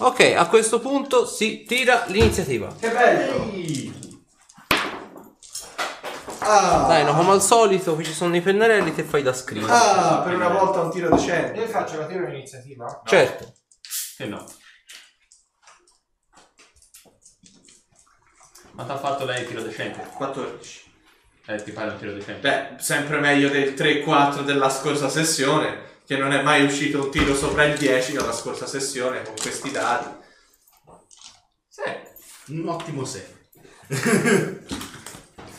Ok, a questo punto si tira l'iniziativa. Che bello! Ah, Dai, no, come al solito, qui ci sono i pennarelli, te fai da scrivere. ah, per una volta un tiro decente. Io faccio la tiro iniziativa? Certo. Che no. Ma ti ha fatto lei il tiro decente? 14. Eh, ti pare un tiro decente? Beh, sempre meglio del 3-4 della scorsa sessione, che non è mai uscito un tiro sopra il 10 dalla scorsa sessione con questi dati. Sì, un ottimo 6.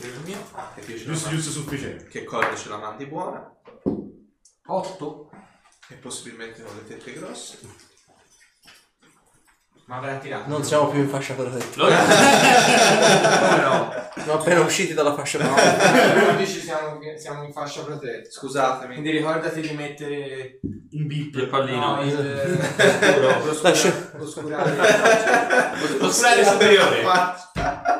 Il mio? Ah, che, io ce la giusto, mando- giusto, sufficiente. che corde ce la mandi buona 8. e possibilmente con le tette grosse. Ma avrà tirato. Non siamo più in fascia protetta. Lo- Come no? Siamo appena usciti dalla fascia protetta. Alle 11 siamo, siamo in fascia protetta. Scusatemi. Quindi ricordati di mettere Un bip. Il pallino. no, Eh. il Oscurare Lascia- oscurare. superiore.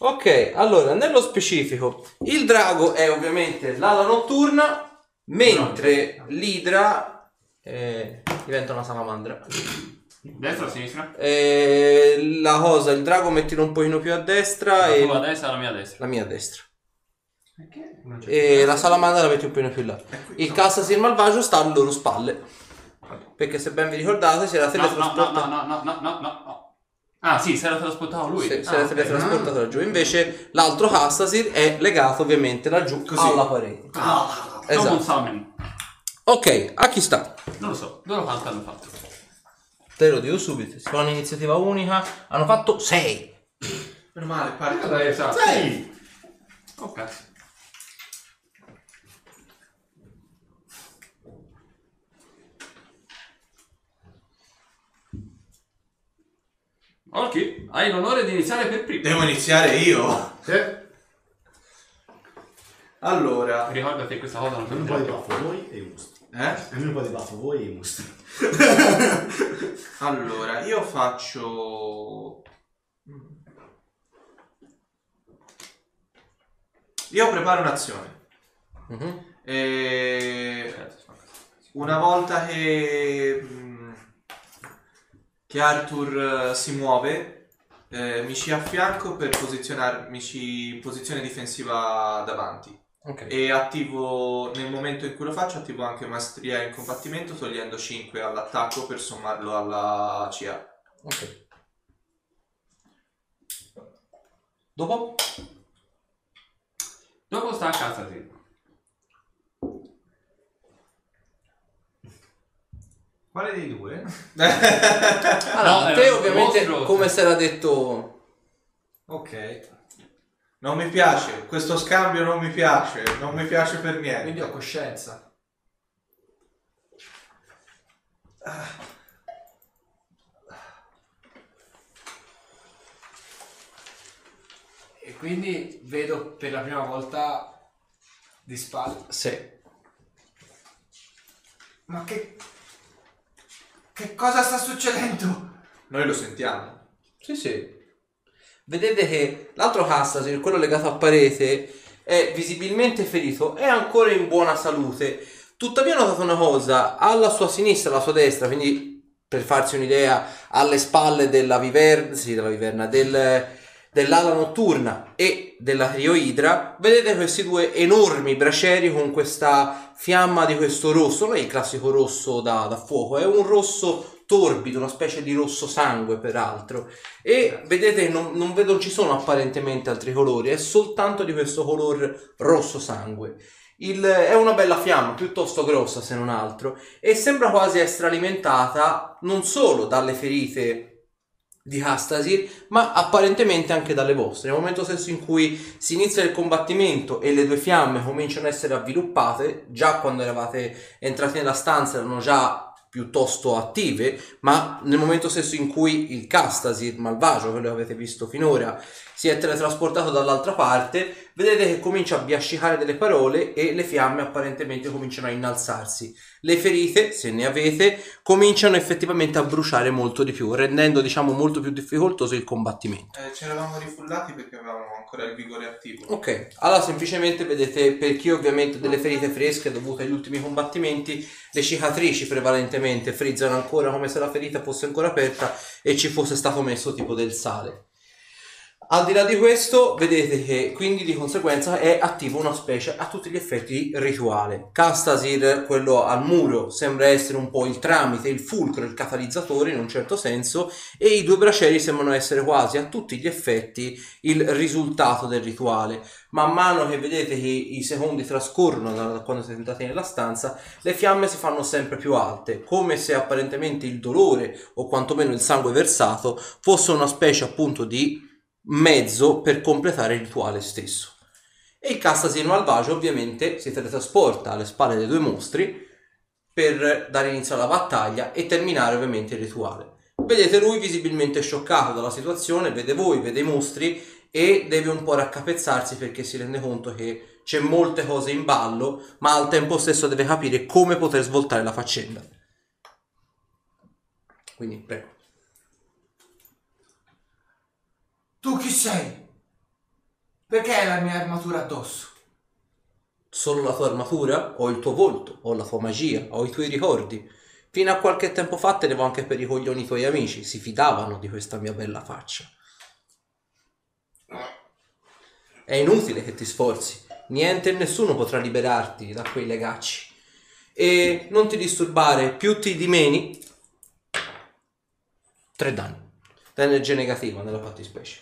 Ok, allora, nello specifico, il drago è ovviamente l'ala notturna, mentre l'idra eh, diventa una salamandra. Destra o sinistra? Eh, la cosa, il drago mettilo un pochino più a destra La e tua destra o la mia destra? la mia a destra. Perché? Non c'è. E la salamandra la metti un pochino più là. Il Cassasir malvagio sta alle loro spalle. Perché se ben vi ricordate si era No, no, no, teletrasportato. no, no, no, no, no, no. Ah, sì, si era trasportato lui. Se, Ah, se l'è ok. teletrasportato laggiù. Invece l'altro Castasir è legato ovviamente laggiù Così. alla parete. Ah, Esatto. Dopo un summon. Ok, a chi sta? Non lo so, loro quanto hanno fatto? Te lo dico subito. Si fa un'iniziativa unica. Hanno fatto 6. Meno male, pare Allora, esatto. Sei! Oh, cazzo. Ok, hai l'onore di iniziare per primo. Devo iniziare io. Sì. Allora, Ricordati che questa cosa non Dammi un ti po' di interessa. baffo voi e i mostri. eh? Dammi un po' di baffo voi e i mostri. Allora, io faccio. Io preparo un'azione. E Cazzo, spacca. una volta che. mm, che Arthur eh, si muove, eh, mi ci affianco per posizionarmi in posizione difensiva davanti. Ok. E attivo nel momento in cui lo faccio, attivo anche maestria in combattimento, togliendo 5 all'attacco per sommarlo alla CA. ok. Dopo? Dopo sta a casa, sì. Quale dei due? Allora, No, te era un ovviamente, mostro. come se l'ha detto... Ok. Non mi piace, questo scambio non mi piace, non mi piace per Quindi niente. ho coscienza. E quindi vedo per la prima volta di spalle. Sì. Ma che. Che cosa sta succedendo? Noi lo sentiamo. Sì, sì. Vedete che l'altro Castasir, quello legato a parete, è visibilmente ferito, è ancora in buona salute. Tuttavia ho notato una cosa, alla sua sinistra, alla sua destra, quindi per farsi un'idea, alle spalle della viverna, sì, della viverna, del, dell'ala notturna e della trioidra, vedete questi due enormi braceri con questa fiamma di questo rosso, non è il classico rosso da, da fuoco, è un rosso torbido, una specie di rosso sangue peraltro. E vedete, non, non vedo, non ci sono apparentemente altri colori, è soltanto di questo color rosso sangue. Il- è una bella fiamma, piuttosto grossa se non altro, e sembra quasi essere alimentata non solo dalle ferite di Hastasir, ma apparentemente anche dalle vostre. Nel momento stesso in cui si inizia il combattimento e le due fiamme cominciano a essere avviluppate, già quando eravate entrati nella stanza erano già piuttosto attive, ma nel momento stesso in cui il Castasir malvagio, quello che avete visto finora, si è teletrasportato dall'altra parte, Vedete che comincia a biascicare delle parole e le fiamme apparentemente cominciano a innalzarsi. Le ferite, se ne avete, cominciano effettivamente a bruciare molto di più, rendendo diciamo molto più difficoltoso il combattimento. Eh, ci eravamo rifullati perché avevamo ancora il vigore attivo. Ok, allora semplicemente vedete per chi ovviamente ha delle ferite fresche dovute agli ultimi combattimenti, le cicatrici prevalentemente frizzano ancora come se la ferita fosse ancora aperta e ci fosse stato messo tipo del sale. Al di là di questo, vedete che quindi di conseguenza è attivo una specie a tutti gli effetti rituale. Castasir, quello al muro, sembra essere un po' il tramite, il fulcro, il catalizzatore in un certo senso, e i due bracieri sembrano essere quasi a tutti gli effetti il risultato del rituale. Man mano che vedete che i secondi trascorrono da da quando siete entrati nella stanza, le fiamme si fanno sempre più alte, come se apparentemente il dolore o quantomeno il sangue versato fosse una specie appunto di mezzo per completare il rituale stesso. E il castasino malvagio ovviamente si teletrasporta alle spalle dei due mostri per dare inizio alla battaglia e terminare ovviamente il rituale. Vedete lui visibilmente scioccato dalla situazione, vede voi, vede i mostri e deve un po' raccapezzarsi perché si rende conto che c'è molte cose in ballo, ma al tempo stesso deve capire come poter svoltare la faccenda. Quindi, prego. Tu chi sei? Perché hai la mia armatura addosso? Solo la tua armatura, o il tuo volto, o la tua magia, o i tuoi ricordi. Fino a qualche tempo fa tenevo anche per i coglioni i tuoi amici, si fidavano di questa mia bella faccia. È inutile che ti sforzi, niente e nessuno potrà liberarti da quei legacci. E non ti disturbare, più ti dimeni. Tre danni. L'energia negativa nella fattispecie.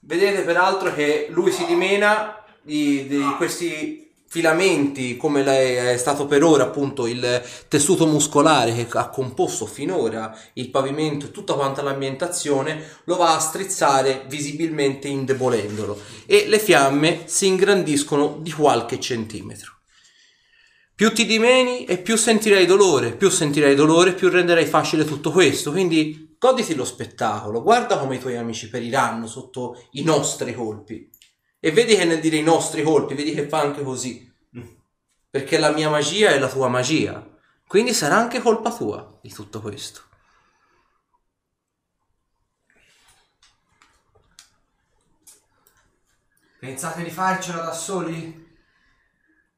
Vedete peraltro che lui si dimena di, di questi filamenti, come le- è stato per ora appunto il tessuto muscolare che ha composto finora il pavimento e tutta quanta l'ambientazione, lo va a strizzare visibilmente indebolendolo e le fiamme si ingrandiscono di qualche centimetro. Più ti dimeni e più sentirai dolore, più sentirai dolore, più renderai facile tutto questo. Quindi goditi lo spettacolo, guarda come i tuoi amici periranno sotto i nostri colpi. E vedi che nel dire i nostri colpi, vedi che fa anche così. Perché la mia magia è la tua magia. Quindi sarà anche colpa tua di tutto questo. Pensate di farcela da soli?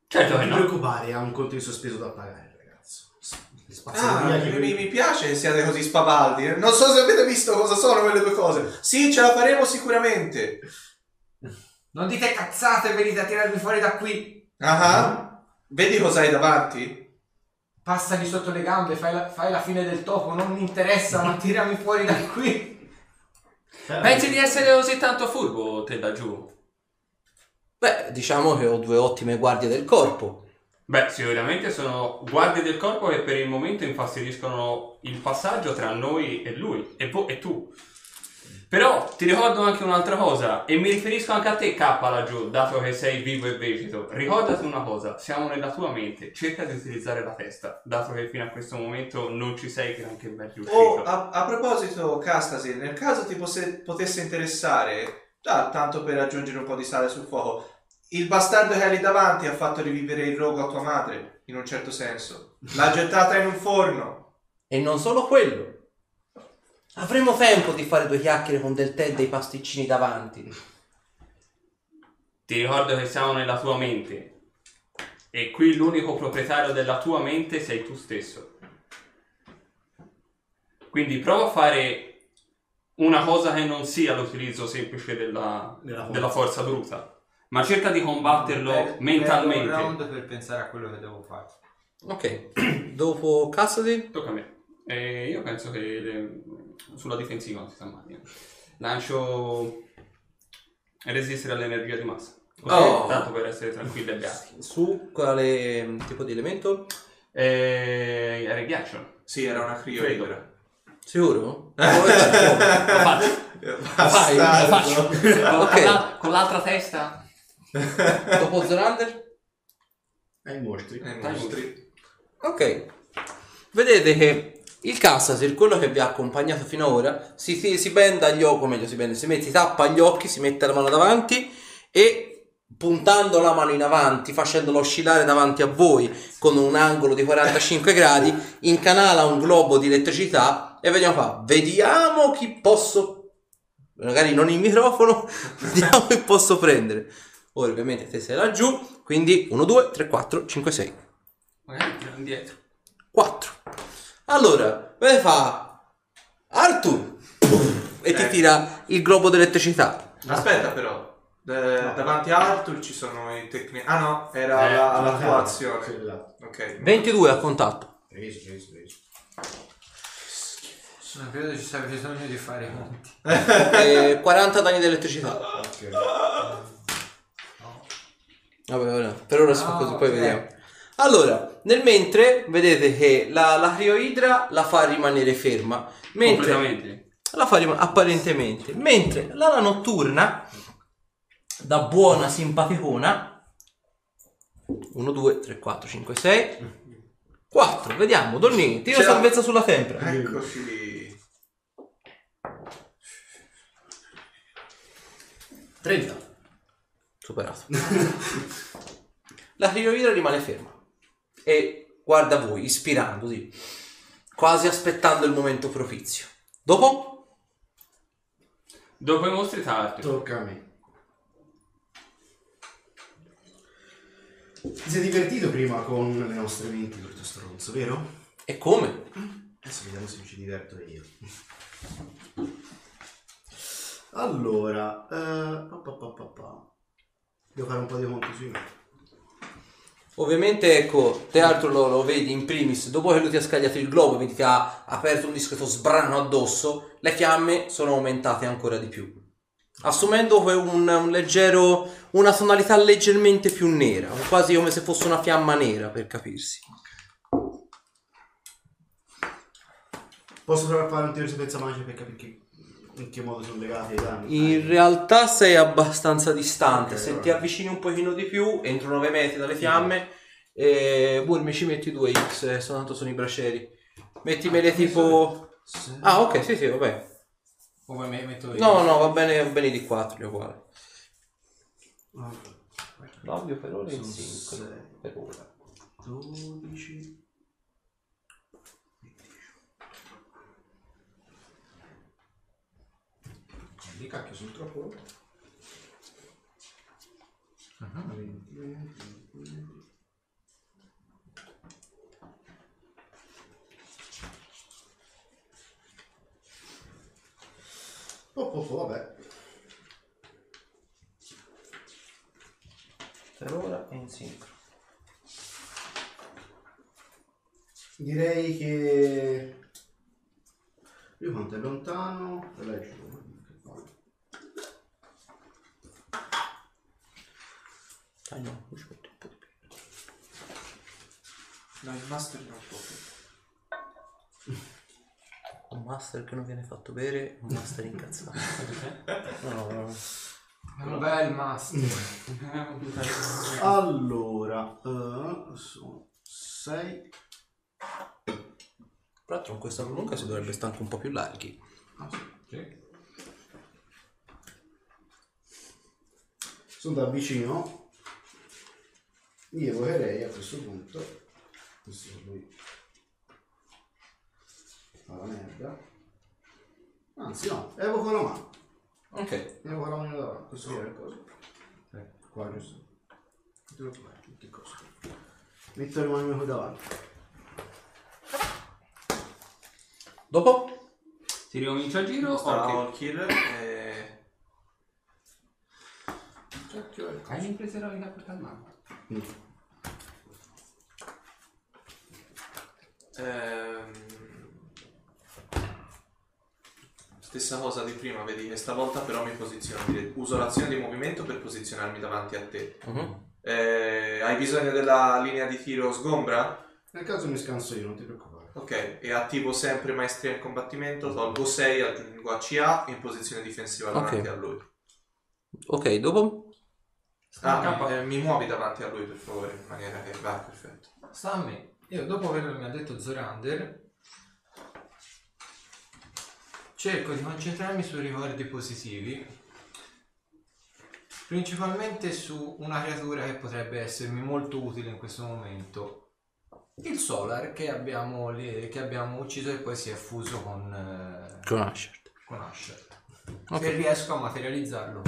Certo che Non ti no. preoccupare, ha un conto in sospeso da pagare, ragazzo. Le Ah, spazzatura che- mi, mi piace che siate così spavaldi. eh. Non so se avete visto cosa sono quelle due cose. Sì, ce la faremo sicuramente. Non dite cazzate, venite a tirarmi fuori da qui. Ah, ah. Vedi cosa hai davanti? Passami sotto le gambe, fai la, fai la fine del topo, non mi interessa, ma tirami fuori da qui. Eh, Pensi di essere così tanto furbo te laggiù? Beh, diciamo che ho due ottime guardie del corpo. Beh, sicuramente sono guardie del corpo che per il momento infastidiscono il passaggio tra noi e lui e, po- e tu. Però ti ricordo anche un'altra cosa e mi riferisco anche a te, K laggiù, dato che sei vivo e vegeto. Ricordati una cosa, siamo nella tua mente, cerca di utilizzare la testa, dato che fino a questo momento non ci sei granché ben riuscito. Oh, a, a proposito, Castasi, nel caso ti posse- potesse interessare, già tanto per aggiungere un po' di sale sul fuoco, il bastardo che hai lì davanti ha fatto rivivere il rogo a tua madre, in un certo senso. L'ha gettata in un forno. E non solo quello. Avremo tempo di fare due chiacchiere con del tè e dei pasticcini davanti. Ti ricordo che siamo nella tua mente e qui l'unico proprietario della tua mente sei tu stesso. Quindi prova a fare una cosa che non sia l'utilizzo semplice della, Della della forza bruta, ma cerca di combatterlo Prendo- mentalmente. prendo un round per pensare a quello che devo fare. Ok, dopo Cassidy? Tocca a me. Eh, io penso che le- sulla difensiva non si sta male. Lancio resistere all'energia di massa. Così, Oh. Tanto per essere tranquilli e beati. Su quale tipo di elemento? Eh, era il ghiaccio. Sì, era una crio Freddo. libera. Sicuro? ok, Lo faccio. Vai, Bastardo. lo faccio. Con la- con l'altra testa. dopo Zorander? Ai mostri. Ai mostri. Ok, vedete che il Cassasir, quello che vi ha accompagnato fino ad ora, si, si, si benda agli occhi, o meglio si, benda, si mette, si tappa gli occhi, si mette la mano davanti e puntando la mano in avanti, facendola oscillare davanti a voi con un angolo di 45 gradi, incanala un globo di elettricità e vediamo qua, vediamo chi posso, magari non il microfono, vediamo chi posso prendere. Ora ovviamente te sei laggiù, quindi 1, 2, 3, 4, 5, 6. Magari tiro indietro. 4. Allora, come fa Arthur e ti Eh. tira il globo d'elettricità. Aspetta però, eh, No. davanti a Arthur ci sono i tecnici... Ah no, era Eh, la, la alla tua azione. là. Ok. 22 a contatto. Preso, preso, preso. Non credo ci sia bisogno di fare i conti. Eh, 40 danni d'elettricità. Ok. Vabbè, vabbè, per ora si fa Ah, così, poi ok. vediamo. Allora, nel mentre vedete che la, la crioidra la fa rimanere ferma, mentre Completamente. la fa rimanere apparentemente, mentre l'ala notturna, da buona simpaticona, 1, 2, 3, 4, 5, 6, 4, vediamo, Donnini, tiro Ce l'ha. salvezza sulla tempra. Eccoci. 30. Superato. la crioidra rimane ferma e guarda voi, ispirandosi, quasi aspettando il momento propizio. Dopo, Dopo i mostri tardi. Tocca a me. Ti sei divertito prima con le nostre menti, brutto stronzo, vero? e come? Adesso vediamo se mi ci diverto io. Allora, eh, pa, pa, pa, pa, pa. devo fare un po' di conti sui me. Ovviamente, ecco, te Arthur lo, lo vedi in primis, dopo che lui ti ha scagliato il globo, vedi che ha aperto un discreto sbrano addosso, le fiamme sono aumentate ancora di più, assumendo que- un, un leggero, una tonalità leggermente più nera, quasi come se fosse una fiamma nera, per capirsi. Posso provare a fare un tiro di sapienza magica per capire che- in che modo sono legati ai danni? In realtà sei abbastanza distante, Ok, se allora. ti avvicini un pochino di più, entro 9 metri dalle fiamme, e boh, mi ci metti 2x, eh, soltanto sono i bracieri. Mettimele Ah, tipo... Se- Ah ok, sì sì, vabbè. Come me metto io. No, no, va bene, va bene di 4, gli uguale. Ah, L'ovvio per ora è in sincrono, per ora. 12. Eh, Di cacchio sono troppo. 20. Oh, oh, oh, vabbè. Per ora è in sincrono. Direi che... Lui quanto è lontano? Da lei ci vuole, che fa? Ah no, non ci metto un po' di più. No, il master non può. Un master che non viene fatto bere, un master incazzato. no, no, no. È un bel master. Allora, eh, sono 6. Tra l'altro con questa prolunga si dovrebbe stare anche un po' più larghi. Sono da vicino. Io evocherei a questo punto. Questo è lui. Fa la merda. Anzi no, evoco la mano. Ok. Evoco la mano davanti. Questo qui era il coso. Eh, qua giusto. Dove qua? Che cosa? Metto le mani qui davanti. Dopo? Si ricomincia il giro. Sta Ok. all kill eh, e... Hai ripreso la vita portata mano. Mm. Ehm, Stessa cosa di prima, vedi che stavolta però mi posiziono. dire- Uso l'azione di movimento per posizionarmi davanti a te. Mhm. Eh, hai bisogno della linea di tiro sgombra? Nel caso mi scanso io, non ti preoccupare. Ok, e attivo sempre maestria in combattimento, tolgo 6, aggiungo a CA in posizione difensiva davanti Ok. a lui. Ok, dopo? Ah, eh, mi muovi davanti a lui per favore, in maniera che va perfetto. Sta a me. Io dopo quello che mi ha detto Zorander cerco di concentrarmi sui ricordi positivi Principalmente su una creatura che potrebbe essermi molto utile in questo momento. Il Solar che abbiamo, lì- che abbiamo ucciso e poi si è fuso con, eh, Con Asher. con Asher. Ok. Se riesco a materializzarlo.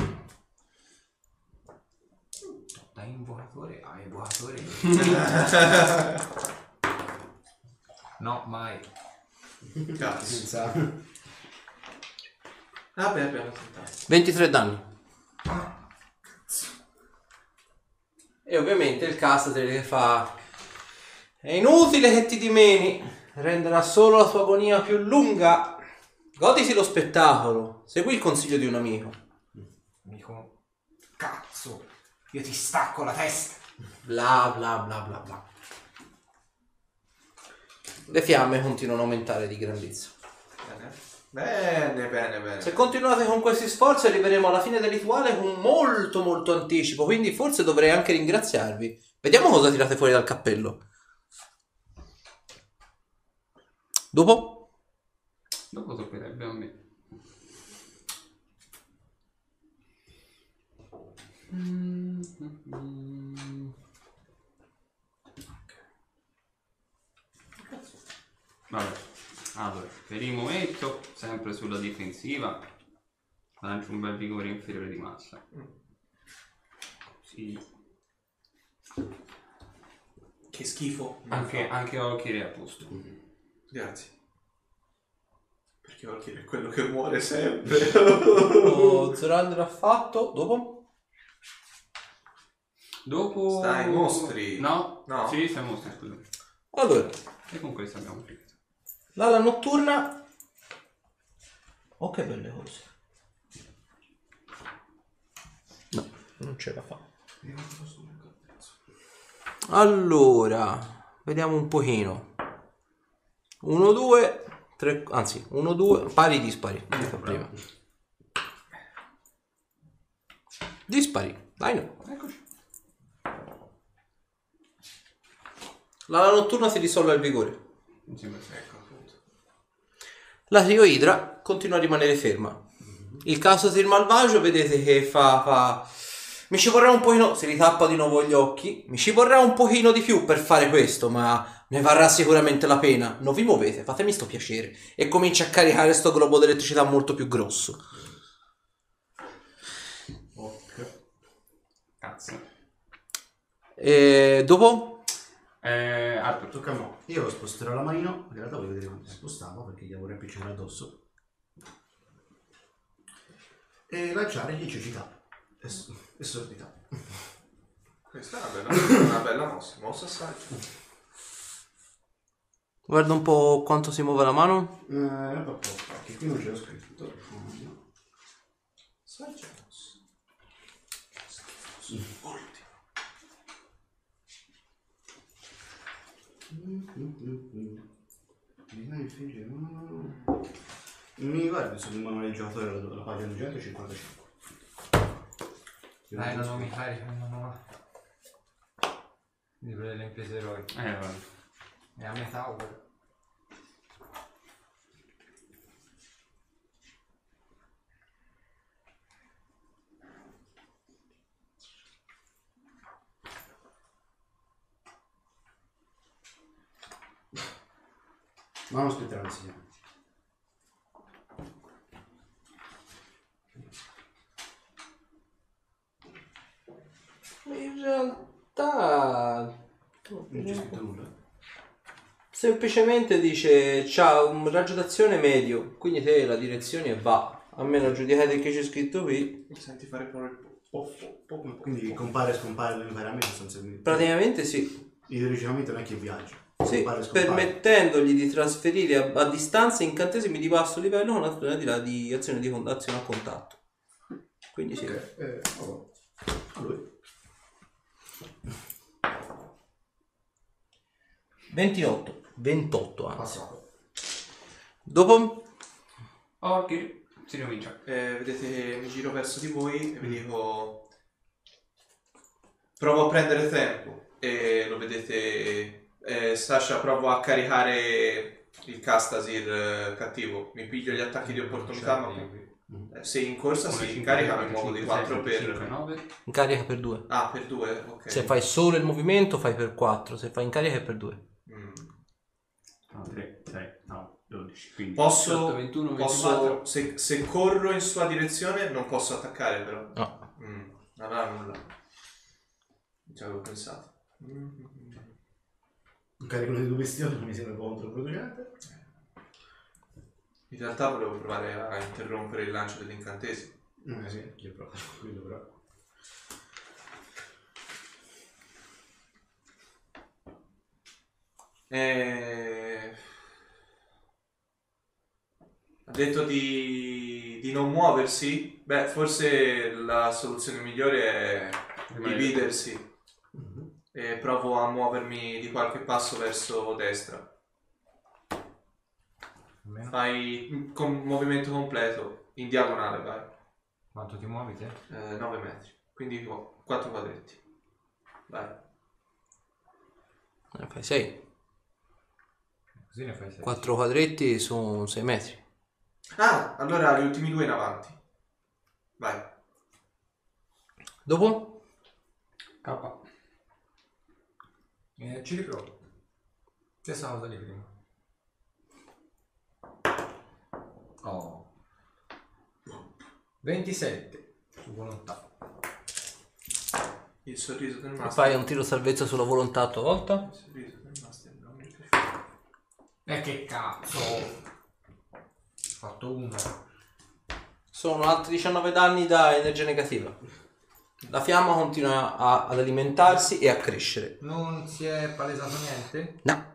Da invocatore a evocatore. no, mai. Cazzo. Senza... Vabbè, abbiamo tentato. 23 danni. E ovviamente il castater che fa è inutile che ti dimeni renderà solo la tua agonia più lunga goditi lo spettacolo segui il consiglio di un amico Amico, cazzo, io ti stacco la testa. bla bla bla bla bla le fiamme continuano a aumentare di grandezza Bene. Bene, bene, bene. se continuate con questi sforzi arriveremo alla fine del rituale con molto molto anticipo quindi forse dovrei anche ringraziarvi vediamo cosa tirate fuori dal cappello dopo Dopo toccherebbe a me. Vabbè, allora, per il momento, sempre sulla difensiva, lancio un bel vigore inferiore di massa. Sì, Che schifo. Non anche, fa. anche Valkyrie è a posto. Grazie. Perché vuol dire quello che muore sempre. Oh, Zorander ha fatto. Dopo? Dopo... Stai, mostri. No? No. Sì, stai mostri, scusa. Allora, E con questo abbiamo finito. l'ala notturna. Oh, che belle cose. No, non ce la fa. Allora, vediamo un pochino. 1, 2, 3, anzi, 1, 2, pari dispari. come fa prima. Dispari, dai no. Eccoci. L'ala notturna si risolve al vigore. Mi sembra sì. ecco appunto. La crioidra continua a rimanere ferma. Il caso del malvagio, vedete che fa, fa- Mi ci vorrà un pochino... Si ritappa di nuovo gli occhi. Mi ci vorrà un pochino di più per fare questo, ma ne varrà sicuramente la pena. Non vi muovete, fatemi sto piacere. E comincia a caricare sto globo di elettricità molto più grosso. Cazzo. E dopo? Eh, Arthur. Tocca a me. Io sposterò la manino, in realtà voglio vedere quanto si spostava perché gli vorrei appicciare addosso. E lanciare gli cecità. E s- e sordità. Questa è una bella, una bella mossa. Mossa saggia. Guarda un po' quanto si muove la mano. Eh, po- po- che qui non c'era scritto. Saggia mossa. Mi guardi sul manuale del giocatore la, la pagina 255. Dai, Eh, non mi carico, non ho... Libro delle imprese eroi. Eh, vabbè. È a metà ora. No, non aspetta, si chiama. In realtà... Non c'è scritto nulla. Semplicemente dice c'ha un raggio d'azione medio, quindi te la direzione va. A meno giudicate che c'è scritto qui. Mi senti fare proprio il po- po- po- po- Quindi po- compare e scompare non impara a me sostanzialmente. Praticamente sì. Il dirigimento non è che viaggia. Sì, Compare e scompare. permettendogli di trasferire a, a distanza incantesimi di basso livello con azione di, là di azione di con- azione a contatto. Quindi sì. Ok, eh, allora. A lui. 28. 28 anzi. Passato. Dopo Orchid si ricomincia. Eh, vedete, mi giro verso di voi e vi dico... Provo a prendere tempo. E lo vedete... eh, Sasha, provo a caricare il Castasir eh, cattivo. Mi piglio gli attacchi di opportunità, ma... C'è qui. Eh, Se in corsa Una si cinque, incarica mi quattro, muovo di cinque, sei, 4 cinque, per... nove. Incarica per 2. Ah, per 2, ok. Se fai solo il movimento fai per 4, se fai incarica è per 2. Mm. No, 3, 6, 9, 12, 15. Posso, 18, 21, posso 24. se, se corro in sua direzione non posso attaccare però. No. Mm, non ha nulla. Ci avevo pensato. Mm. Un calcolo di due bestioni mi sembra controproducente. In realtà volevo provare a interrompere il lancio dell'incantesimo. Eh sì, io provo quello però. Eh, Ha detto di, di non muoversi? Beh, forse la soluzione migliore è Rimanere. dividersi. Mhm. E provo a muovermi di qualche passo verso destra. Almeno. Fai con movimento completo, in diagonale, vai. Quanto ti muovi te? Eh, 9 metri, quindi 4 quadretti. Vai. Eh, fai 6. Così ne fai 6. 4 quadretti sono 6 metri. Ah, allora gli ultimi due in avanti. Vai. Dopo? K. Eh, ci riprovo. Stessa cosa di prima. Oh. 27 su volontà. Il sorriso del master. Fai un tiro salvezza sulla volontà a tua volta. Il sorriso del master. non mi piace. E che cazzo! Ho fatto uno. Sono altri 19 danni da energia negativa. La fiamma continua a- ad alimentarsi e a crescere. Non si è palesato niente? No.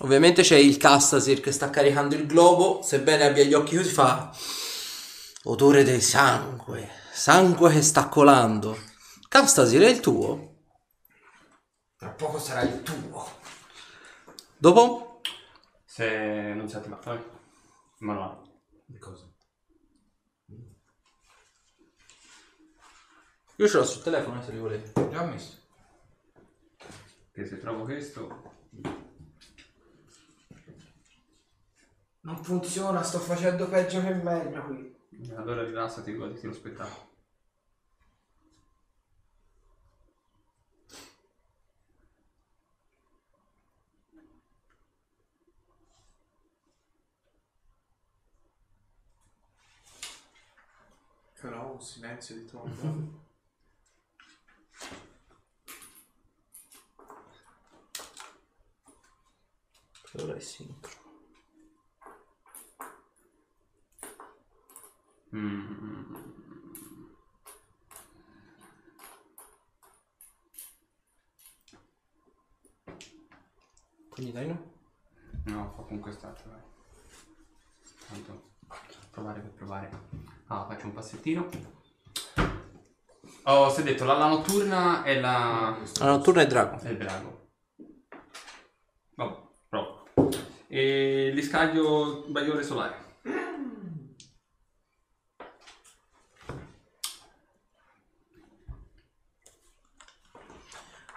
Ovviamente c'è il Castasir che sta caricando il globo, sebbene abbia gli occhi chiusi fa odore del sangue, sangue che sta colando. Castasir è il tuo? Tra poco sarà il tuo. Dopo? Se non si è attivato, eh. Manuale. Che cosa? Io ce l'ho sul telefono eh, se li volete. Già messo. Che se trovo questo... Non funziona, sto facendo peggio che meglio qui. Allora rilassati e goditi lo spettacolo. Però un silenzio di tomba. Ora è sincro. Mm. Quindi dai no? No, fa con quest'altro, vai. Tanto provare per provare. Ah, faccio un passettino. Oh, si è detto, la, la notturna è la... La notturna è drago. è il drago. Vabbè, provo. E gli scaglio bagliore solare.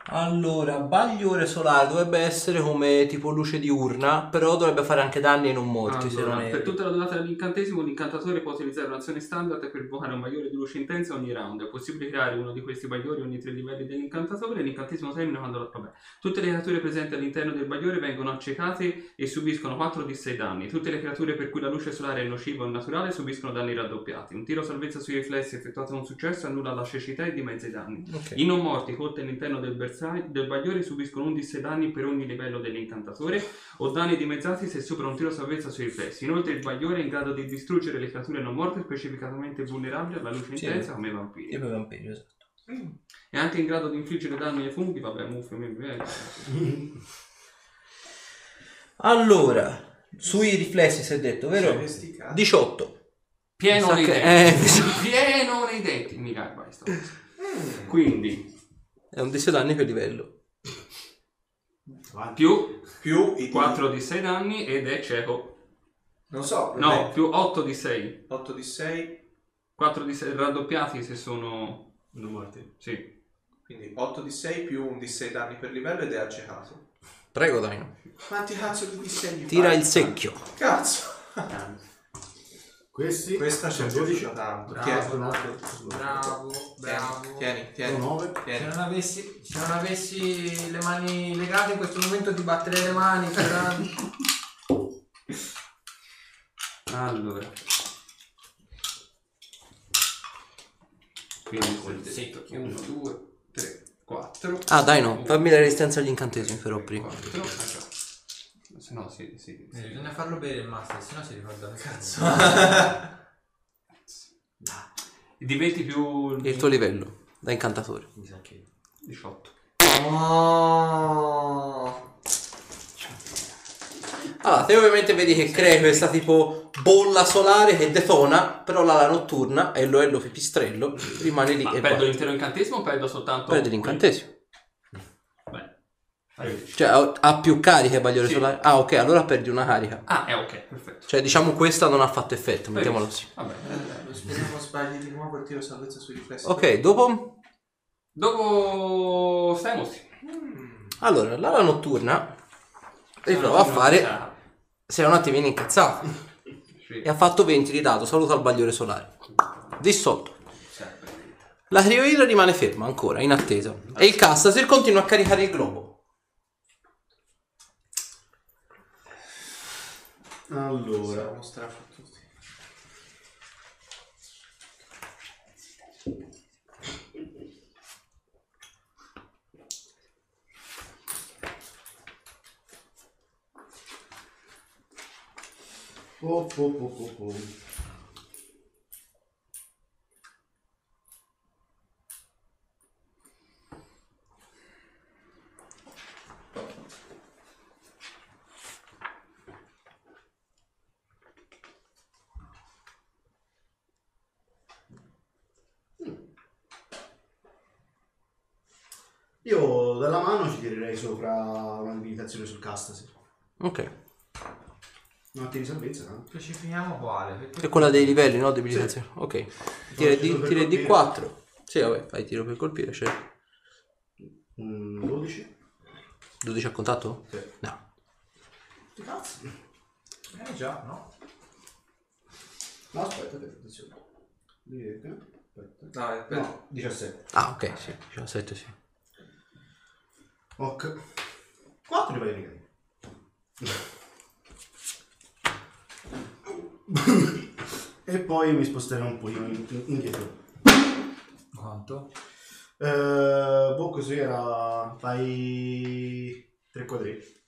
Allora, bagliore solare dovrebbe essere come tipo luce diurna, però dovrebbe fare anche danni non molti, se Allora, non per erro. tutta la durata dell'incantesimo, l'incantatore può utilizzare un'azione standard per invocare un bagliore di luce intensa ogni round. È possibile creare uno di questi bagliori ogni tre livelli dell'incantatore. L'incantesimo termina quando la... Vabbè. Tutte le creature presenti all'interno del bagliore vengono accecate e subiscono 4 di 6 danni. Tutte le creature per cui la luce solare è nociva o naturale subiscono danni raddoppiati. Un tiro salvezza sui riflessi effettuato con successo annulla la cecità e dimezza i danni. Ok. I non morti colti all'interno del, bersag- del bagliore subiscono un di 6 danni per ogni livello dell'incantatore o danni dimezzati se supera un tiro salvezza sui riflessi. Inoltre il bagliore è in grado di distruggere le creature non morte specificatamente vulnerabili alla luce Sì. intensa come i vampiri. Io per vampiro, esatto. È anche in grado di infliggere danni ai funghi, vabbè, muffe, mi Allora, sui riflessi si è detto, Cioè, vero? questi cazzi. 18. Pieno Mi sa nei che- eh, mi denti. sa- Pieno nei denti. Mi garba questo. Mm. Quindi, È un 10 danni per livello. Avanti. più Più i 4 di 6 danni ed è cieco. Non so, No, più 8 di 6. 8 di 6, 4 di 6 raddoppiati se sono... Non morti. Sì. quindi 8 di 6 più un di 6 danni per livello ed è accecato. Prego, Daino. Quanti cazzo di dissegni Tira fai? il secchio. Cazzo. Questi Questa c'è sono 12. 12 tanto. Bravo. Sono otto. Bravo, bravo. Tieni, Sono tieni, 9. eh. tieni. Se non, avessi, se non avessi le mani legate in questo momento ti batterei le mani. però- Allora. Quindi col Sì, detto 1, 2, 3, 4. Ah, Daino, fammi la resistenza agli incantesimi però prima. 4. ah, Se no, sì, sì. Eh, sì. Bisogna farlo bere il master, sennò si ricorda che cazzo. Diventi più Il tuo livello da incantatore. Mi sa che. 18. Oh. Allora, te ovviamente vedi che crei questa tipo bolla solare che detona, però l'ala notturna e lo è lo pipistrello rimane lì Ma e perdo va. l'intero incantesimo o perdo Oh, soltanto. Perdi l'incantesimo. Beh, arrivederci. Cioè, ha- ha più cariche Bagliore Sì. Solare. Ah, ok, allora perdi una carica. Ah, è ok, perfetto. Cioè, diciamo questa non ha fatto effetto, mettiamolo così. mettiamolo Vabbè. eh, Speriamo sbagli di nuovo il tiro salvezza sui riflessi. Ok, dopo... Dopo stai mostri. Mm. Allora, l'ala notturna riprova a fare... Se no ti viene incazzato. E ha fatto 20 di dato, saluta al Bagliore Solare. Dissolto. La crioilla rimane ferma ancora, in attesa. E il Castasir continua a caricare il globo. Allora. Siamo strafottuti. Oh, oh, oh, oh, oh. Io dalla mano ci tirerei sopra una limitazione sul castasi. Ok. Non attiri salvezza, eh. tanto. Specifichiamo quale. È Perché... quella dei livelli, no? Debilitazione. Ok. Tira di, tiro per tira di colpire. 4. Sì, vabbè, fai tiro per colpire, cioè... Mm, 12. 12 a contatto? Sì. No. Che cazzo? Eh già, no? No, aspetta, aspetta, attenzione. Diretta. Aspetta. Dai, aspetta. No, 17. Ah, ok, sì. 17 sì. Ok. 4 livelli negativi. e poi mi sposterei un po' indietro. Quanto? Eh, boh, così era. Fai 3 quadretti.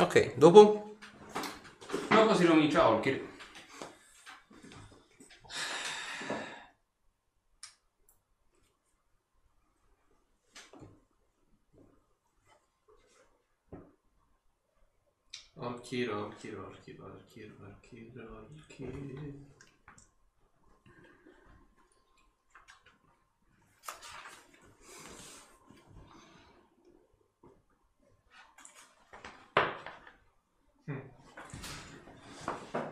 Ok, dopo? Dopo si ricomincia Olkir. Orchiro, orchiro, orchiro, orchiro, orchiro, orchiro. Hmm.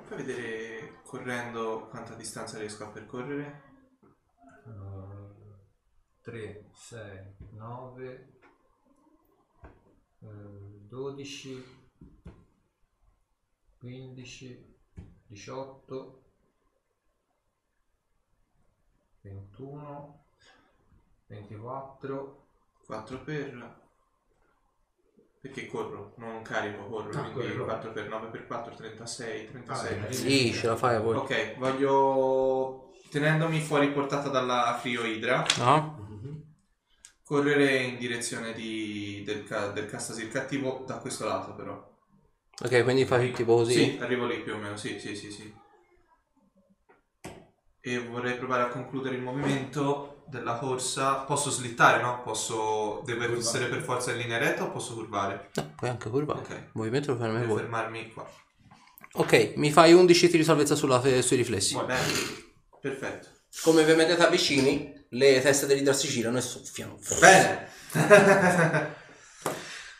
Fai vedere correndo quanta distanza riesco a percorrere. 3, 6, 9, eh, 12, 15, 18, 21, 24, 4 per... Perché corro, non carico, corro, Ah, quindi corro. 4 per 9 per 4, 36, 36. Ah, Sì, ce la fai a voi. Ok, voglio, tenendomi fuori portata dalla Crioidra, No? correre in direzione di- del, ca- del Castasir cattivo da questo lato però. Ok, quindi fai tipo così. Sì, arrivo lì più o meno, sì, sì, sì, sì. E vorrei provare a concludere il movimento della corsa. Posso slittare, no? Posso... Deve Curvare. essere per forza in linea retta o posso curvare? No, puoi anche curvare. Ok. Movimento lo fermi Devo voi. fermarmi qua. Ok, mi fai 11 tiri di salvezza sulla- sui riflessi. Buono. Bene, perfetto. Come ovviamente ti avvicini, le teste degli si girano e soffiano. Bene.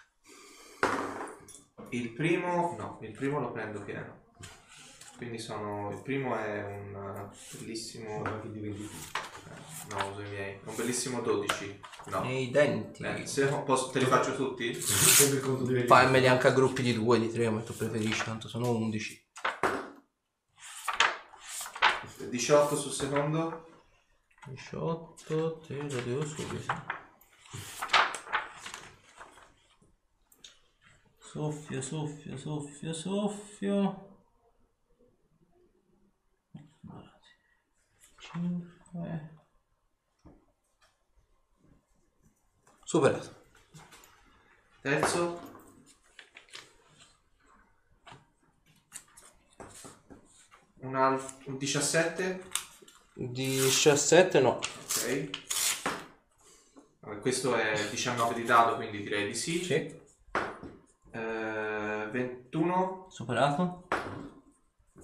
il primo no, il primo lo prendo pieno. Quindi sono il primo è un eh, bellissimo Guarda che diventi più. eh, No, uso i miei. Un bellissimo 12. No. Nei denti. Eh, se posso, te li faccio tutti? Sempre il conto di Fammeli anche a gruppi di due, di tre, come tu preferisci, tanto sono 11. 18 sul secondo. 18, te lo devo subito. Soffio, soffio, soffio, soffio. 5. Superato. Terzo. Un, al- un 17. 17 no. Ok. Allora, questo è 19 di dado, quindi direi di sì. Sì. Eh, 21. Superato.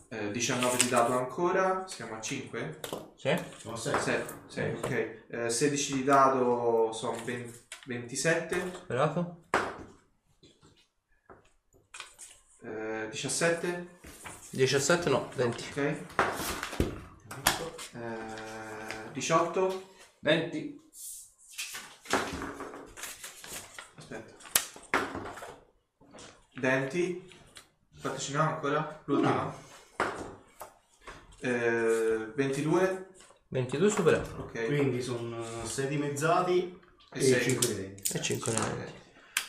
eh, 19 di dado ancora. Siamo a 5. Sì. No, sei. Sette, sei, ok. Eh, 16 di dado sono 27, Superato. eh, 17, 17 no, 20. ok. Eh, 18, 20. aspetta. Denti, fateci no ancora, l'ultima. Eh, 22, 22 superato. ok. Quindi sono 6 dimezzati E e sei. 5 di denti. E 5 nei denti.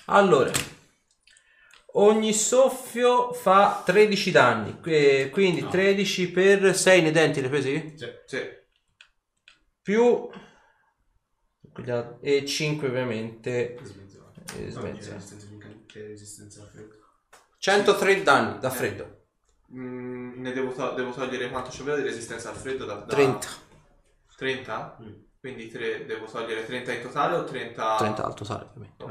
Allora, ogni soffio fa 13 danni, que- quindi No. 13 per 6 nei denti, le presi? Sì, Più Quella- e 5 ovviamente. Smezzato. eh, smezzato. Resistenza meccanica e resistenza al freddo. 103 danni da freddo, Mm, ne devo, to- devo togliere quanto c'è di resistenza al freddo da, da 30, 30? Mm. Quindi tre- devo togliere 30 in totale o 30? 30 alto sale ovviamente.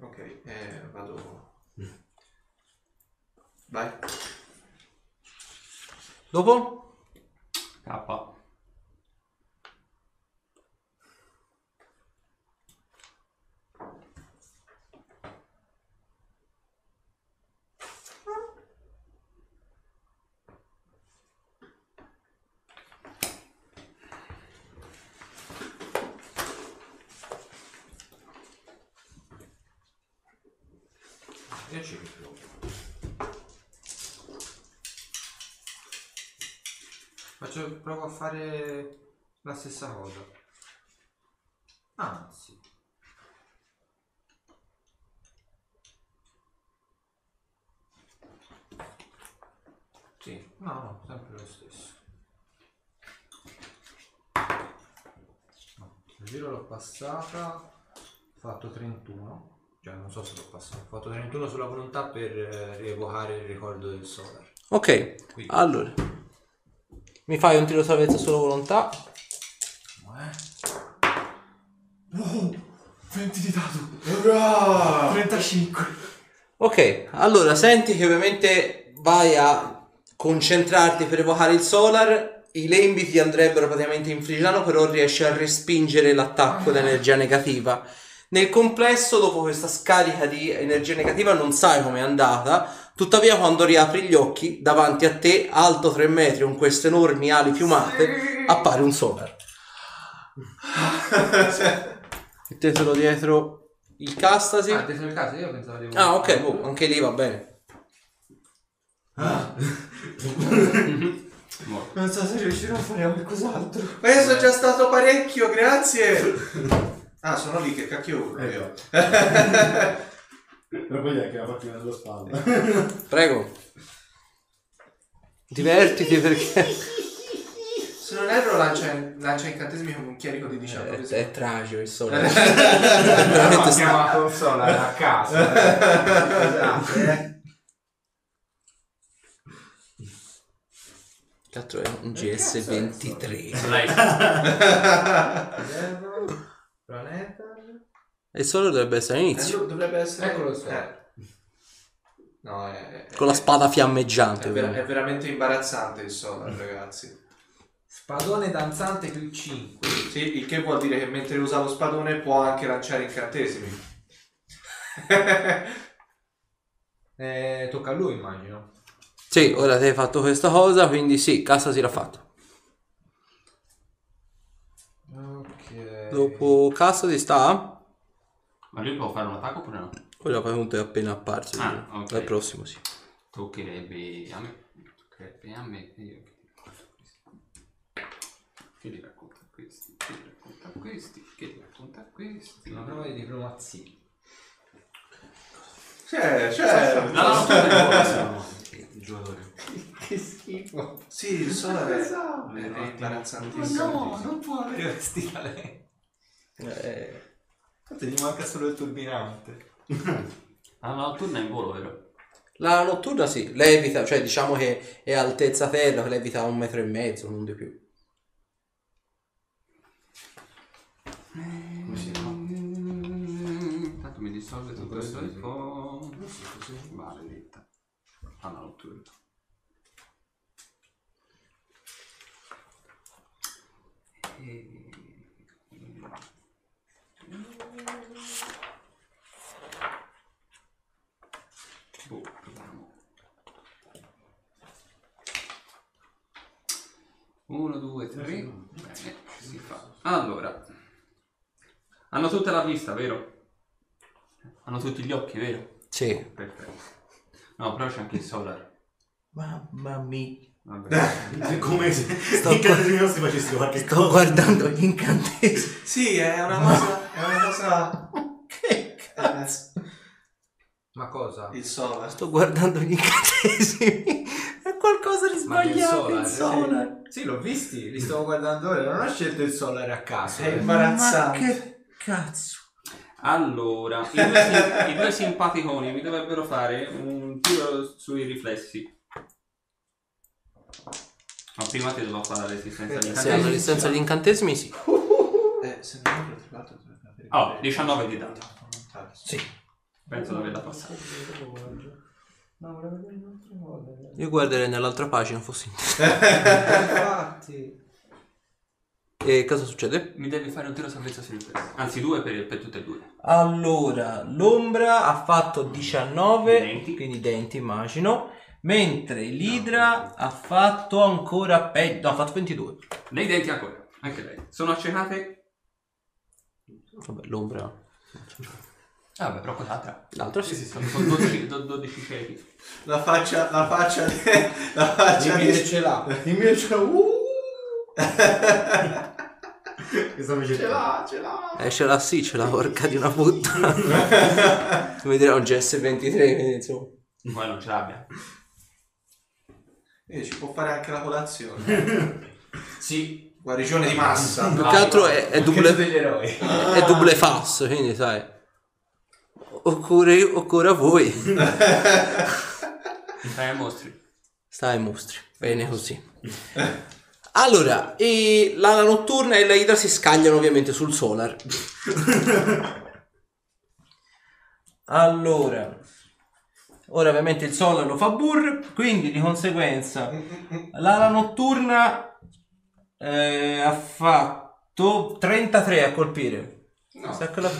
Ok, ok, eh, vado. Mm. Vai. Dopo? K. Io ci provo. Faccio, provo a fare la stessa cosa. Anzi. Sì, no, no, sempre lo stesso. No, il giro l'ho passata, ho fatto 31. Cioè, non so se l'ho passato. Ho fatto 31 sulla volontà per eh, rievocare il ricordo del Solar. Ok, Quindi, allora. Mi fai un tiro salvezza solo volontà. Wow! 20 di dato! Urrà! 35! Ok, allora senti che ovviamente vai a concentrarti per evocare il solar, i lembi ti andrebbero praticamente in frigiano, però riesci a respingere l'attacco di energia negativa. Nel complesso, dopo questa scarica di energia negativa, non sai com'è andata, tuttavia quando riapri gli occhi, davanti a te, alto 3 metri, con queste enormi ali piumate, appare un solar. Mettetelo dietro il castasi. ah, te sei il caso, io pensavo di Ah, ok, boh, anche lì va bene. Morto. Non so se riuscirò a fare qualcos'altro. Ma io sono già stato parecchio, grazie! Ah, sono lì, che cacchio urlo Eh. io. Però poi è che la faccio nella spalla. Prego. Divertiti perché Se non erro lancia, lancia incantesimi come un chierico di Eh, Eh, 19. è, esempio. è tragico il sole. È veramente sta- Siamo la console a casa. Eh, Tra l'altro è un GS23. Slice. Planeta. E il sole dovrebbe essere all'inizio. eh, dovrebbe essere... Eccolo so. Eh. No, è... è- Con la spada fiammeggiante. È, ver- ovviamente. è veramente imbarazzante il solar, ragazzi. Spadone danzante più 5. Sì, il che vuol dire che mentre usa lo spadone può anche lanciare incantesimi. Eh, tocca a lui, immagino. Sì, ora ti hai fatto questa cosa, quindi sì, Cassa si l'ha fatto. Ok. che... Dopo Cassidy sta? Ma lui può fare un attacco oppure no? Quello appunto è appena apparso. Ah, quindi ok. Al prossimo, sì. Toccherebbe a me. Toccherebbe a me. e Io che ti racconto questi. Che ti racconta questi? Che ti racconta questi? Che ti racconta questi? Una prova di diplomazia. C'è, c'è. No, no, no, tu dai buona, se no. Il giocatore. Che schifo. Sì, il solare è, Esatto. Pensavo. è Ottimo. imbarazzantissimo. non può avere questi talenti. Infatti gli manca solo il turbinante. Ah no, tu non hai in volo, vero? La notturna sì, levita, cioè diciamo che è altezza terra, levita a un metro e mezzo, non di più. Come si chiama? Intanto mi dissolve tutto questo iPhone. Maledetta. Ah no, notturno. E... Boh, proviamo. 1, 2, 3. Bene, si fa. Allora. Hanno tutta la vista, vero? Hanno tutti gli occhi, vero? Sì. Perfetto. No, però c'è anche il solar. Mamma mia. Vabbè. Come se Sto- in caso di non si facesse qualche cosa. Sto guardando gli incantesimi. Sì, è una cosa. È una cosa. Che cazzo? Ma cosa? Eh, Il solar. Sto guardando gli incantesimi. È qualcosa di Ma del sbagliato il solar. Sì, l'ho visti, li stavo guardando ora. Non ho scelto il solare a caso. È eh. Ma imbarazzante. che cazzo? Allora, i due, sim- i due simpaticoni mi dovrebbero fare un tiro sui riflessi. Ma prima ti devo fare la resistenza di Se hanno incantesimi. resistenza agli incantesimi sì. Eh, se non altro, tra l'altro, dovrebbe avere- Oh, 19 di dato. Sì. Penso di averla passata. No, volevo vedere un'altra cosa. Io guarderei nell'altra pagina fossi. Infatti. E cosa succede? Mi devi fare un tiro salvezza sui riflessi. Anzi, due per, per tutte e due. Allora, l'ombra ha fatto 19, Denti. quindi denti immagino, mentre l'idra ha fatto ancora peggio, no, ha fatto 22. Nei denti ancora. Anche lei. Sono accecate. Vabbè, l'ombra. Ah, beh, però quell'altra. L'altra sì. Sì, sì, sono sono 12, do- 12 ciechi. La faccia, la faccia, la faccia Dimmi se di... ce l'ha. Il mio c'è uh! che stavo cercando. ce l'ha. Eh, ce l'ha sì, ce l'ha porca di una puttana. Come dire, oggi è S23, quindi insomma. Poi non ce l'abbia. Eh, ci può fare anche la colazione. Sì. Guarigione di massa. Più che altro è, è Ah, Che double, degli eroi. è double fast, quindi sai. Occorre, occorre a voi. Mi fai a mostri. Stai ai mostri, bene così. Allora, e l'ala notturna e la idra si scagliano ovviamente sul solar. allora, ora ovviamente il solar lo fa burr, quindi di conseguenza l'ala notturna eh, ha fatto 33 a colpire. No. Sa quella-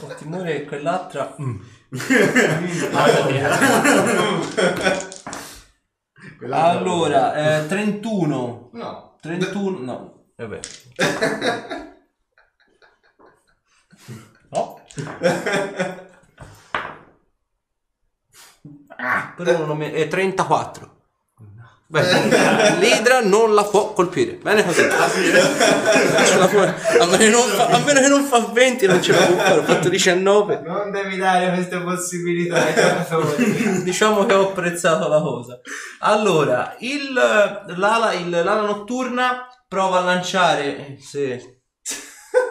Ho timore che quell'altra... Mm. Quella- Allora, eh, 31. No. 31. No, eh vabbè. No. Ah, però non mi- eh, 34. Beh, l'idra non la può colpire. Bene così. Non ce la può- a, meno che non fa, a meno che non fa 20 non ce la può fare. Ho fatto 19. Non devi dare queste possibilità ai giocatori. Diciamo che ho apprezzato la cosa. Allora, il, eh, l'ala, il- l'ala notturna prova a lanciare. eh, Sì.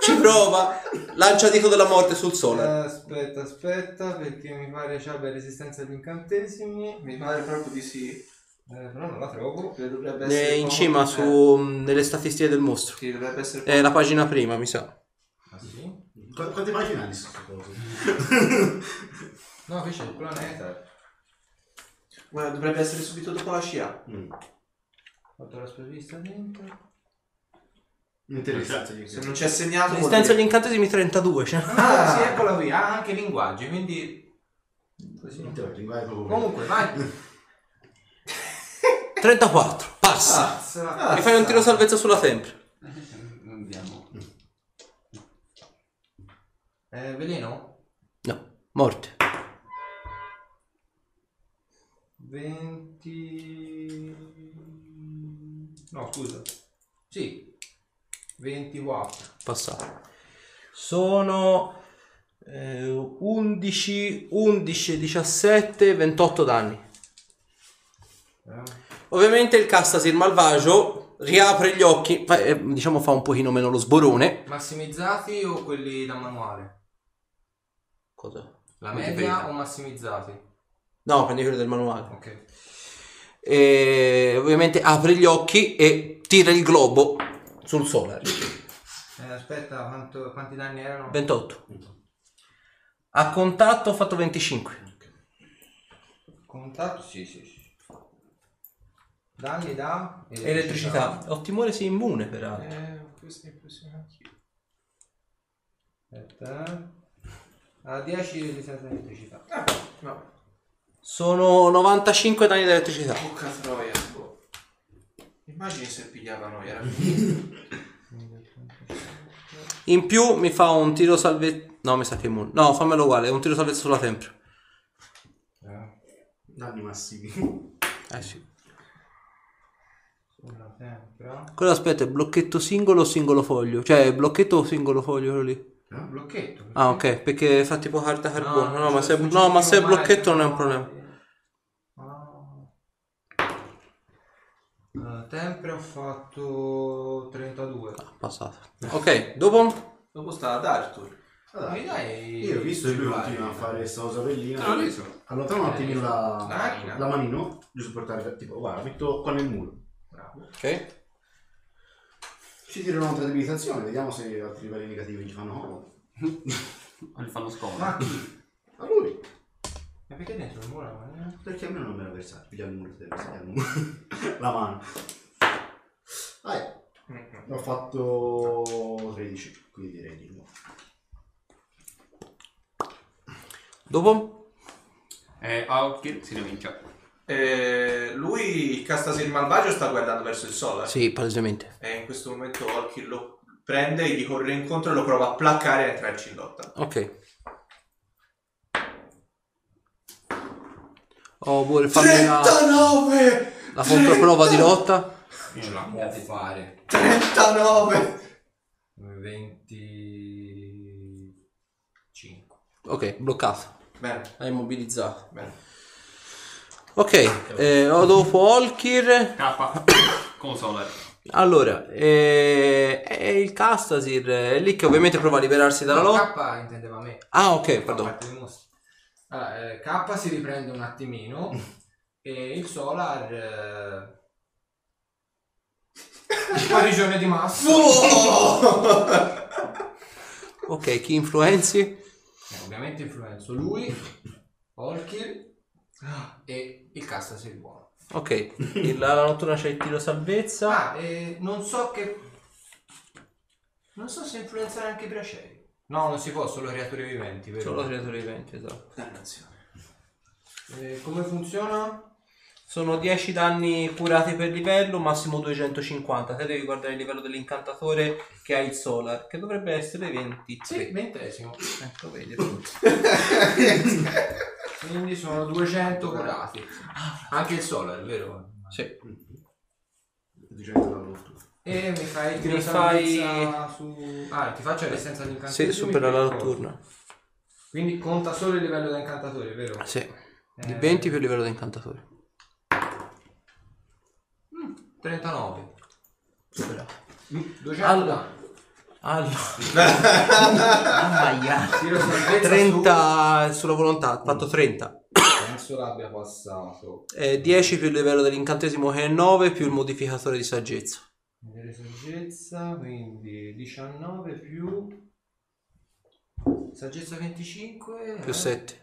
Ci prova. Lancia dito della morte sul Eh, sole. Aspetta, aspetta, perché mi pare c'è resistenza agli incantesimi. Mi pare proprio di sì. Eh, però non la trovo. Che Dovrebbe essere È in poco- cima eh, su mm, nelle statistiche del mostro. Sì, dovrebbe essere È la pagina prima, mi sa. Ah sì? Qu- quante pagine hanno su queste cose? No, qui c'è il planeta. poco- Guarda, dovrebbe essere subito dopo la scia. Mm. Fatto la sprovvista dentro. Interessante. Se non c'è segnato... vuol Resistenza agli dire- incantesimi 32. cioè. Ah, Ah. sì, eccola qui. Ha anche linguaggi, quindi... Così. Interessante, vai proprio. Comunque, vai. 34. Passa. Cazzo. Ah, Mi fai un tiro salvezza sulla tempra. Non abbiamo. Eh, veleno? No, morte. 20... No, scusa. Sì. 24. Passato. Sono eh, 11, 11, 17, 28 danni. Eh. Ovviamente il Castasir malvagio riapre gli occhi, fa- eh, diciamo fa un pochino meno lo sborone. Massimizzati o quelli da manuale? Cosa? La Non media dipende. o massimizzati? No, prendi quello del manuale. Ok. E ovviamente apre gli occhi e tira il globo sul solar. Eh, aspetta, quanto- quanti danni erano? 28. A contatto ho fatto 25. Contatto? Sì, sì, sì. Danni da... Elettricità. Ho timore sia immune peraltro. Eh, questo è impressionante. Aspetta. eh. A 10 elettricità. elettricità. No, Sono 95 danni di elettricità. bocca troia. boh. Immagini se pigliavano era In più mi fa un tiro salvezza. No, mi sa che è immune. No, fammelo uguale. Un tiro salvezza sulla tempra. Eh, Danni massimi. Eh sì. sulla tempra. Quello aspetta, è blocchetto singolo o singolo foglio? Cioè, blocchetto o singolo foglio quello lì? Un blocchetto. Ah, ok, perché fa tipo carta carbone. No, cioè, ma se, sul no, ma giro se è male, blocchetto non è un no. problema. Ah. Eh, Sempre ho fatto 32. Passato. Ok, dopo? Dopo sta ad Arthur. Allora, Mi dai- io ho visto che lui vai. continua a fare questa cosa bellina. Te l'ho reso. Allontano un attimino La la, macchina. la manino, giusto per portare, tipo, guarda, metto qua nel muro. Bravo. Ok. Ci tirano un'altra debilitazione, vediamo se altri livelli negativi gli fanno comodo. Li fanno scomodo. Ma chi? A lui! Ma perché dentro il muro? eh? Perché a me non me l'ha versato, piglia il muro, te versa il muro. la mano. Dai, ho fatto 13, quindi direi di nuovo. Dopo? Eh, Aokir si rinuncia. Eh, lui, il Castasir malvagio, sta guardando verso il Solar. Sì, palesemente. E in questo momento Orchid lo prende, gli corre incontro e lo prova a placcare e a entrarci in lotta. Ok. Oh, vuole farmi la, 39! la controprova di lotta? Ce la può fare. 39! 25. Ok, bloccato. Bene, È immobilizzato. bene. Ok, eh, ho dopo Olkir. K con Solar. Allora, eh, è il Castasir, è lì che ovviamente prova a liberarsi dalla lotta. K intendeva me. Ah, ok, Fa perdono. parte dei mostri. Allora, eh, K si riprende un attimino Mm. e il Solar... Eh... Guarigione di massa. Ok, chi influenzi? Eh, ovviamente influenzo lui, Olkir e il casta se buono. Ok, il- la notturna c'è il tiro salvezza. Ah, e non so che... Non so se influenzare anche i braceri. No, non si può, solo creature viventi, vero? Solo creature viventi, esatto. Dannazione. Eh, come funziona? Sono 10 danni curati per livello, massimo 250. Te devi guardare il livello dell'incantatore che ha il solar, che dovrebbe essere 23. Sì, ventesimo. Ecco, vedi. Quindi sono 200 curati. Anche il solar, vero? Sì. Dicendo la rottura. E mi fai il tiro Mi salvezza su... Ah, ti faccio la resistenza Sì, all'incantatore. supera la turno notturna. Quindi conta solo il livello da incantatore, vero? Sì. Di Eh, 20 più il livello dell'incantatore. Mm. 39. Superato. Mm. 200 Allora. danni. Allora. Tiro salvezza 30 sulla volontà, ho fatto 30. su- Penso l'abbia passato. Eh, 10 più il livello dell'incantesimo che è 9 più il modificatore di saggezza. Vedere saggezza, quindi 19 più... Saggezza 25. Più eh? Mm, 7.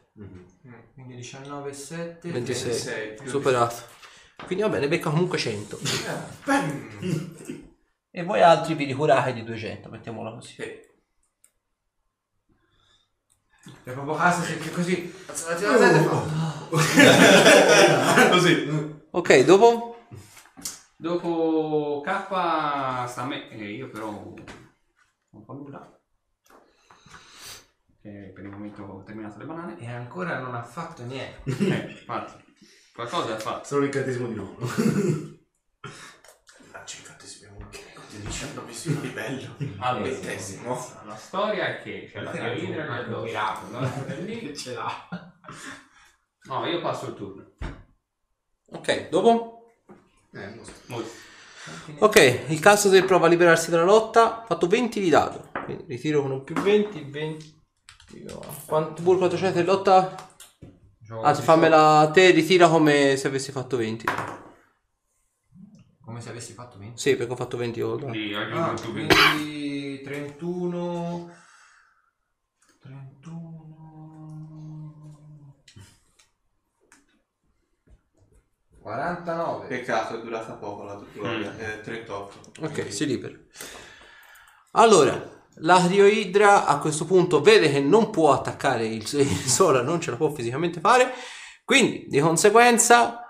Quindi 19 e 7. 26. 26. Eh, più Superato. Quindi va bene, becca comunque 100. Bam! E voi altri vi ricurate di 200, mettiamola così. Sì. È proprio casa sempre così. Uh. Così. Ok, dopo? Dopo K sta a me, eh, io però non fa nulla. Che per il momento ho terminato le banane. E ancora non ha fatto niente. Eh, infatti, qualcosa ha fatto. Solo l'incantesimo di nonno. Mannaggia, infatti si vede un greco di 19 livello. Allora, Ventesimo. la storia è che c'è la mia linea che è il miracolo, no? È lì. ce l'ha. No, io passo il turno. Ok, dopo? Eh, mostro. Molto. Ok, il caso che prova a liberarsi dalla lotta, fatto 20 di dado. Quindi ritiro con un più 20, 20. Io- Quanto pur quanto c'è di lotta? Gioco Anzi, di fammela te, ritira come se avessi fatto 20. gioco. Come se avessi fatto 20. Sì, perché ho fatto 20 oltre. Quindi Ah, aggiungo il tuo quindi. quindi 31 31 49 Peccato, è durata poco la tutoria. Eh, 38. Ok, si libera. Allora, la Crioidra a questo punto vede che non può attaccare il, il Sola, non ce la può fisicamente fare. Quindi, di conseguenza,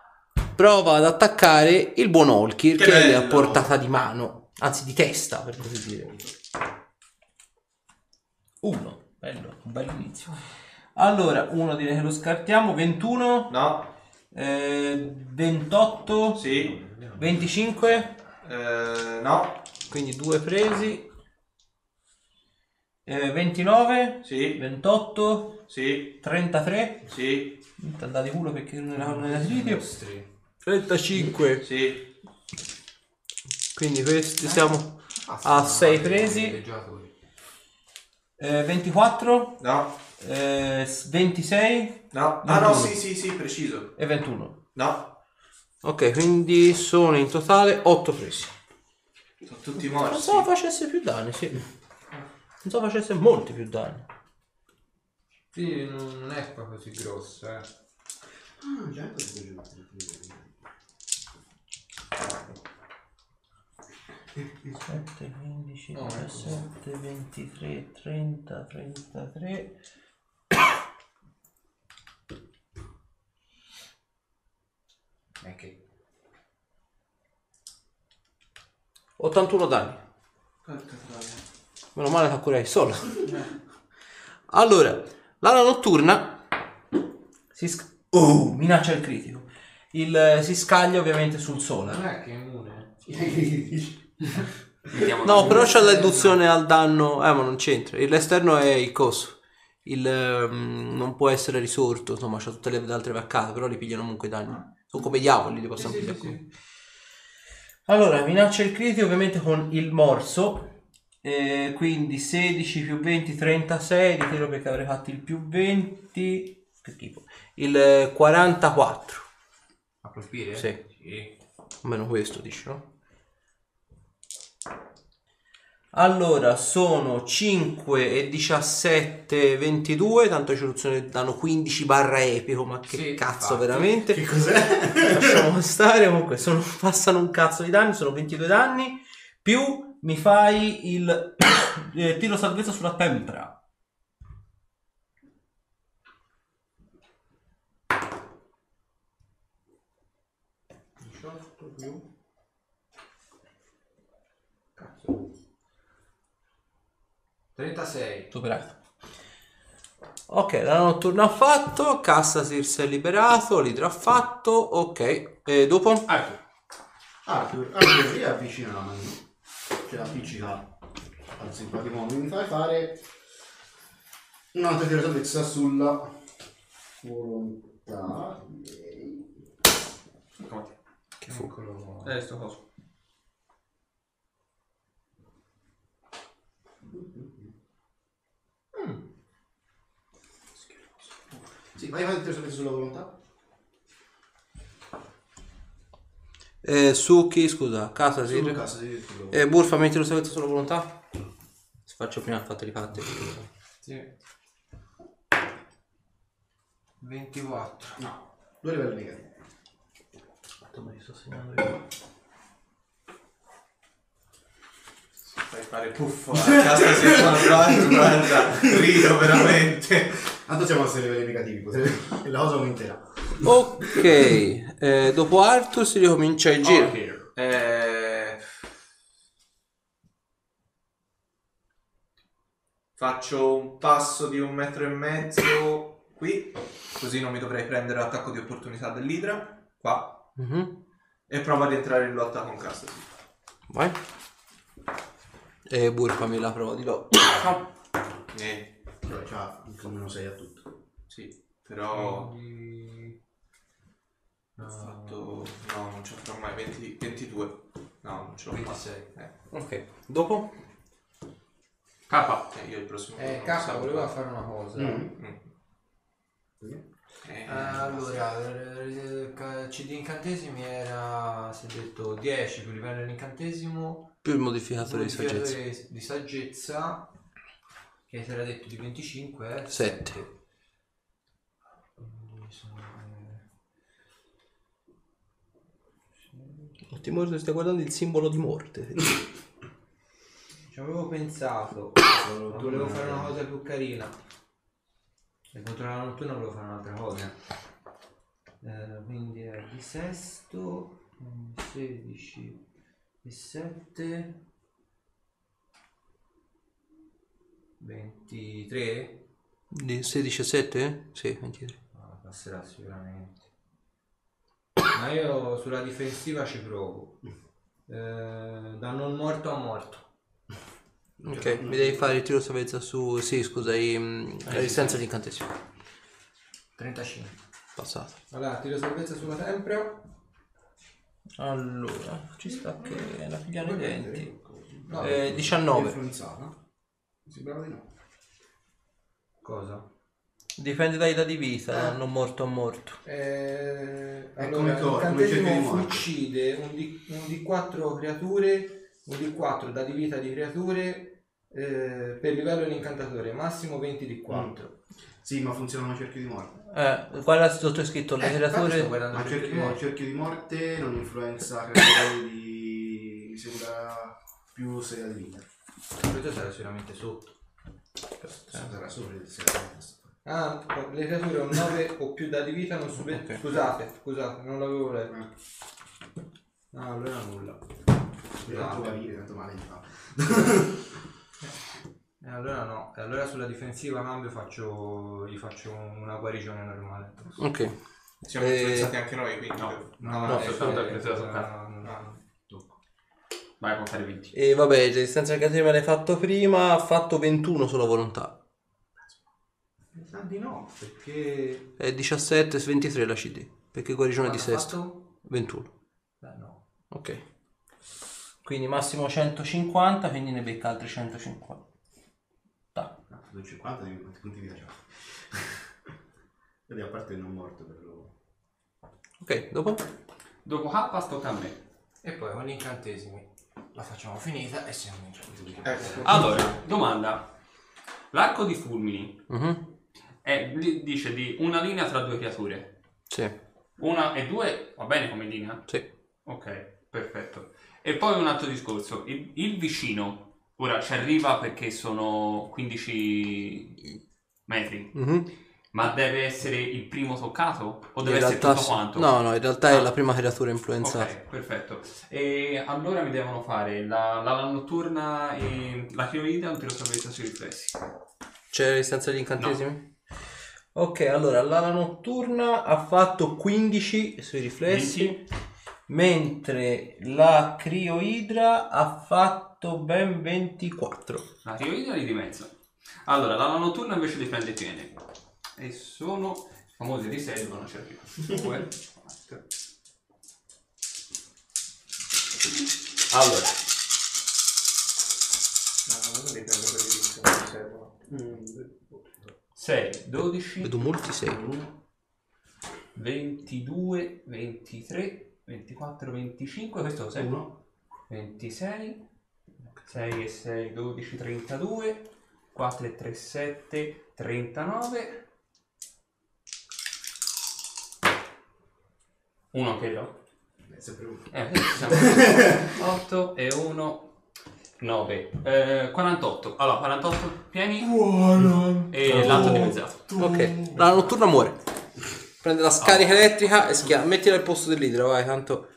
prova ad attaccare il buon Olkir Che che, è a bello! portata di mano, anzi di testa per così dire. Uno, bello, un bel inizio. Allora, uno direi che lo scartiamo, 21, No? eh, 28, Sì? 25. Eh, no? Quindi due presi. Eh, 29, Sì? 28, Sì? 33. Sì? Ti ha dato culo perché non era non era I video. nostri. 35. Sì? Quindi questi siamo Ah, Ah, sei sono presi. dei giocatori. eh, 24, No? eh, s- 26 No? Ah no, Ventuno. sì, sì, sì, preciso. e 21. No? Ok, quindi sono in totale 8 presi. Sono tutti Non morsi. so facesse più danni, sì. Non so facesse molti più danni. Sì, non non è proprio così grosso, eh. Ah, già è così che giù. 7, 15, No, ecco. 17, 23, 30, 33. È che 81 danni. Porca troia. Meno male che curai solo. Allora, l'ala notturna si sc- Oh, minaccia il critico. Il, eh, si scaglia ovviamente sul non sole. è che è immune. Mettiamo No, il- però c'è la riduzione al danno. Eh, ma non c'entra. Il- L'esterno è il coso. Il, ehm, non può essere risorto. Insomma, c'ha tutte le altre vaccate. Però li pigliano comunque i danni. Sono come i diavoli, li possiamo sì, pigliare. sì, comunque. Allora, minaccia il critico ovviamente con il morso. Eh, quindi 16 più 20, 36. Ritiro perché avrei fatto il più 20. Che tipo? Il eh, 44. A colpire? Sì. Sì. Almeno questo dici, no? Allora, sono 5 e 17, 22, tanto ci ruzzano- danno 15 barra epico, ma che Sì, cazzo infatti. veramente? Che cos'è? Lasciamo stare, comunque sono, passano un cazzo di danni, sono 22 danni, più mi fai il eh, tiro salvezza sulla tempra. Cazzo. 36. Superato. Ok, la notturna ha fatto, Cassasir si è liberato, l'idra ha fatto, ok, e dopo? Arthur. Arthur, Arthur lì avvicina la mano. Cioè appiccica al simpatico modo. Mi fai fare un'altra tirata sulla volontà. Eccolo. Che fu? Eh, sto coso. Sì, vai a fare il tiro sulla volontà. Eh, su chi, scusa, Sì, Cassasir? caso di tiro. Eh, Burfa, metti lo salvezza sulla volontà? Se faccio prima fate i fatti. Sì. 24. No, due livelli negativi. Mi sto segnando io. Fai fare puffo a casa se guarda, guarda, rido veramente. Tanto siamo a sei livelli negativi, potrebbe- la cosa aumenterà. Ok, eh, dopo Arthur si ricomincia il giro. Ok. Eh, Faccio un passo di un metro e mezzo qui, così non mi dovrei prendere l'attacco di opportunità dell'idra, qua, Mhm. e provo ad entrare in lotta con Cassidy. Vai. E burpami la prova di lotta. Eh, Cioè, c'ha il meno 6 a tutto. sì, Mm. però Quindi, ho eh, fatto... No, non ce la farò mai, 20 22. No, non ce l'ho fatta. 26. Eh, Ok, dopo? K. eh, io il prossimo... Eh, non cazzo, so. volevo fare una cosa. Mm. Mm. Eh, Eh, allora, eh, ca- CD incantesimi era, si è detto, 10 più livello dell'incantesimo, Più il modificatore di modificatore saggezza. di saggezza, che si era detto di 25, eh? Sette. Quindi sono, eh, Ho timore che stai guardando il simbolo di morte. Ci avevo pensato, ma volevo fare una cosa più carina. E contro la notturna volevo fare un'altra cosa. Eh, quindi è di sesto, 16 e 7, 23. Di 16 e 7? Sì, 23. Ah, passerà sicuramente. Ma io sulla difensiva ci provo. Eh, da non morto a morto. Ok, mi devi fare il tiro salvezza su... Sì, scusa, i, mm, la resistenza di incantesimo. 35. Passato. Allora, tiro salvezza sulla tempra. Allora, ci sta che la pigliano i denti. No, Eh, 19. Influenzata? Mi sembrava di no. Cosa? Dipende dai dati vita, non morto o morto. Eh, È allora, come Thor, come cerca di l'incantesimo morte. uccide un, D, un D4 creature, un D4 da di vita di creature eh, per livello di incantatore, massimo 20 D4. Sì, ma funziona come cerchio di morte. Eh, guarda sotto è scritto Eh, le infatti sto creature... guardando Ma cerchio, perché- no, il cerchio di morte non influenza creature di... mi sembra più 6 di vita. questo sarà sicuramente sotto. Certo. Sarà sopra il 6 di vita. Ah, le creature con 9 o più dati vita non subiscono. Ok. Scusate, scusate, non l'avevo letto. Eh. Ah, allora nulla. Però tu Scusate. capire, tanto male gli fa. E Eh, allora no, e allora sulla difensiva cambio faccio, gli faccio una guarigione normale. Ok. Siamo Eh, influenzati anche noi, quindi... no. No, no, soltanto eh, perché sei attaccato. Ah. no, no, no. Vai a contare 20. E vabbè, resistenza di incantesimo l'hai fatto prima, ha fatto 21 sulla volontà. Mi sa di no, perché... È 17 su 23 la CD, perché guarigione è di Quanto ha sesto. fatto? 21. Beh, no. Ok. Quindi massimo 150, quindi ne becca altri 150. Da. Ah, tu 50 dimmi quanti punti di vita c'ha. Vedi, a parte non morto per loro. Ok, dopo? Dopo K tocca a me. E poi con gli incantesimi la facciamo finita e siamo in gioco. Ecco. Ah. Allora, domanda. L'arco di fulmini Mhm. è, di- dice di una linea tra due creature. Sì, Una e due va bene come linea? sì. Ok, perfetto. E poi un altro discorso. Il, il vicino, ora ci arriva perché sono 15 metri, Mhm. ma deve essere il primo toccato? O deve In essere realtà tutto sì. quanto? No, no, in realtà Ah. è la prima creatura influenzata. Ok, perfetto. E allora mi devono fare la, la, la notturna e la chirurgia un tiro salvezza sui riflessi. C'è resistenza agli incantesimi? Ok, allora l'ala notturna ha fatto 15 sui riflessi, 20. mentre la crioidra ha fatto ben 24. La chirurgia lì di mezzo. Allora, la, la notturna invece li prende piene. E sono i famosi riserva, non c'è più. Due, quattro. Allora, No, non li prendo per il rischio, non mi servono. 6, 12, Vedo molti 6. 22, 23, 24, 25, questo cos'è? 1, 26, 6 e 6, 12, 32, 4 e 3, 7, 39, 1 anche no? È sempre uno. Eh, 8 e 1, 9, 48, allora 48 pieni e l'altro dimezzato. Ok, l'ala Ah. notturna muore. Prende la scarica elettrica e schia. Mettila al posto dell'idra, vai, tanto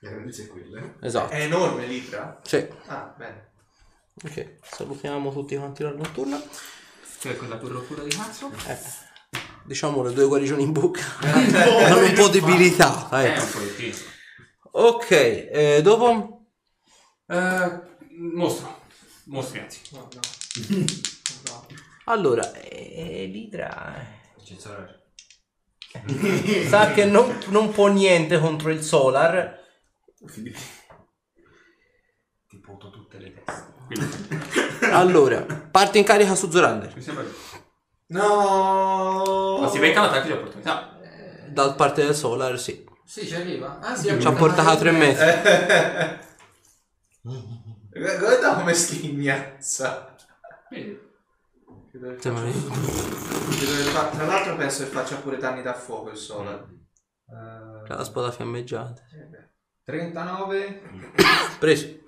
La grandezza è quella. eh. Esatto. È enorme l'Itra? Sì. Ah, bene. Ok, salutiamo tutti quanti la notturna. Cioè, con la tua rottura di cazzo? Eh, diciamo le due guarigioni in bocca. Erano un po' debilitata. Eh, eh. un pochettino. Ok, eh, dopo... Eh, mostro. Mostri, anzi. No, no. No. Allora, eh, l'idra... Ascensore. sa che non, non può niente contro il solar. Quindi Ti puto tutte le teste. Quindi, Allora, parte in carica su Zorander. mi sembra che... No! Oh. Ma si becca un attacco di opportunità. Eh, Dal parte del solar, sì. sì, ci arriva. Ah, sì, Ci ha portato a tre metri. Guarda come schignazza. Vedi? Credo che Sì, Cioè, ma- faccia- credo che fa- Tra l'altro penso che faccia pure danni da fuoco il solar. eh, C'ha la spada fiammeggiante. Eh, beh. 39. Preso.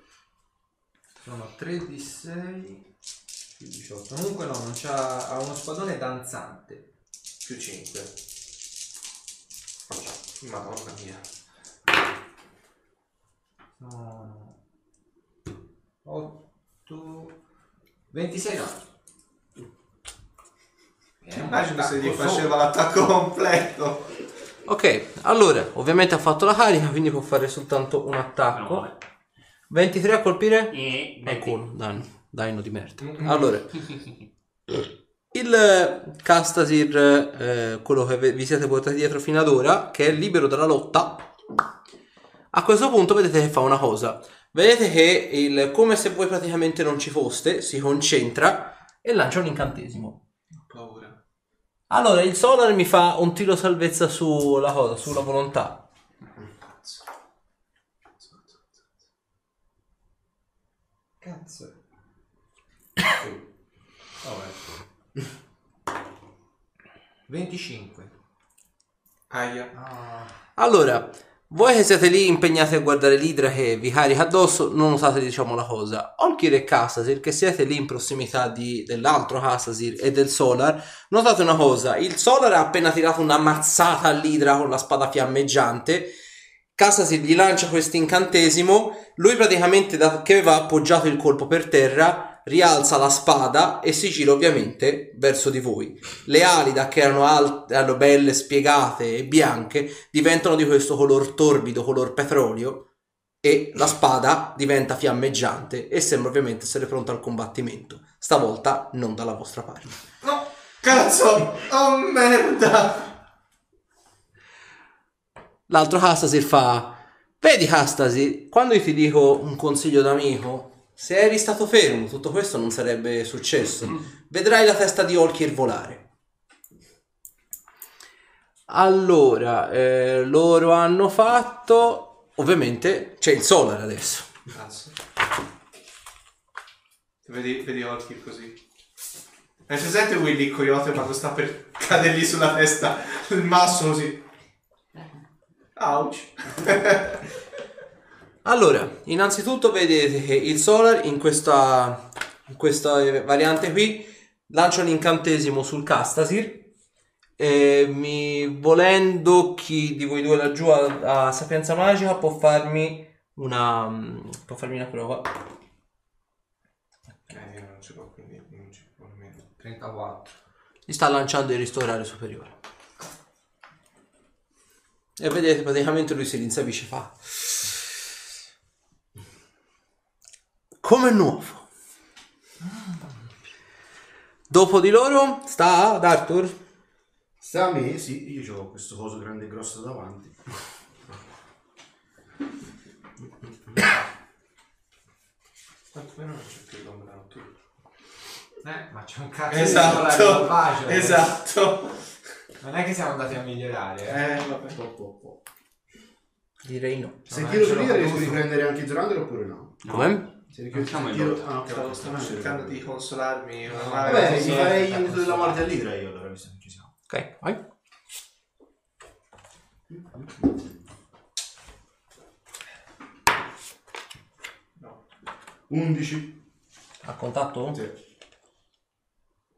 Sono 3 di 6. Più 18. Comunque no, non c'ha. Ha uno spadone danzante. Più 5. Madonna mia. Sono 8. 26 danni. Eh, Immagino se gli attacco faceva solo. l'attacco completo. Ok, allora, ovviamente ha fatto la carica, quindi può fare soltanto un attacco. No. 23 a colpire? Eh, Qualcuno, danno, danno di merda. Allora, il eh, Castasir, eh, quello che ve- vi siete portati dietro fino ad ora, che è libero dalla lotta, a questo punto vedete che fa una cosa. Vedete che il come se voi praticamente non ci foste si concentra e lancia un incantesimo. Ho paura. Allora, il Solar mi fa un tiro salvezza sulla cosa, sulla volontà. Cazzo. Cazzo, cazzo, cazzo. Cazzo. Oh, ecco. 25. Aia. Ah, Allora, voi che siete lì impegnati a guardare l'idra che vi carica addosso, non notate diciamo la cosa. Olkir e Castasir, che siete lì in prossimità di- dell'altro Castasir e del Solar, notate una cosa. Il Solar ha appena tirato una mazzata all'idra con la spada fiammeggiante. Castasir gli lancia questo incantesimo. Lui praticamente, da che aveva appoggiato il colpo per terra, rialza la spada e si gira ovviamente verso di voi. Le ali, da che erano alte, erano belle, spiegate e bianche, diventano di questo color torbido, color petrolio e la spada diventa fiammeggiante e sembra ovviamente essere pronta al combattimento. Stavolta non dalla vostra parte. No, cazzo! Oh merda! L'altro Castasir fa Vedi Castasir, quando io ti dico un consiglio d'amico, se eri stato fermo tutto questo non sarebbe successo. Vedrai la testa di Olkir volare. Allora, eh, loro hanno fatto... Ovviamente c'è il Solar adesso. Cazzo. Vedi, vedi Orchid così. Hai presente Willy il coyote quando sta per cadergli sulla testa il masso così? Ouch. Allora, innanzitutto vedete che il Solar in questa, in questa eh, variante qui lancia un incantesimo sul Castasir. E mi, volendo chi di voi due laggiù ha, ha sapienza magica può farmi una, mm, può farmi una prova. Eh, io non ci può, quindi non ci può nemmeno. 34. Gli sta lanciando il ristorare superiore. E vedete praticamente lui si rinsavisce e fa. Come nuovo. Dopo di loro sta ad Arthur. Sta a me, sì, io ho questo coso grande e grosso davanti. Quanto meno non c'è più l'ombra notturna. Eh, ma c'è un cazzo di sola che lo Esatto. bacia, eh. Esatto. Non è che siamo andati a migliorare. Eh. Eh, vabbè. Po, po, po. Direi no. Se Vabbè, tiro eh, ce su l'ho lì riesco fatto. di prendere anche Zorander oppure no? Come? Se siamo se in lotta. Ah, ok, Stavo, ok, stavo ok. Ah, cercando di consolarmi. ma- Vabbè, mi così. farei un uso della morte all'idra io allora, visto che ci siamo. Ok, vai. No. 11. A contatto? Sì.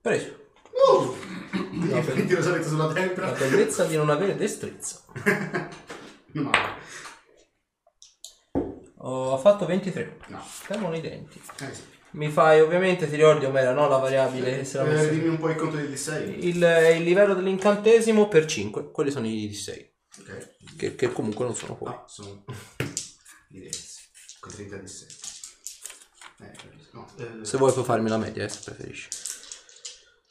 Preso. Uh! Mi tiro saletta sulla La tempra. bellezza di non avere destrezza. No. fatto 23. No. Fermano i denti. Eh sì. Mi fai ovviamente, ti ricordi Omera, no? La variabile che se la Eh, messa. dimmi un po' il conto di D6. Il, il livello dell'incantesimo per 5, quelli sono i 6, Ok. che, che comunque non sono fuori. Ah, sono diversi. Con 30 D6. Eh, per- no. eh, Se vuoi puoi farmi la media, eh, se preferisci.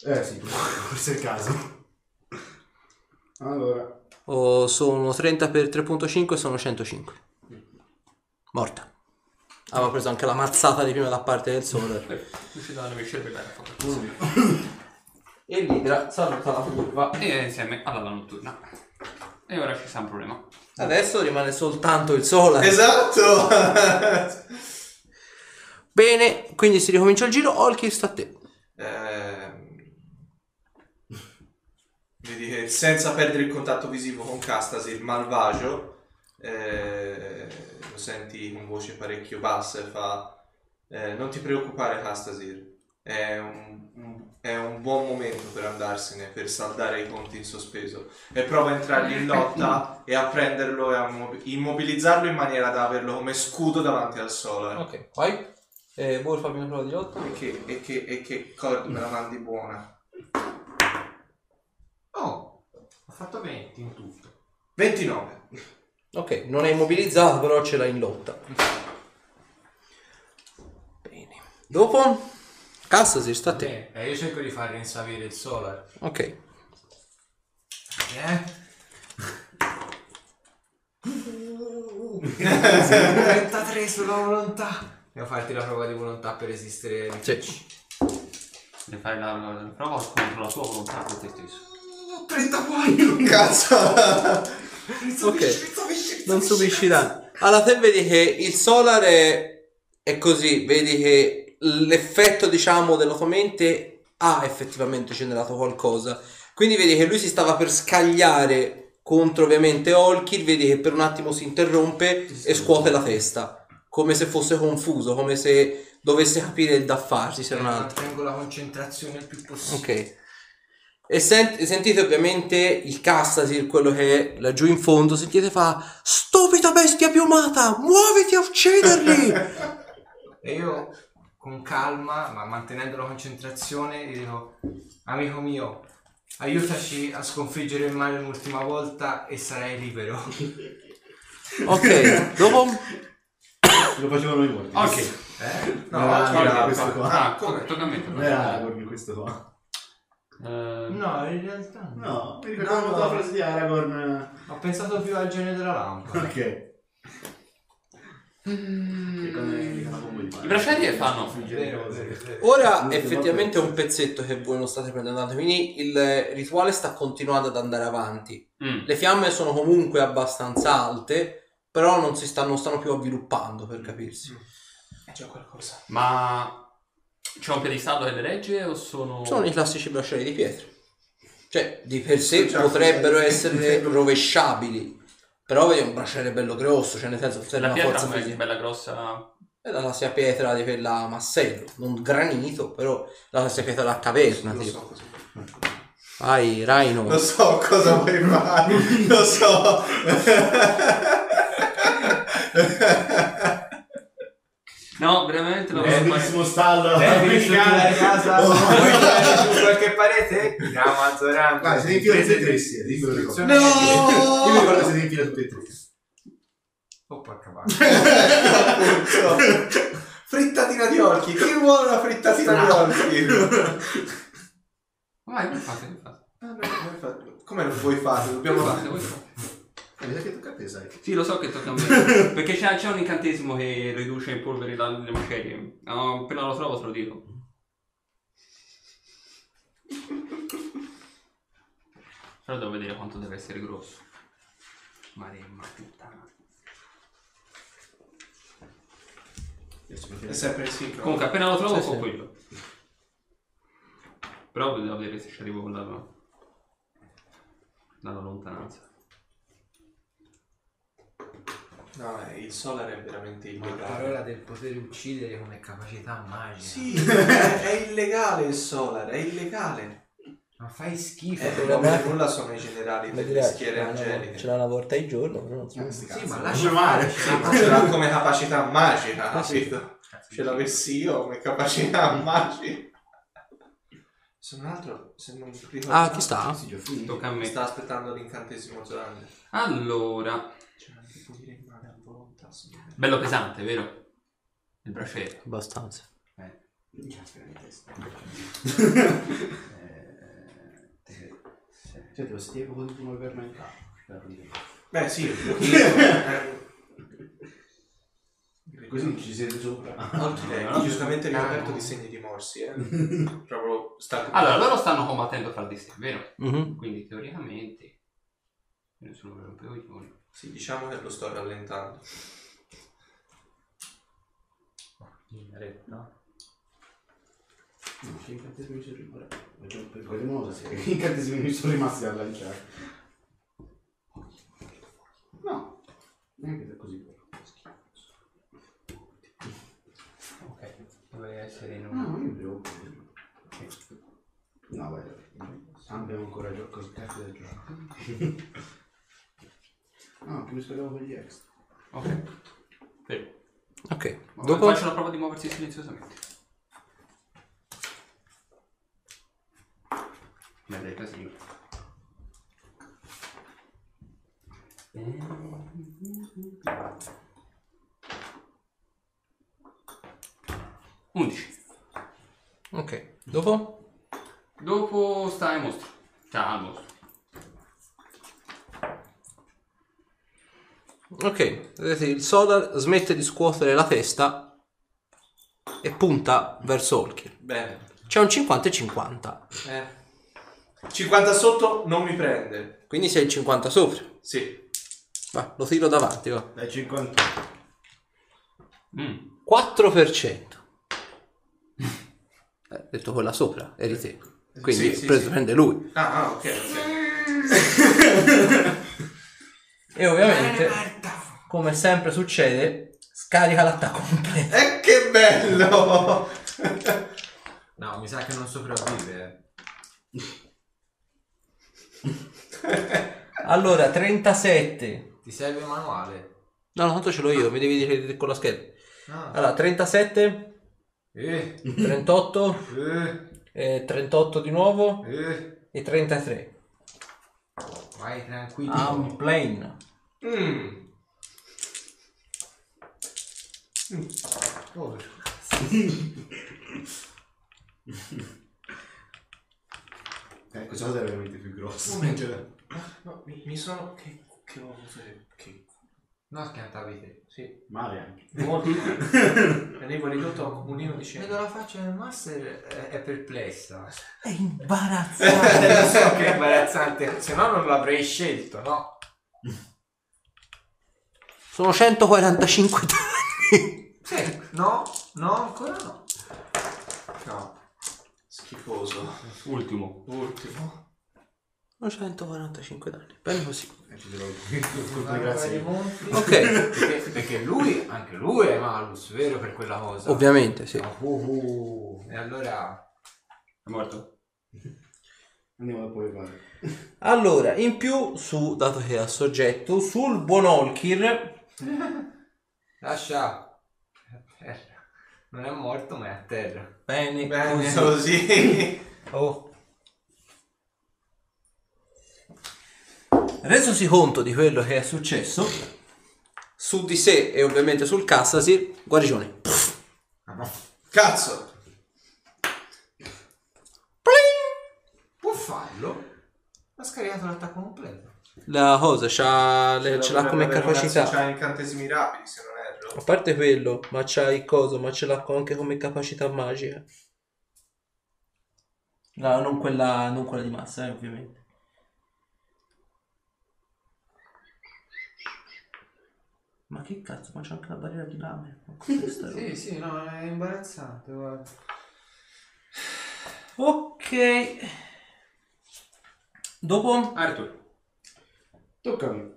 Eh sì, forse è il caso. Allora, Oh, sono 30 per 3.5 sono 105. Mm. Morta. Aveva preso anche la mazzata di prima da parte del sole. Beh, ci danno i cervelli a fare E l'idra saluta la curva. E insieme alla notturna. E ora ci sta un problema. Adesso rimane soltanto il sole. Esatto! Bene, quindi si ricomincia il giro. Olkir sta a te. Ehm, Vedi che senza perdere il contatto visivo con Castasi, il malvagio, eh, lo senti con voce parecchio bassa e fa eh, non ti preoccupare Castasir, è un, un- è un buon momento per andarsene, per saldare i conti in sospeso e prova a entrargli in lotta e a prenderlo e a mo- immobilizzarlo in maniera da averlo come scudo davanti al Solar. Ok, vai. Eh, vuoi farmi una prova di lotta? E che, e che, e che corda me la mandi buona. Oh, ho fatto 20 in tutto. 29. Ok, non è immobilizzata, però ce l'ha in lotta. Bene. Dopo, Cassa si sta a te. Eh, io cerco di far rinsavire il solar. Ok. Eh? 33 sulla volontà. Devo farti la prova di volontà per resistere. Sì. Devi fare la, la- la prova contro la tua volontà con te stesso. 34! Cazzo! Ok. Non subisci danni. Allora, te vedi che il solar è, è così, vedi che l'effetto, diciamo, della tua mente ha effettivamente generato qualcosa. Quindi vedi che lui si stava per scagliare contro ovviamente Olkir, vedi che per un attimo si interrompe e scuote la testa, come se fosse confuso, come se dovesse capire il da farsi, se non altro. Cioè, Mantengo la concentrazione il più possibile. Ok. E sent- sentite ovviamente il Castasir, quello che è laggiù in fondo, sentite fa Stupida bestia piumata, muoviti a ucciderli! E io con calma, ma mantenendo la concentrazione, gli dico: Amico mio, aiutaci a sconfiggere il male un'ultima volta e sarai libero. ok, dopo... Lo facevano i morti. Ok. Eh? No, No, era ok, Aragorn ok. questo qua. Ah, come? Tocca a me. Non era Eh, Aragorn questo qua. Eh, No, in realtà no. No, mi ricordavo No, molto no. la frase di Aragorn. Ho pensato più al genere della lampada. Ok. Che quando gli dicono come il padre. I bracciali fanno fuggire. Vero, vero, vero. Ora effettivamente è un pezzetto che voi non state prendendo, tanto, quindi il rituale sta continuando ad andare avanti. Mm. Le fiamme sono comunque abbastanza alte, però non si stanno, non stanno più avviluppando per capirsi. È già Eh, qualcosa. Ma c'è un piedistallo che le regge o sono... Sono i classici bracciali di pietra. Cioè, di per sé Già, potrebbero cos'è? essere rovesciabili. Però vedi è un bracciale bello grosso, cioè nel senso serve La una pietra forza è fisica. bella grossa. È la classica pietra di quella a massello, non granito, però la classica pietra da caverna. Lo tipo. so cosa, Vai, Rhino. lo so cosa vuoi fare. Lo so. No, veramente la Eh, voglio fare. bellissimo stallo. Eh, devi strutturare casa, Oh. vuoi fare su qualche parete? Andiamo a Zoran. Vai, siete in fila tutti e tre, sì, dimmi quello che ricordo. No! Io mi ricordo che siete in fila tutti e tre. Oh, porca vacca. Appunto. Frittatina di orchi. Chi vuole una frittatina di orchi? Vai, voi fate, voi fate. Ah, no, come fa- Come lo vuoi fare? Dobbiamo Voi fate, fare. voi fate. Eh, mi sa che tocca a te, sai. Sì, lo so che tocca a me. Perché c'è, c'è un incantesimo che riduce in polvere la- le macerie. No, appena lo trovo te lo dico. Però devo vedere quanto deve essere grosso. Maremma puttana. È sempre in sincrono. Comunque, appena lo trovo Sì, con sì. quello. Però devo vedere se ci arrivo con la- dalla lontananza. No, eh, il solar è veramente Ma la illegale. parola del poter uccidere come capacità magica. Sì, è, è illegale il solar, è illegale. Ma Ma fai schifo. Eh, non vabbè. ho nulla sono i generali Come delle dire, schiere ce l'hanno- ce l'hanno angeliche. Eh, una volta al giorno. no? eh, Ah, sti Sì, cazzi. ma Come lascia male. fare. Sì, Ma ce l'ha come capacità magica, Eh sì. capito? Ce l'avessi io come capacità magica. Se non altro, se non ricordo Ah, male, chi sta? Sì, già finito. Tocca a Mi me. sta aspettando l'incantesimo Zoran. Allora, C'è anche pulire il male a volontà. signore. bello pesante, vero? Il braciere. Abbastanza. Minchia, spera in testa. Eh, Senti, lo stiamo con tutto come per me in casa. Beh, sì, un pochino, eh. Così ci siete sopra. Molti lei, no, no. giustamente ricoperto di segni di morsi, eh. Proprio sta Allora, loro stanno combattendo fra di sé, vero? Mhm. Quindi teoricamente... Nessuno me lo rompe i coglioni. Sì, diciamo che lo sto rallentando. In retta. No, che incantesimi sono rimasti? Facciamo per quelle moda, sì. Che incantesimi mi sono rimasti a lanciare? No, neanche da così bello. Ok. Dovrei essere in un... No, Ah, io devo No, vai. Abbiamo ancora gioco il cazzo del gioco. No, che mi speriamo con gli extra. Ok. Vero. Ok. Ma Dopo... Faccio la prova di muoversi silenziosamente. Beh, dai, casino. Undici. Ok. Dopo? Dopo sta il mostro. Ciao, il mostro. Ok. Vedete, il Solar smette di scuotere la testa e punta verso Olkir. Bene. C'è un 50 e 50. Eh. 50 sotto non mi prende. Quindi sei il 50 sopra. Sì. Va, lo tiro davanti, va. Dai 50. Mm. 4%. Eh, Ho detto quella sopra, eri te. Quindi Sì, sì, preso- sì. prende lui. Ah, ah, ok, ok. E ovviamente, come sempre succede, scarica l'attacco completo. Eh, che bello! No, mi sa che non sopravvive. Allora, 37. eh. Ti serve il manuale. No, no, tanto ce l'ho io, mi devi dire con la scheda. Ah. Allora, 37, Eh, 38, eh, eh, 38 di nuovo eh. e 33. Vai tranquillo. I'm plain. Mm. Povero. Eh, questa cosa è veramente più grossa. No, mi, mi sono... Che, che ho avuto... Che... No, schiantavi te. Sì. Male anche. Molto. Ne avevo ridotto a un unino di Vedo cento. la faccia del master eh, è, è perplessa. È imbarazzante. Eh, lo so che è imbarazzante, se no non l'avrei scelto, no? Sono 145 danni. Sì, no, no, ancora no. No. Schifoso. Ultimo. Ultimo. Sono 145 danni, bene così. Eh, ci devo- Tutte grazie. Ok, Perché, perché lui, anche lui è malus, vero? Per quella cosa. ovviamente sì. Ah, uh, uh, E allora... È morto. Andiamo da poi fare. Allora, in più, su, dato che è a soggetto, sul buon Olkir, Lascia... È a terra. Non è morto ma è a terra. bene, Bene, così. così. Oh. Resosi conto di quello che è successo, su di sé e ovviamente sul Cassasir, guarigione. Ah, Cazzo! Può farlo? Ha scaricato l'attacco completo. La cosa c'ha, le- Eh, ce l'ha come Dovrebbe avere un cazzo, capacità. C'ha incantesimi rapidi, se non erro. A parte quello, ma c'ha il coso, ma ce l'ha anche come capacità magica. No, non quella, non quella di massa, eh, ovviamente. Ma che cazzo, ma c'è anche la barriera di lame. Ma cos'è sta roba? sì, no, è imbarazzante, guarda. Ok. Dopo? Arthur. Tocca a me.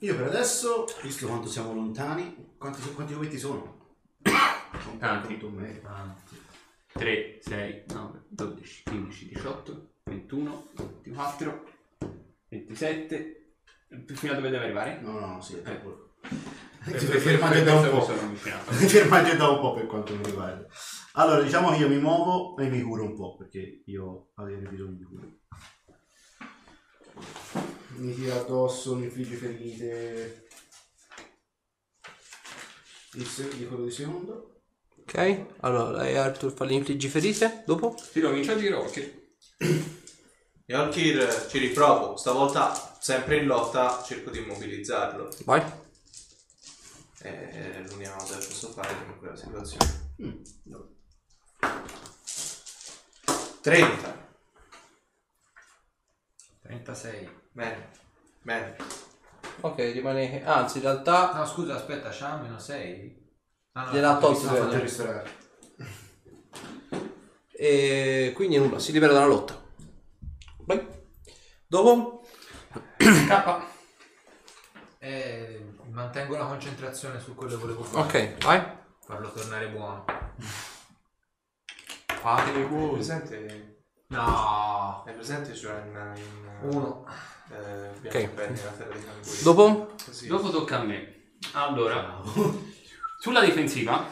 Io per adesso, visto quanto siamo lontani, quanti, quanti cubetti sono? Tanti. Conto me. Ah. 3, 6, 9, 12, 15, 18, 21, 24, 27, fino a dove deve arrivare? No, no, sì, è troppo. Eh, Ti per- fermate per da un questo mi po'. sono avvicinato. Mi fermate da un po' per quanto mi riguarda. Allora, diciamo che io mi muovo e mi curo un po' perché io avevo bisogno di cura. Mi tira addosso, mi infligge ferite. Il se- di quello di secondo. Ok, allora lei Arthur fa le infliggi ferite, dopo? Tiro vince a giro, ok. E Alkir ci riprovo, stavolta sempre in lotta cerco di immobilizzarlo. Vai. È l'unica cosa che posso fare in quella situazione. Mm, no. 30. 36. Bene, bene. Ok, rimane... Anzi, in Ah, realtà... No, scusa, aspetta, c'ha meno 6? Ah, no, Gliel'ha tolto. Mi sono fatto bene. ristorare. E quindi nulla, si libera dalla lotta. Vai. Dopo? K. Eh, mantengo la concentrazione su quello che volevo fare. Ok, vai. Farlo tornare buono. Fate È voi. presente, No. è presente cioè in, in Uno. Eh, Ok. Bianco Penny, la terra di Canguri. Dopo? Così. Dopo tocca a me. Allora, sulla difensiva,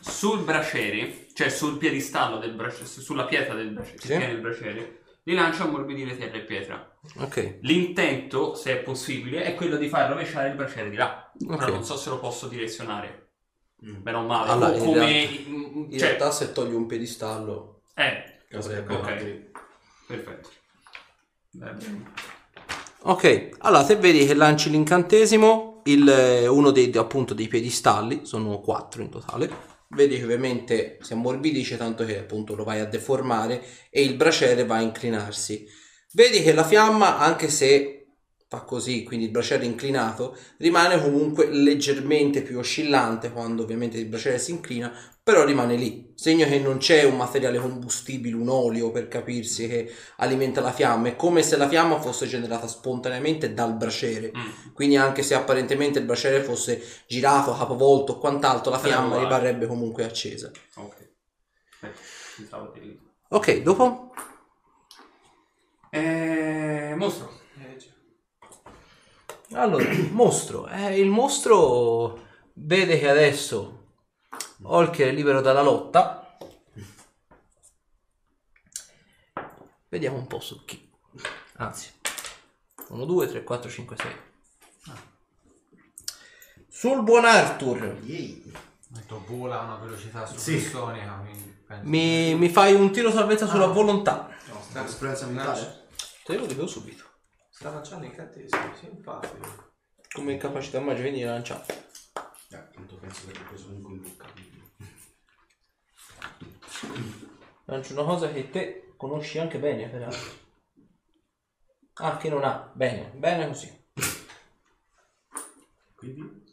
sul braciere, cioè sul piedistallo del braciere, sulla pietra del braciere, Sì. che tiene il braciere, li lancio a morbidire terra e pietra. Ok, L'intento, se è possibile, è quello di far rovesciare il braciere di là. Ora non ok. so se lo posso direzionare. Mm. Bene o male. Allora, o in come... realtà- mm, In cioè, realtà se togli un piedistallo... eh, Dovrebbe. ok. Perfetto. Va bene. Ok, allora se vedi che lanci l'incantesimo, il, eh, uno dei, appunto, dei piedistalli, sono quattro in totale, vedi che ovviamente si ammorbidisce tanto che appunto lo vai a deformare e il braciere va a inclinarsi. Vedi che la fiamma, anche se fa così, quindi il braciere inclinato, rimane comunque leggermente più oscillante quando ovviamente il braciere si inclina, però rimane lì. Segno che non c'è un materiale combustibile, un olio per capirsi che alimenta la fiamma, è come se la fiamma fosse generata spontaneamente dal braciere. Mm. Quindi anche se apparentemente il braciere fosse girato, capovolto o quant'altro, la Sarà fiamma uguale. rimarrebbe comunque accesa. Ok. Aspetta, pensavo di- Ok, dopo? Eh, mostro. Eh, già. Allora, il mostro. Eh, il mostro vede che adesso Holker è libero dalla lotta. Vediamo un po' su chi. Anzi, 1, 2, 3, 4, 5, 6. Sul buon Arthur, Yay. Metto vola a una velocità Sì. supersonica, quindi penso- mi, mi fai un tiro salvezza sulla volontà. No, sta esperienza mentale. Te lo dico subito. Sta lanciando incantesimi, simpatico. Come capacità magica, quindi lanciato. Eh, tanto penso che ho preso comunque in bocca. Lancio una cosa che te conosci anche bene, peraltro. Ah, che non ha. Bene, bene così. Quindi?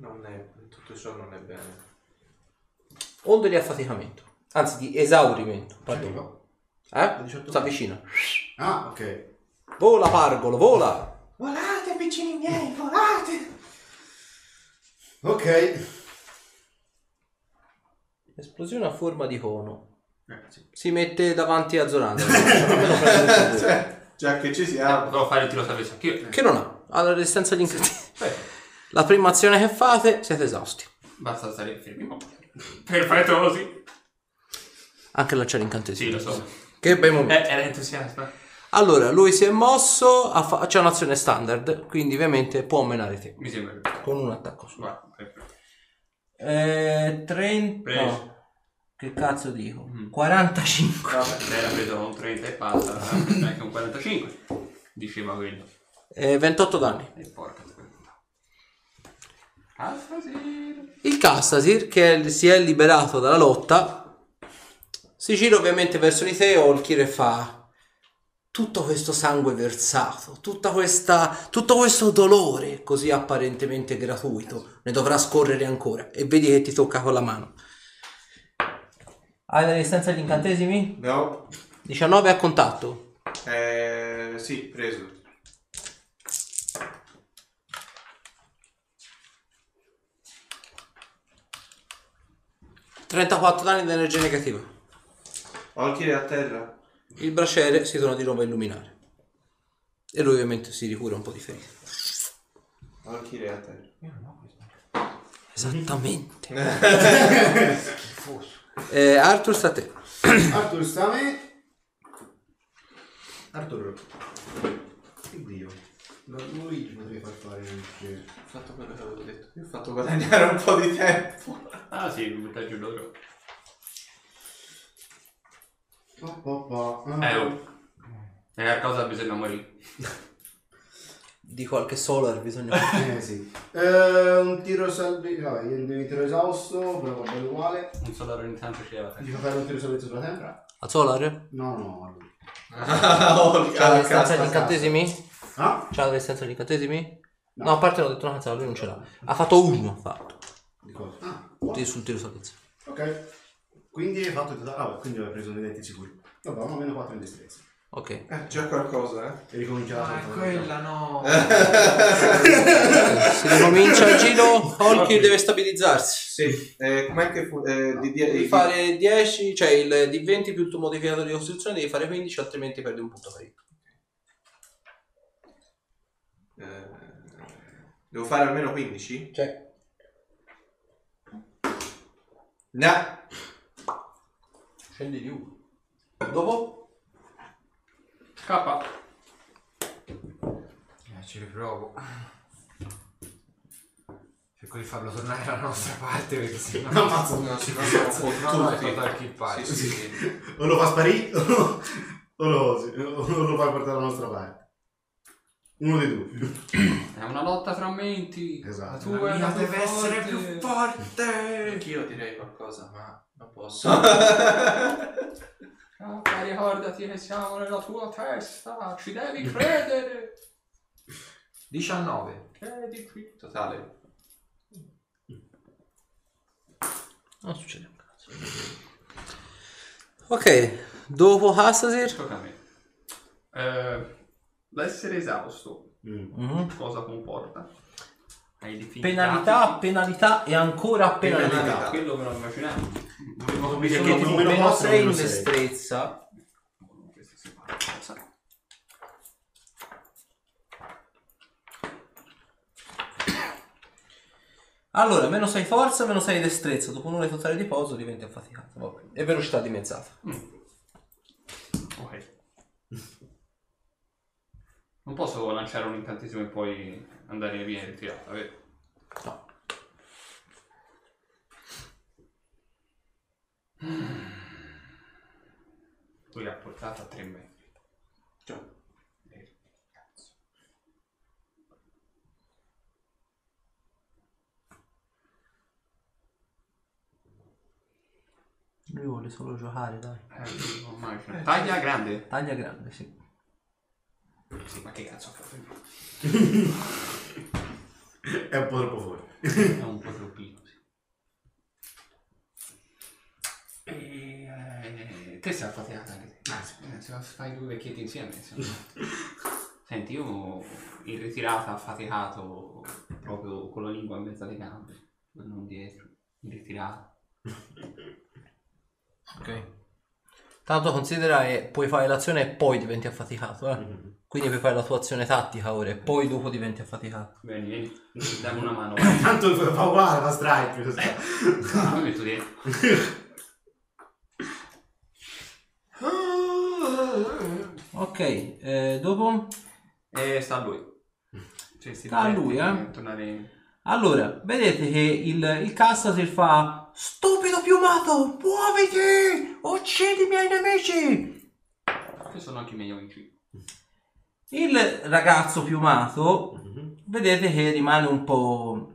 Non è, tutto ciò non è bene. Onde di affaticamento. Anzi, di esaurimento. Pardon. Arrivo. Eh? 18. Si avvicina. Ah, ok. Vola, pargolo, vola! Volate, piccini miei, volate! Ok. Esplosione a forma di cono. Eh, sì. Si mette davanti a Zoran. Almeno prende il suo volo. Cioè, Già che ci Eh, Ah. siamo. Provo a fare il tiro salvezza anch'io. che non ha. Ha la resistenza di Beh. La prima azione che fate siete esausti. Basta stare fermi. Perfetto così. Anche lanciare Sì, incantesimo. lo so. Che bei momenti. Eh, era entusiasta. Allora, lui si è mosso, ha fa- c'è un'azione standard, quindi ovviamente può menare te. Mi sembra che... Con un attacco su. Guarda, perfetto. Eh, 30... Preso. no. Che cazzo dico? Mm. 45. Vabbè, lei era preso con un 30 e passa, eh, anche un 45. Diceva quello. Eh, 28 danni. E porca puttana. Alfa sì. Il Castasir, che è- si è liberato dalla lotta, si gira ovviamente verso di te, Olkir, e fa tutto questo sangue versato, tutta questa, tutto questo dolore così apparentemente gratuito, ne dovrà scorrere ancora. E vedi che ti tocca con la mano. Hai la resistenza agli incantesimi? No, 19 a contatto. eh, sì, preso. 34 danni di energia negativa. Olkir è a terra. Il braciere si torna di nuovo a illuminare. E lui ovviamente si ricura un po' di ferita. Olkir è a terra. Esattamente. eh, Arthur sta a te. Arthur sta a me. Arthur. Oddio. Da lui ci potrei far fare anche... Ho fatto quello che avevo detto. Io ho fatto guadagnare un po' di tempo. Ah sì, butta giù loro. Pa, pa, pa. Ah. Eh, oh. È a cosa bisogna morire. Di qualche solar bisogna... Eh sì. Eh, un tiro salve. No, io devo tiro esausto, però va bene uguale. Un solaro ogni tanto ci leva. Gli fa fare un tiro salvezza sulla tempra? A solar? No, no, a lui. Ah, C'ha la Olkir. distanza di cazzo, cazzo. incantesimi? Ah? C'ha la distanza di incantesimi? No. No, a parte l'ho detto una cazzata, lui non ce l'ha. Ha fatto uno, ha fatto. Di cosa? Ah, Tutti sul tiro salvezza. ok. Quindi hai fatto il totale. Ah, beh, quindi ho preso dei denti sicuri. Vabbè, ho meno 4 in destrezza. Ok. Eh, già qualcosa, eh. E ricomincia la Ah, è sua quella no. Si ricomincia il giro, Holkir deve stabilizzarsi. Sì. Eh, com'è che fu- eh, di, di- Devi di- fare 10, cioè il di 20 più il tuo modificatore di costruzione, devi fare 15, altrimenti perdi un punto ferito. eh, devo fare almeno 15? Cioè, No. scendi di 1. Dopo? K. Eh, ci riprovo. Cerco di farlo tornare alla nostra parte perché sennò No, diciamo. ammazza. No, si fanno No, no, è stato fottuti. archippato. Sì, sì, O lo fa sparire o lo, o lo- o lo fa portare alla nostra parte. Uno dei due. È una lotta tra menti. Esatto. La tua è la più forte. forte. Anch'io direi qualcosa, ma non posso. K, ricordati che siamo nella tua testa. Ci devi credere. 19. Credi qui. Totale. Non succede un cazzo. Ok, dopo Hassasir. Tocca a me. Eh, l'essere esausto Mm. Mhm. cosa comporta? Hai definito Penalità, penalità e ancora penalità. Penalità. quello che non immaginavo. Volevo Mi capire Perché che sono Sono tipo meno meno quattro, 6 in meno sei. destrezza. tipo- Questo si fa, cosa? Allora, meno 6 forza, meno 6 destrezza. Dopo un'ora di totale di poso diventi affaticato. Vabbè. E velocità dimezzata. Ok. Non posso lanciare un incantesimo e poi andare via in ritirata, vero? No. Lui ha portato a 3 metri. Eh, cazzo. Lui vuole solo giocare, dai. Eh, non immagino. Taglia grande. Taglia grande, sì. Sì, ma che cazzo ho fatto? È un po' troppo fuori. È un po' troppino, sì. E... eh, Te sei affaticata anche te. Eh, Se fai due vecchietti insieme, insomma. Senti, io in ritirata affaticato proprio con la lingua in mezzo alle gambe, non dietro, in ritirata. Ok. Tanto considera che puoi fare l'azione e poi diventi affaticato, eh. Quindi puoi fare la tua azione tattica ora e poi dopo diventi affaticato. Vieni, vieni, dammi una mano. Tanto fa uguale, fa strike. cosa sta. Ah, mi metto dietro. Ok, eh, dopo... E sta a lui. Cioè, si Sta a diverte lui, eh? di Tornare... Allora, vedete che il, il Castasir fa Stupido piumato, muoviti! Uccidi i miei nemici! Che sono anche i miei amici. Il ragazzo piumato, Mhm. vedete che rimane un po'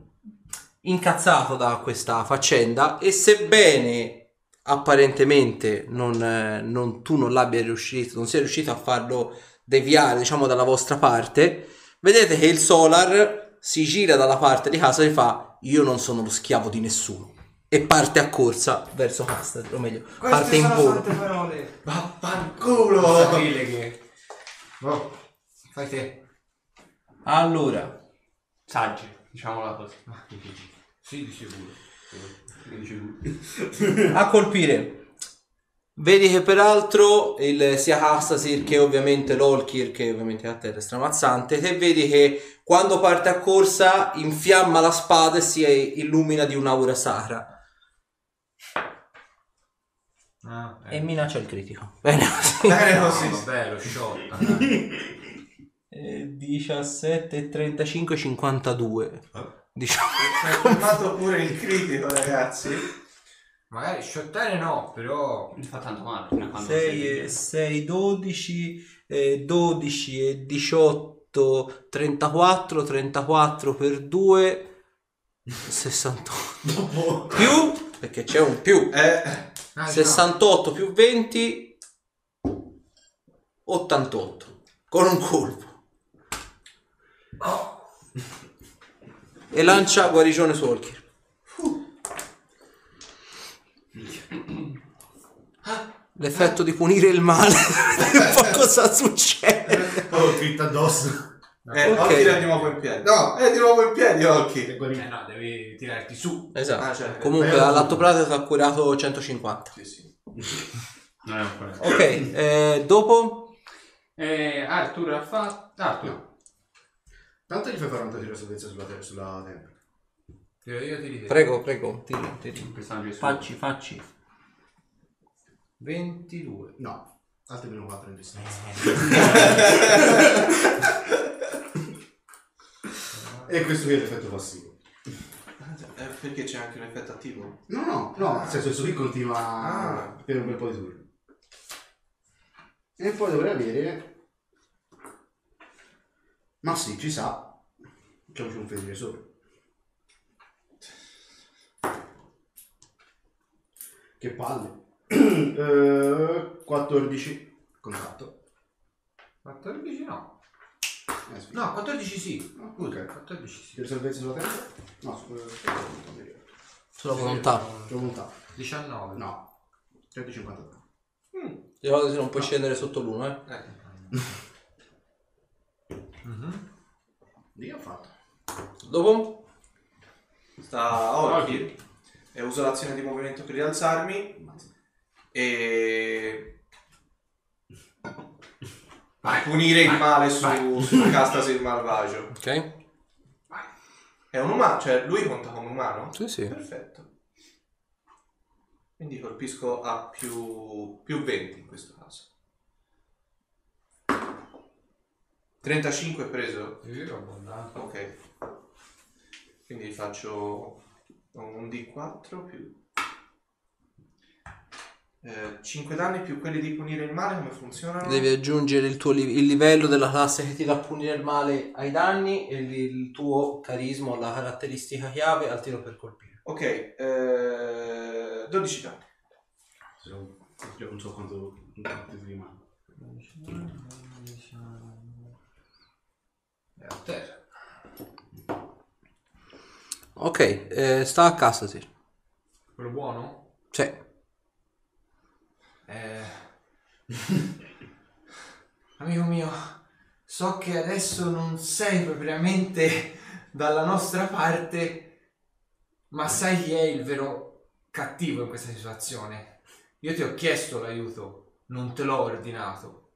incazzato da questa faccenda e sebbene apparentemente non, eh, non- tu non l'abbia riuscito, non sia riuscito a farlo deviare, diciamo, dalla vostra parte, vedete che il Solar si gira dalla parte di casa e fa io non sono lo schiavo di nessuno e parte a corsa verso Hasta, o meglio, parte in volo. parole. Vaffanculo! Sapile che. Oh, Fai te. Allora, Saggi, diciamola così. Sì, di sicuro. a colpire. Vedi che peraltro il, sia Hastasir che ovviamente l'Olkir, che ovviamente a terra è stramazzante, te vedi che quando parte a corsa infiamma la spada e si illumina di un'aura sacra. Ah, E eh. minaccia il critico. Bene, Bene Eh, così. Vabbè, lo sciolta. Eh, 17, 35, 52. Diciamo. Ci ha fermato Cioè, pure il critico, ragazzi. Magari sciottare no, però... Non ti fa tanto male. fino a quando 6, 12, eh, 12 e 18, 34, 34 per 2, 61. più, perché c'è un più, Eh, Ah, 68 più 20, 88, con un colpo. Oh. E lancia guarigione su Holkir. Ah. L'effetto di punire il male. Un po' cosa succede. Oh, dritta addosso. eh Ok. Olkir è di nuovo in piedi. No, è di nuovo in piedi Olkir. Eh no, devi tirarti su. Esatto. Ah, cioè, Comunque Bello. all'atto pratico ti ha curato 150. sì, sì. Non è ancora. Ok, eh, dopo Eh, Arthur ha fatto... Arthur. Tanto gli fai fare un tiro di salvezza sulla, te- sulla tempra. Tiro io, tiri te. prego, prego, tiri, tiri. Il personaggio è suo. Facci, facci. 22. No, altri meno 4 in distanza. e questo qui è l'effetto passivo. Eh, perché c'è anche un effetto attivo? No, no, no, nel senso questo qui continua Ah. per un bel po' di turni. E poi dovrei avere... Ma sì, ci sa. Facciamoci un fedele sopra. Che palle. Eh, 14 contatto. 14 no. Eh, sì. No, 14 sì. ok. 14 sì. Tiro salvezza sulla terra? No, su- eh, Sulla volontà. c'ho volontà. 19. No. 153. Mm. Di solito non puoi scendere sotto l'uno, eh. Mhm. Lì ho fatto. Dopo? Sta Olkir. E uso l'azione di movimento per rialzarmi. Ammazza. E... Vai. Punire il Vai. male su, Vai. su Castasir malvagio. Ok. È un umano, cioè lui conta come umano? Sì, sì. Perfetto. Quindi colpisco a più, più 20 in questo caso. 35 preso? Io ho abbondato. Ok. Quindi faccio un D4 più... 5 danni più quelli di punire il male, come funzionano? Devi aggiungere il tuo li- il livello della classe che ti dà punire il male ai danni e il, il tuo carisma, la caratteristica chiave al tiro per colpire. Ok, eh, 12 danni. Io non so quanto quanto ti rimane. È a terra. Ok, eh, sta a casa, sì. Quello buono? Cioè, Eh... Amico mio, so che adesso non sei propriamente dalla nostra parte, ma sai chi è il vero cattivo in questa situazione. Io ti ho chiesto l'aiuto, non te l'ho ordinato.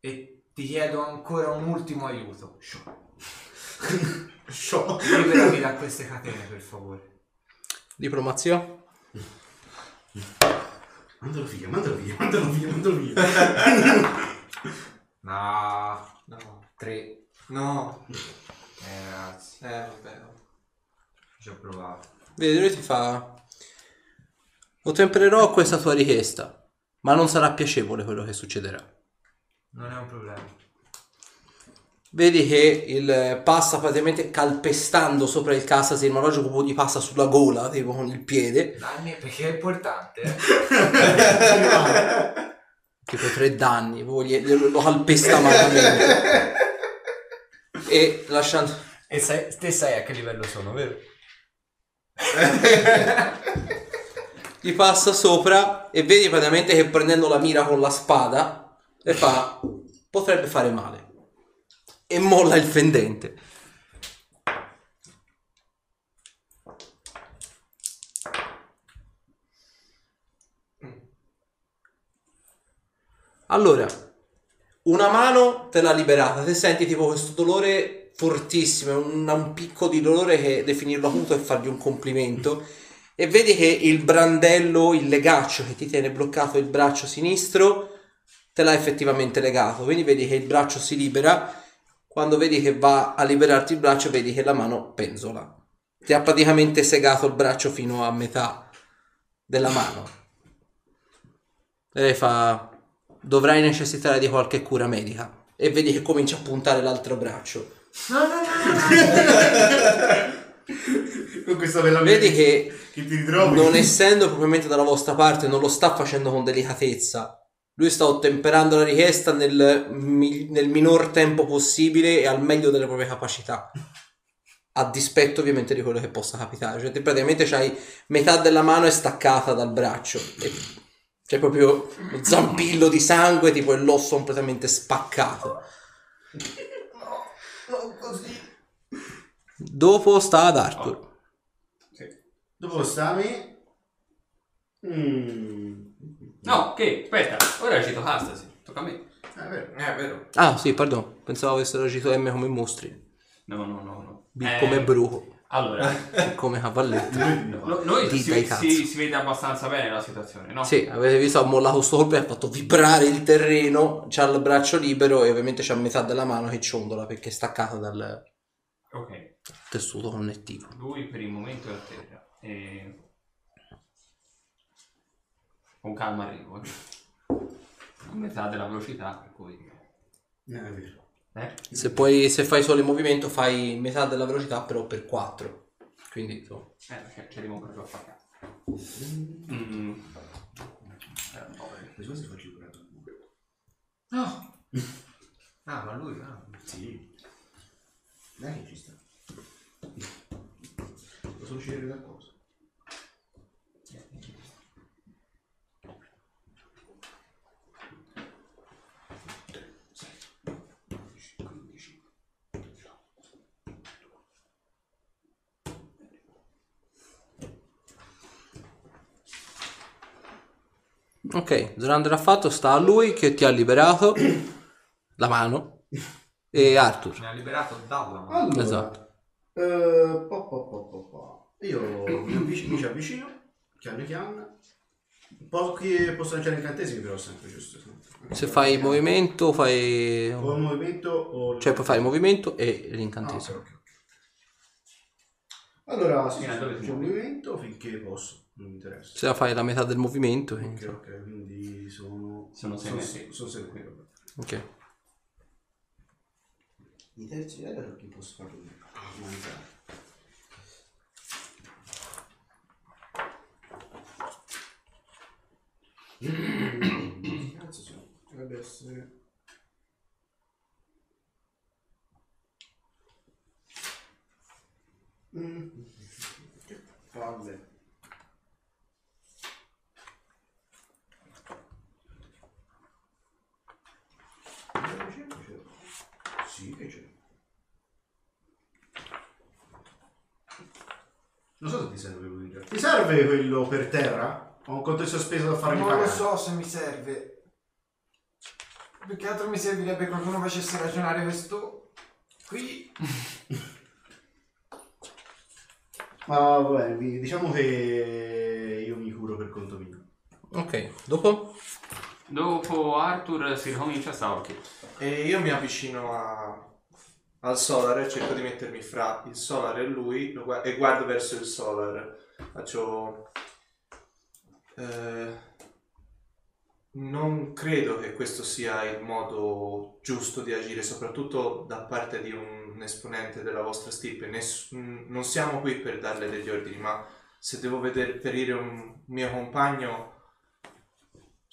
E ti chiedo ancora un ultimo aiuto. Sciò. Show. Liberami da queste catene, per favore. diplomazia? Mandalo via, mandalo via, mandalo via, mandalo via. No, No. tre. No. Eh, ragazzi, Eh, vabbè. ci ho provato. Vedi, lui ti fa... Ottempererò a questa tua richiesta, ma non sarà piacevole quello che succederà. Non è un problema. Vedi che il passa praticamente calpestando sopra il cassa, se il malvagio proprio gli passa sulla gola, tipo con il piede, Danni perché è importante. eh. tipo tre danni, proprio gli- glielo- lo calpesta malamente. e lasciando... E sai, te sai a che livello sono, vero? gli passa sopra e vedi praticamente che prendendo la mira con la spada e fa potrebbe fare male e molla il fendente Allora, una mano te l'ha liberata, te senti tipo questo dolore fortissimo, un, un picco di dolore che definirlo acuto è fargli un complimento. E vedi che il brandello, il legaccio che ti tiene bloccato il braccio sinistro, te l'ha effettivamente legato. Quindi vedi che il braccio si libera. Quando vedi che va a liberarti il braccio, vedi che la mano penzola. Ti ha praticamente segato il braccio fino a metà della mano. E lei fa: Dovrai necessitare di qualche cura medica. E vedi che comincia a puntare l'altro braccio. No, no, no, no, no. Con questa bella Vedi che che ti ritrovi. non essendo propriamente dalla vostra parte, non lo sta facendo con delicatezza. Lui sta ottemperando la richiesta nel, mi- nel minor tempo possibile e al meglio delle proprie capacità. A dispetto ovviamente di quello che possa capitare. Cioè, te praticamente c'hai metà della mano è staccata dal braccio. E c'è proprio lo zampillo di sangue, tipo e l'osso completamente spaccato. Dopo sta ad Arthur. Dopo stavi. Mm. No, che? Aspetta, ora è agito Hastasi. Tocca a me. Ah, è vero. Eh, è vero. Ah, sì, pardon. Pensavo avessero agito M come mostri, No, no, no, no. B Eh, come bruco, Allora, C come cavalletto. no- noi Dì, si, dai, si- cazzo. si vede abbastanza bene la situazione, no? Sì, avete visto, ha mollato sto colpo e ha fatto vibrare il terreno, c'ha il braccio libero e ovviamente c'ha metà della mano che ciondola perché è staccata dal Ok, tessuto connettivo. lui per il momento è a terra. E... Con calma arrivo. eh. A metà della velocità, per cui... Eh, è vero. Eh? Se, poi, se fai solo il movimento fai metà della velocità però per 4. Quindi insomma. Eh, perché ci arriviamo proprio a fare. Mm. Eh, poveri. Pensavo si faccia curare al buio. Ah, ma lui, ah. Sì. Dai che ci sta. Posso uscire da cosa? Ok, Zorander ha fatto, sta a lui che ti ha liberato la mano e Arthur. Mi ha liberato dalla mano. Allora, Esatto. eh, po, po, po, po, po. Io mi, avvic- mi ci avvicino, piano piano. Pochi posso lanciare incantesimi però sempre, giusto? Se fai il movimento fai... O il movimento o... Cioè puoi fare il movimento e Ah, ok, l'incantesimo. ok, ok. Allora, sì, Fino a sì, dove ti faccio il muovi? movimento finché posso, non mi interessa. Se la fai la metà del movimento. eh, Ok, insomma. ok, quindi sono... Sono sei metri. Sono sei metri, vabbè. Ok. I terzi livelli allora chi posso farlo mangiare? Mm, Cazzo sono? Dovrebbe essere... Mm. Che palle. Sì che c'è. Non so se ti serve quello di terra. Ti serve quello per terra? Ho un conto in sospeso da farmi Non pagare. lo so se mi serve. Più che altro mi servirebbe che qualcuno facesse ragionare questo. Qui. Ma vabbè, vi- diciamo che io mi curo per conto mio. Ok, dopo? Dopo Arthur si ricomincia Saurki. E io mi avvicino a- al Solar e cerco di mettermi fra il Solar e lui lo gua- e guardo verso il Solar. Faccio... eh, non credo che questo sia il modo giusto di agire, soprattutto da parte di un esponente della vostra stirpe. Ness- n- non siamo qui per darle degli ordini, ma se devo vedere perire un mio compagno...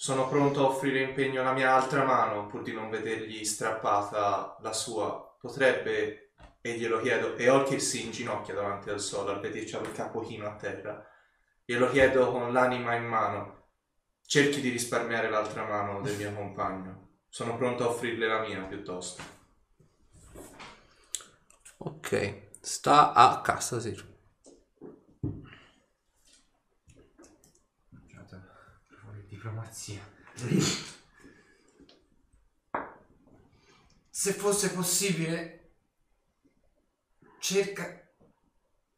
Sono pronto a offrire impegno la mia altra mano pur di non vedergli strappata la sua. Potrebbe, e glielo chiedo, e Olkir si inginocchia davanti al sole al vederci il capo chino a terra. Glielo chiedo con l'anima in mano. Cerchi di risparmiare l'altra mano del mio compagno. Sono pronto a offrirle la mia piuttosto. Ok, sta a Castasir. Diplomazia. se fosse possibile, cerca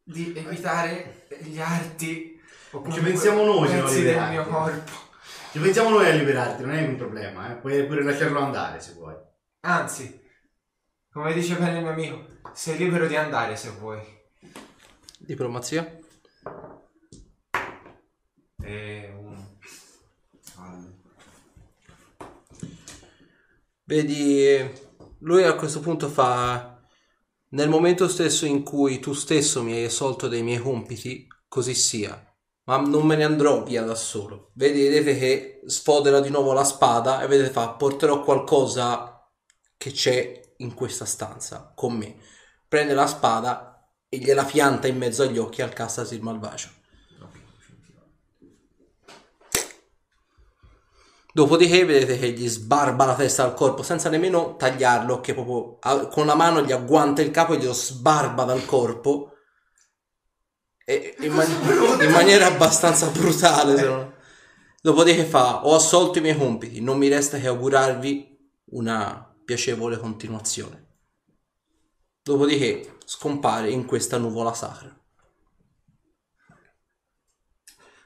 di evitare gli arti o Ci comunque pensiamo noi, se non pezzi li del dai. mio corpo. Ci pensiamo noi a liberarti, non è un problema, eh. Puoi pure lasciarlo andare se vuoi. Anzi, come dice bene il mio amico, sei libero di andare se vuoi. Diplomazia? E uno. Palle. Vedi, lui a questo punto fa... Nel momento stesso in cui tu stesso mi hai assolto dei miei compiti, così sia. Ma non me ne andrò via da solo. Vedi- Vedete che sfodera di nuovo la spada e vedete fa, porterò qualcosa che c'è in questa stanza con me. Prende la spada e gliela pianta in mezzo agli occhi al Castasir malvagio. Dopodiché vedete che gli sbarba la testa al corpo senza nemmeno tagliarlo, che proprio a- con la mano gli agguanta il capo e glielo sbarba dal corpo E- in, man- in maniera abbastanza brutale. se non- Dopodiché fa, ho assolto i miei compiti, non mi resta che augurarvi una piacevole continuazione. Dopodiché scompare in questa nuvola sacra.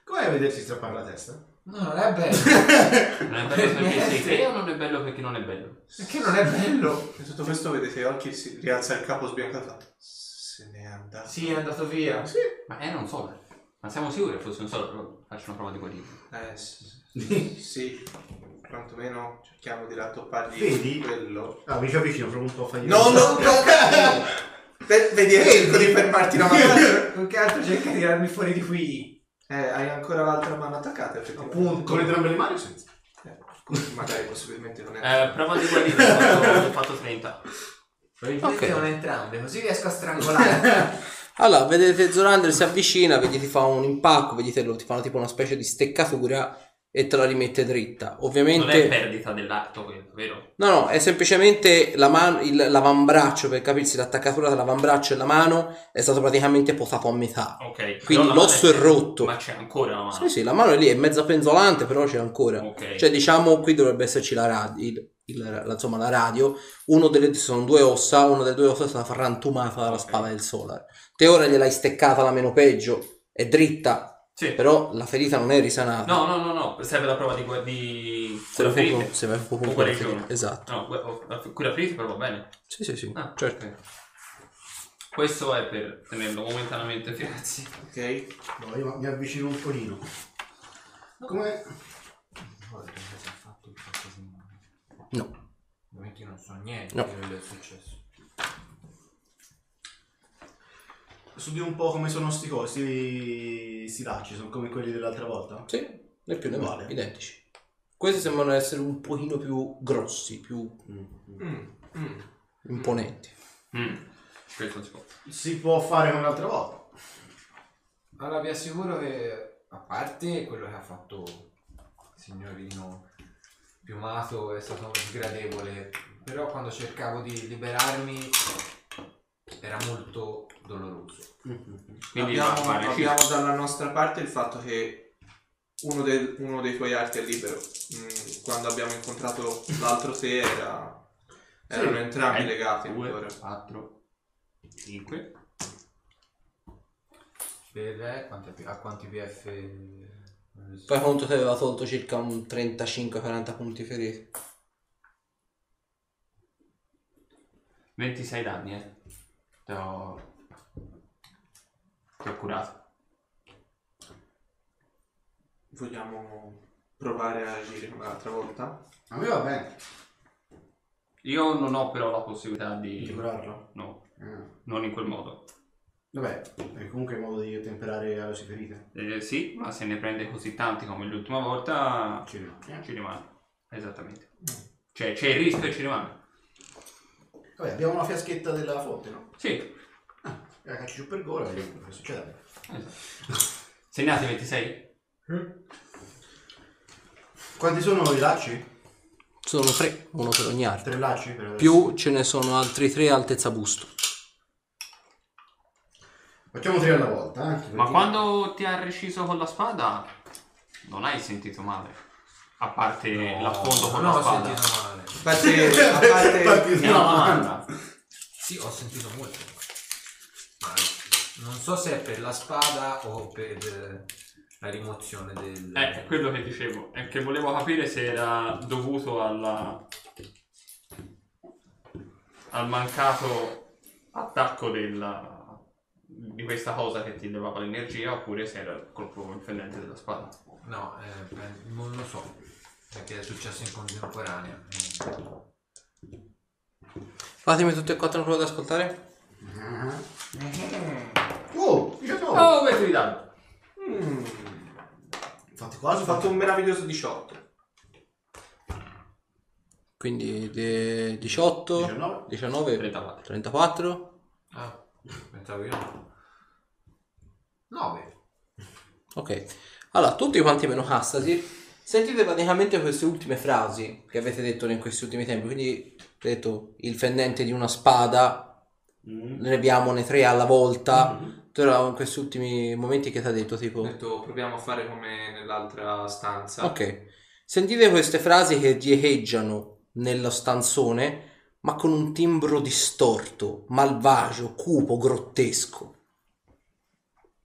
Com'è a vedersi strappare la testa? No, non è bello. Non è bello perché sei te o non è bello perché non è bello? Perché non è bello? E tutto questo vedete Orchi si rialza il capo sbiancato. e fa, Se n'è andato. Sì, è andato via. Sì. Ma era un solar. Ma siamo sicuri che fosse un solar? Faccio una prova di guarire. Eh, s- s- sì. Quantomeno cerchiamo di rattoppargli Vedi? quello. Ah, mi ci avvicino, provo un po' a fargli... No, non toccarmi! Ve- Vedi, cerco di fermarti la mano. Più che altro cerca di tirarmi fuori di qui. Eh, hai ancora l'altra mano attaccata, effettivamente. Appunto. Con entrambe le mani o senza? Eh, così magari possibilmente non è. Eh, prova di guarire, ho fatto, ho fatto 30. Perché non entrambe, così riesco a strangolare. Allora, vedete Zorander si avvicina, vedi ti fa un impacco, vedete lo, ti fanno tipo una specie di steccatura e te la rimette dritta. Non è Ovviamente... perdita dell'atto quello, vero? No, no, è semplicemente la man- il- l'avambraccio, per capirsi, l'attaccatura tra l'avambraccio e la mano è stato praticamente posato a metà. Ok. Quindi però la l'osso mano è rotto. Ma c'è ancora la mano. Sì, sì, la mano è lì, è mezza penzolante, però c'è ancora. Ah. Ok. Cioè, diciamo, qui dovrebbe esserci la radio, insomma, la radio. Uno delle ci sono due ossa, una delle due ossa è stata frantumata dalla Ok. spada del Solar. Te ora gliel'hai steccata la meno peggio, è dritta, Sì. però la ferita non è risanata. No, no, no, no, serve la prova di... gua- di... se la cura ferite. fu- se vai fu- O fu- guarigione. ferita. Esatto. No, gu- ho- la f- cura ferite però va bene. Sì, sì, sì. Ah, certo. ok. Questo è per tenerlo momentaneamente grazie. Ok. No, io mi avvicino un pochino. Come... No. Ovviamente io non so niente No. di quello che è successo. Studi un po' come sono sti cosi, sti lacci, sono come quelli dell'altra volta? Sì, né più né meno, Uguale. identici. Questi sembrano essere un pochino più grossi, più Mm, mm. imponenti. Mm. Questo non si può. Si può fare come l'altra volta. Allora vi assicuro che, a parte quello che ha fatto il signorino piumato è stato sgradevole, però quando cercavo di liberarmi era molto doloroso. Quindi va- abbiamo, va bene, sì. abbiamo dalla nostra parte il fatto che uno, del- uno dei tuoi arti è libero. Mm, quando abbiamo incontrato l'altro te era- erano entrambi Eh, legati ancora. 2, 4, 5. Per eh, quanti- a quanti PF... Poi conto che aveva tolto circa un 35-40 punti feriti. 26 danni, eh. Ti ho... Ti ho curato. Vogliamo provare a agire un'altra volta? A me va bene. Io non ho però la possibilità Di di... curarlo? No, Eh. non in quel modo. Vabbè, è comunque il modo di temperare alle sue ferite. Eh, sì, ma se ne prende così tanti come l'ultima volta Ci rimane. eh. ci rimane. Esattamente. Cioè c'è il rischio e ci rimane. Vabbè, abbiamo una fiaschetta della fonte, no? Sì. Ah, la cacci giù per gola e vediamo quello che succede. Esatto. Segnate 26? Quanti sono i lacci? Sono tre, uno per ogni arte. Tre lacci per adesso? Più ce ne sono altri tre altezza busto. Facciamo tre alla volta, eh? anche Ma perché- quando ti ha reciso con la spada non hai sentito male. A parte l'affondo con no, la ho spada. sentito male. parte, a parte- Partito è una una domanda. Sì, ho sentito molto. Ma non so se è per la spada o per eh, la rimozione del... Eh, è quello che dicevo, è che volevo capire se era dovuto alla... al mancato attacco della... di questa cosa che ti levava l'energia oppure se era il colpo infernente della spada. No, eh, beh, non lo so. Perché è successo in contemporanea. Mm, Fatemi tutti e quattro una prova ad ascoltare. Oh, 19. Oh, questo di danno! Mm. Fatti Ho quasi, fatto fatto un meraviglioso 18. Quindi de- 18, 19. 19, 34. 34. Ah, pensavo io no. 9. Ok. Allora, tutti quanti meno Hastasi, sentite praticamente queste ultime frasi che avete detto in questi ultimi tempi. Quindi, avete detto il fendente di una spada, Mm. ne abbiamo ne tre alla Ah. volta. Però in questi ultimi momenti che ti ha detto, Ho tipo... detto proviamo a fare come nell'altra stanza. Ok, sentite queste frasi che riecheggiano nello stanzone, ma con un timbro distorto, malvagio, cupo, grottesco.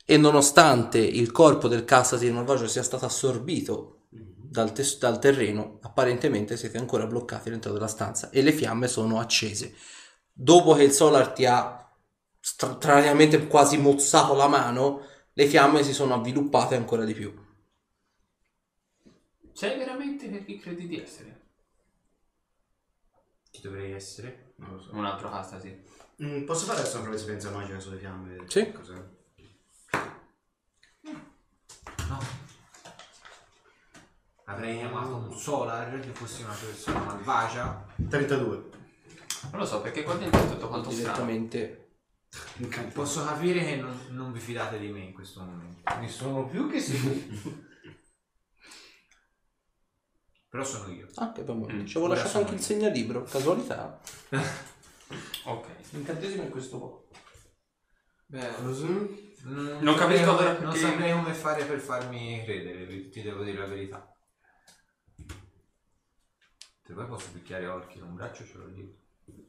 E nonostante il corpo del Cassati malvagio sia stato assorbito dal, tes- dal terreno, apparentemente siete ancora bloccati all'interno della stanza e le fiamme sono accese. Dopo che il Solar ti ha stranamente quasi mozzato la mano, le fiamme si sono avviluppate ancora di più. Sei veramente chi credi di essere? Chi dovrei essere? Non lo so. Un altro Hastasi. Mm, posso fare adesso una prova di esperienza magica sulle fiamme? Sì. Cos'è? No. Avrei Mm. chiamato un Solar che fosse una persona malvagia. 32. Non lo so, perché qua dentro è tutto quanto strano. direttamente In campo. Posso capire che non, non vi fidate di me in questo momento. Ne sono più che sicuro. Però sono io. anche per me Mm, ci avevo ora lasciato sono anche io. il segnalibro casualità Ok. incantesimo in questo po' Beh, Così. Non capisco saprei- allora Non perché- saprei come fare per farmi credere, vi- ti devo dire la verità. Se poi posso picchiare orchi con un braccio ce l'ho lì.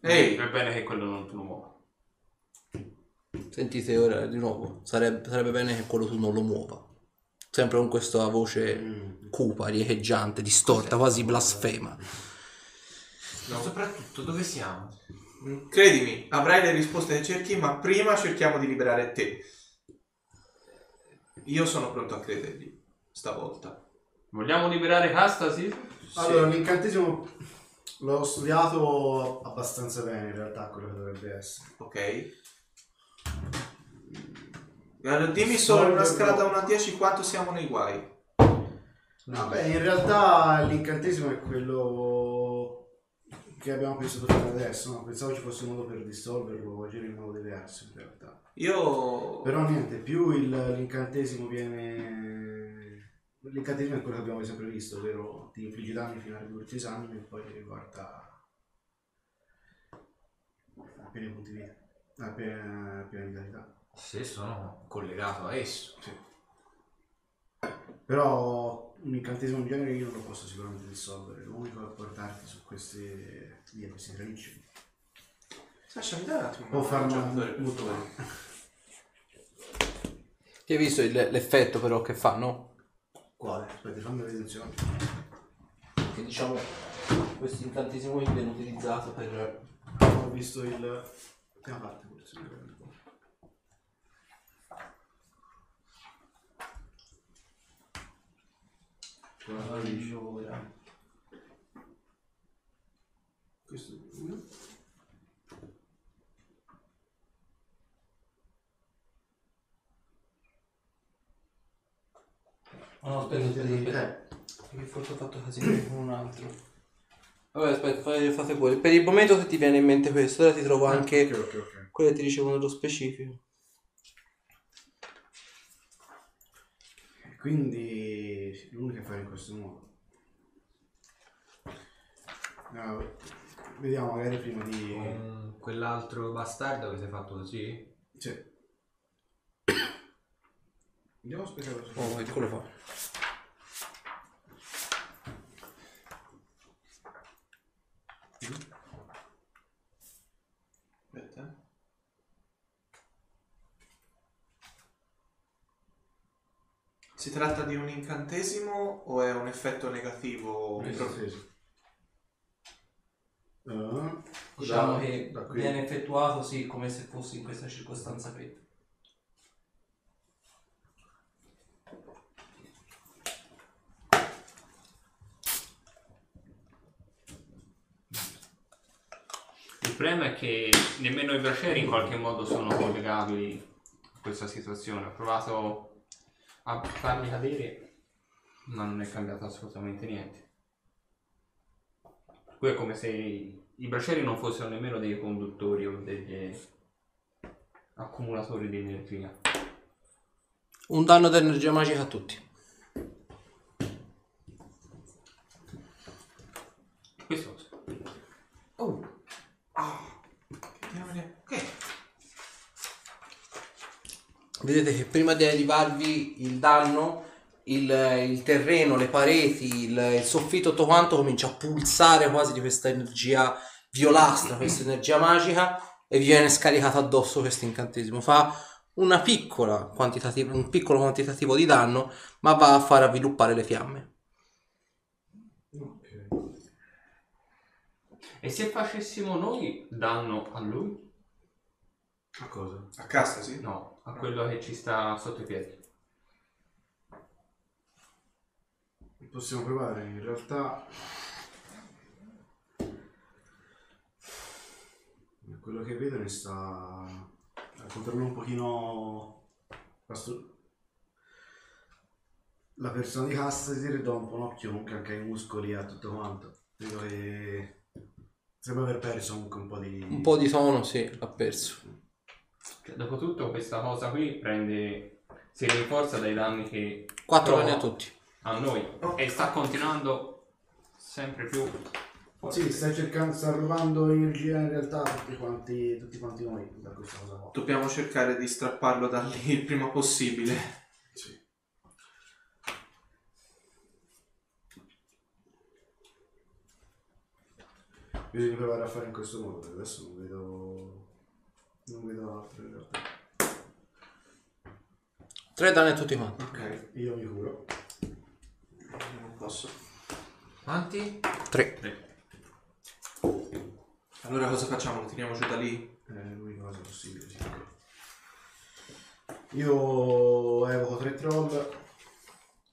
ehi, È bene che quello non tu lo muova. sentite ora di nuovo sarebbe, sarebbe bene che quello tu non lo muova sempre con questa voce Mm. cupa riecheggiante distorta quasi blasfema Ma soprattutto dove siamo? credimi, avrai le risposte che cerchi, ma prima cerchiamo di liberare te. Io sono pronto a credergli, stavolta. Vogliamo liberare Hastasi? Allora, l'incantesimo l'ho studiato abbastanza bene in realtà, quello che dovrebbe essere. Ok? Allora, dimmi solo in una scala da 1 a 10 quanto siamo nei guai. No, beh, in realtà l'incantesimo è quello che abbiamo pensato fare adesso, no? Pensavo ci fosse un modo per dissolverlo o agire in modo diverso in realtà. Io... Però niente, più il- l'incantesimo viene... L'incantesimo è quello che abbiamo sempre visto, ovvero ti infliggi danni fino alle due esami e poi ti riguarda appena i punti vita, appena, appena vitalità. Se sono collegato a esso. Però un incantesimo in genere io non lo posso sicuramente dissolvere, l'unico è portarti su queste, via questi tralicci. Sasha, mi dai un attimo? Può farmi un molto bene. ti hai visto il- l'effetto però che fa no? Quale? Aspetta, fammi la deduzione. che diciamo questo incantesimo qui viene utilizzato per Ho visto il... prima parte forse. Allora. Questo è uno. no aspetta aspetta, aspetta. Perché forse ho fatto casino con un altro Eh. vabbè aspetta fate, fate voi per il momento se ti viene in mente questo ora ti trovo anche Ok, ok, ok. quello che ti dicevo nello specifico Quindi l'unica è fare in questo modo. No, vediamo magari prima di... Con quell'altro bastardo avete fatto così? Sì. cioè, Andiamo a spiegare cosa oh che quello fa Si tratta di un incantesimo o è un effetto negativo? Eh, Diciamo da- che da qui. viene effettuato sì, come se fosse in questa circostanza qui. Il problema è che nemmeno i bracieri in qualche modo sono collegabili a questa situazione. Ho provato a farli cadere, ma non è cambiato assolutamente niente. Per cui è come se i i bracieri non fossero nemmeno dei conduttori o degli accumulatori di energia. Un danno di energia magica a tutti. Questo Vedete che prima di arrivarvi il danno, il, il terreno, le pareti, il, il soffitto, tutto quanto comincia a pulsare quasi di questa energia violastra, questa energia magica e vi viene scaricato addosso questo incantesimo. Fa una piccola quantitativo, un piccolo quantitativo di danno, ma va a far avviluppare le fiamme. E se facessimo noi danno a lui? A cosa? A Castasi? No, a quello che ci sta sotto i piedi. Possiamo provare, in realtà... da Quello che vedo ne sta... a controllo un pochino... la stru- La persona di Cassidy do un po' un occhio comunque anche ai muscoli e a tutto quanto. Vedo che... Sembra aver perso comunque un po' di... Un po' di tono, sì, l'ha perso. Cioè, dopotutto questa cosa qui prende, si rinforza dai danni che Quattro No. danni a tutti. a noi e sta continuando sempre più forte. Sì, sta cercando, sta rubando energia in realtà a tutti quanti, tutti quanti noi da questa cosa qua. Dobbiamo cercare di strapparlo da lì il prima possibile. Sì. Bisogna provare a fare in questo modo, perché adesso non vedo. Non vedo altro in realtà. Tre danni a tutti quanti. Ok, Io mi curo. non posso. Quanti? Tre. Allora cosa facciamo? Lo tiriamo giù da lì? È Eh, l'unica cosa possibile, sì. Io evoco tre troll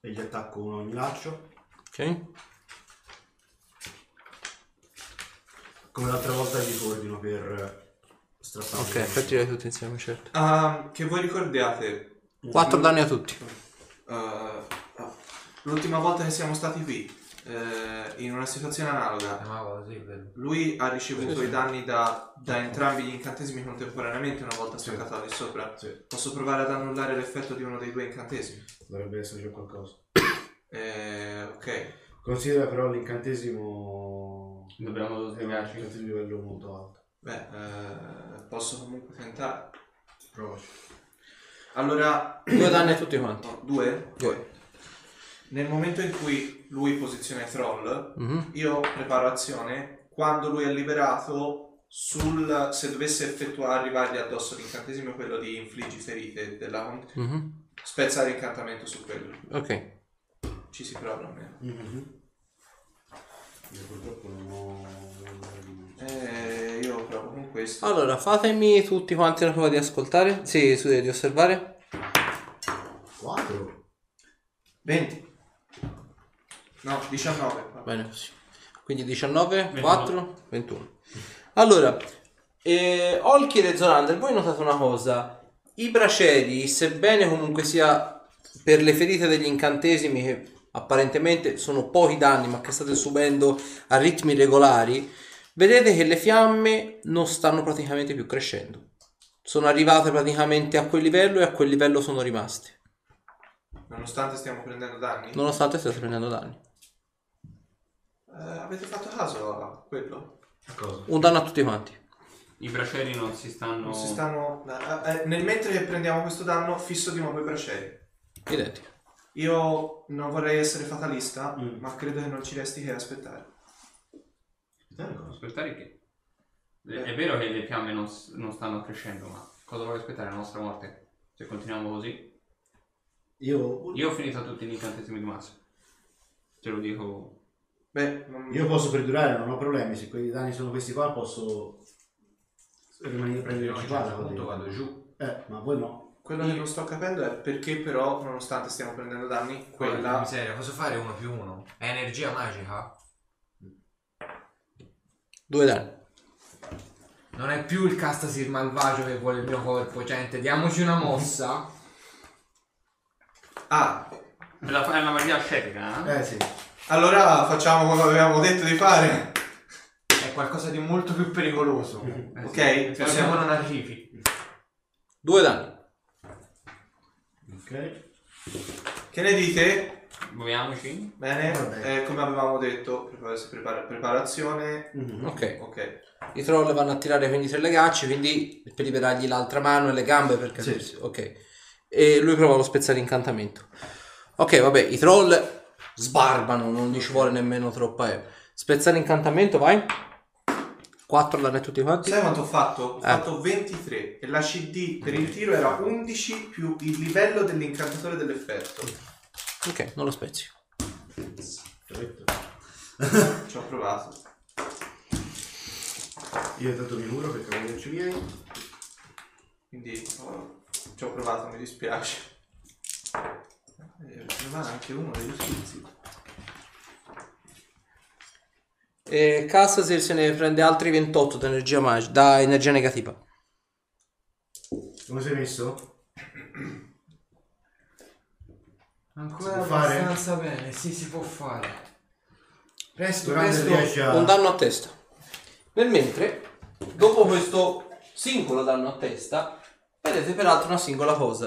e gli attacco uno a ogni laccio. Ok. Come l'altra volta gli coordino per strappare. Ok, per tirare tutti insieme, certo. Ah, che voi ricordiate? Quattro Mm. danni a tutti. Eh, ah, l'ultima volta che siamo stati qui, eh, in una situazione analoga, Chiamavo così per... lui ha ricevuto i danni da, da entrambi gli incantesimi contemporaneamente una volta staccato da lì sopra. Sì, Posso provare ad annullare l'effetto di uno dei due incantesimi? dovrebbe esserci qualcosa. Eh, ok. Considera però l'incantesimo Dobbiamo è un sbrigarci. incantesimo di livello molto alto. Beh, eh, posso comunque tentare. Provaci. Allora, Due danni a tutti quanti. no, due. Due. Nel momento in cui lui posiziona i troll, Mhm. Io preparo azione quando lui è liberato sul se dovesse effettuare arrivargli addosso l'incantesimo quello di infliggi ferite della Mhm, spezzare incantamento su quello. Ok. Ci si prova almeno. Io purtroppo non ho. non ho- Eh, io provo con questo. Allora, fatemi tutti quanti una prova di ascoltare. Sì, su, di osservare. Quattro? 20. No, 19. Bene così. Quindi 19, 21. 4, 21. Allora, eh, Olkir e Zonander, voi notate una cosa. I braceri, sebbene comunque sia per le ferite degli incantesimi, che apparentemente sono pochi danni, ma che state subendo a ritmi regolari, vedete che le fiamme non stanno praticamente più crescendo. Sono arrivate praticamente a quel livello e a quel livello sono rimaste. Nonostante stiamo prendendo danni. nonostante state prendendo danni. Eh, avete fatto caso a quello? A cosa? Un danno a tutti quanti. I bracieri non si stanno. Non si stanno. eh, eh, nel mentre che prendiamo questo danno, fisso di nuovo i braccieri. Identico. Io non vorrei essere fatalista, Mm. ma credo che non ci resti che aspettare. Dai, cosa? Aspettare che. È vero che le fiamme non, s- non stanno crescendo, ma cosa vuoi aspettare? La nostra morte? Se continuiamo così. Io, Io ho finito tutti gli incantesimi di massa. Te lo dico. Beh, non... io posso perdurare, non ho problemi. Se quei danni sono questi qua, posso rimanere prendere Io a un certo 50. punto voglio vado dire. giù. Eh, ma voi no. Quello che non sto capendo è perché però, nonostante stiamo prendendo danni, Quella quella... miseria, posso fare uno più uno? È energia magica? Due danni. Non è più il Castasir malvagio che vuole il mio corpo, gente. Diamoci una mossa. Ah, È la- è una magia ascetica, eh? Eh sì. allora facciamo quello che avevamo detto di fare. È qualcosa di molto più pericoloso. Eh Ok, sì. Possiamo possiamo- non arrivi. Due danni. Ok. Che ne dite? Muoviamoci. Bene, Vabbè. eh, come avevamo detto, prepara- prepara- preparazione. Mhm. Ok. Ok. I troll vanno a tirare quindi tre legacce, quindi per liberargli l'altra mano e le gambe per capirsi. Ok. E lui prova lo spezzare incantamento. Ok, vabbè, i troll sbarbano, non gli ci vuole nemmeno troppa E. Spezzare incantamento, vai. 4 danni a tutti quanti. Sai quanto ho fatto? Ho Eh. fatto 23 e la CD per il tiro era 11 più il livello dell'incantatore dell'effetto. Ok, non lo spezzi. Perfetto. Ci ho provato. Io intanto mi muro per cavallerci miei. Quindi oh, ci ho provato, mi dispiace. Eh, ne va anche uno degli schizzi. E Cassasir se ne prende altri 28 da energia, mag- da energia negativa. Come sei messo? Ancora Si può fare? abbastanza bene, sì, si può fare. Presto, Durante presto. riesci a... un danno a testa. Nel mentre, dopo questo singolo danno a testa, vedete peraltro una singola cosa.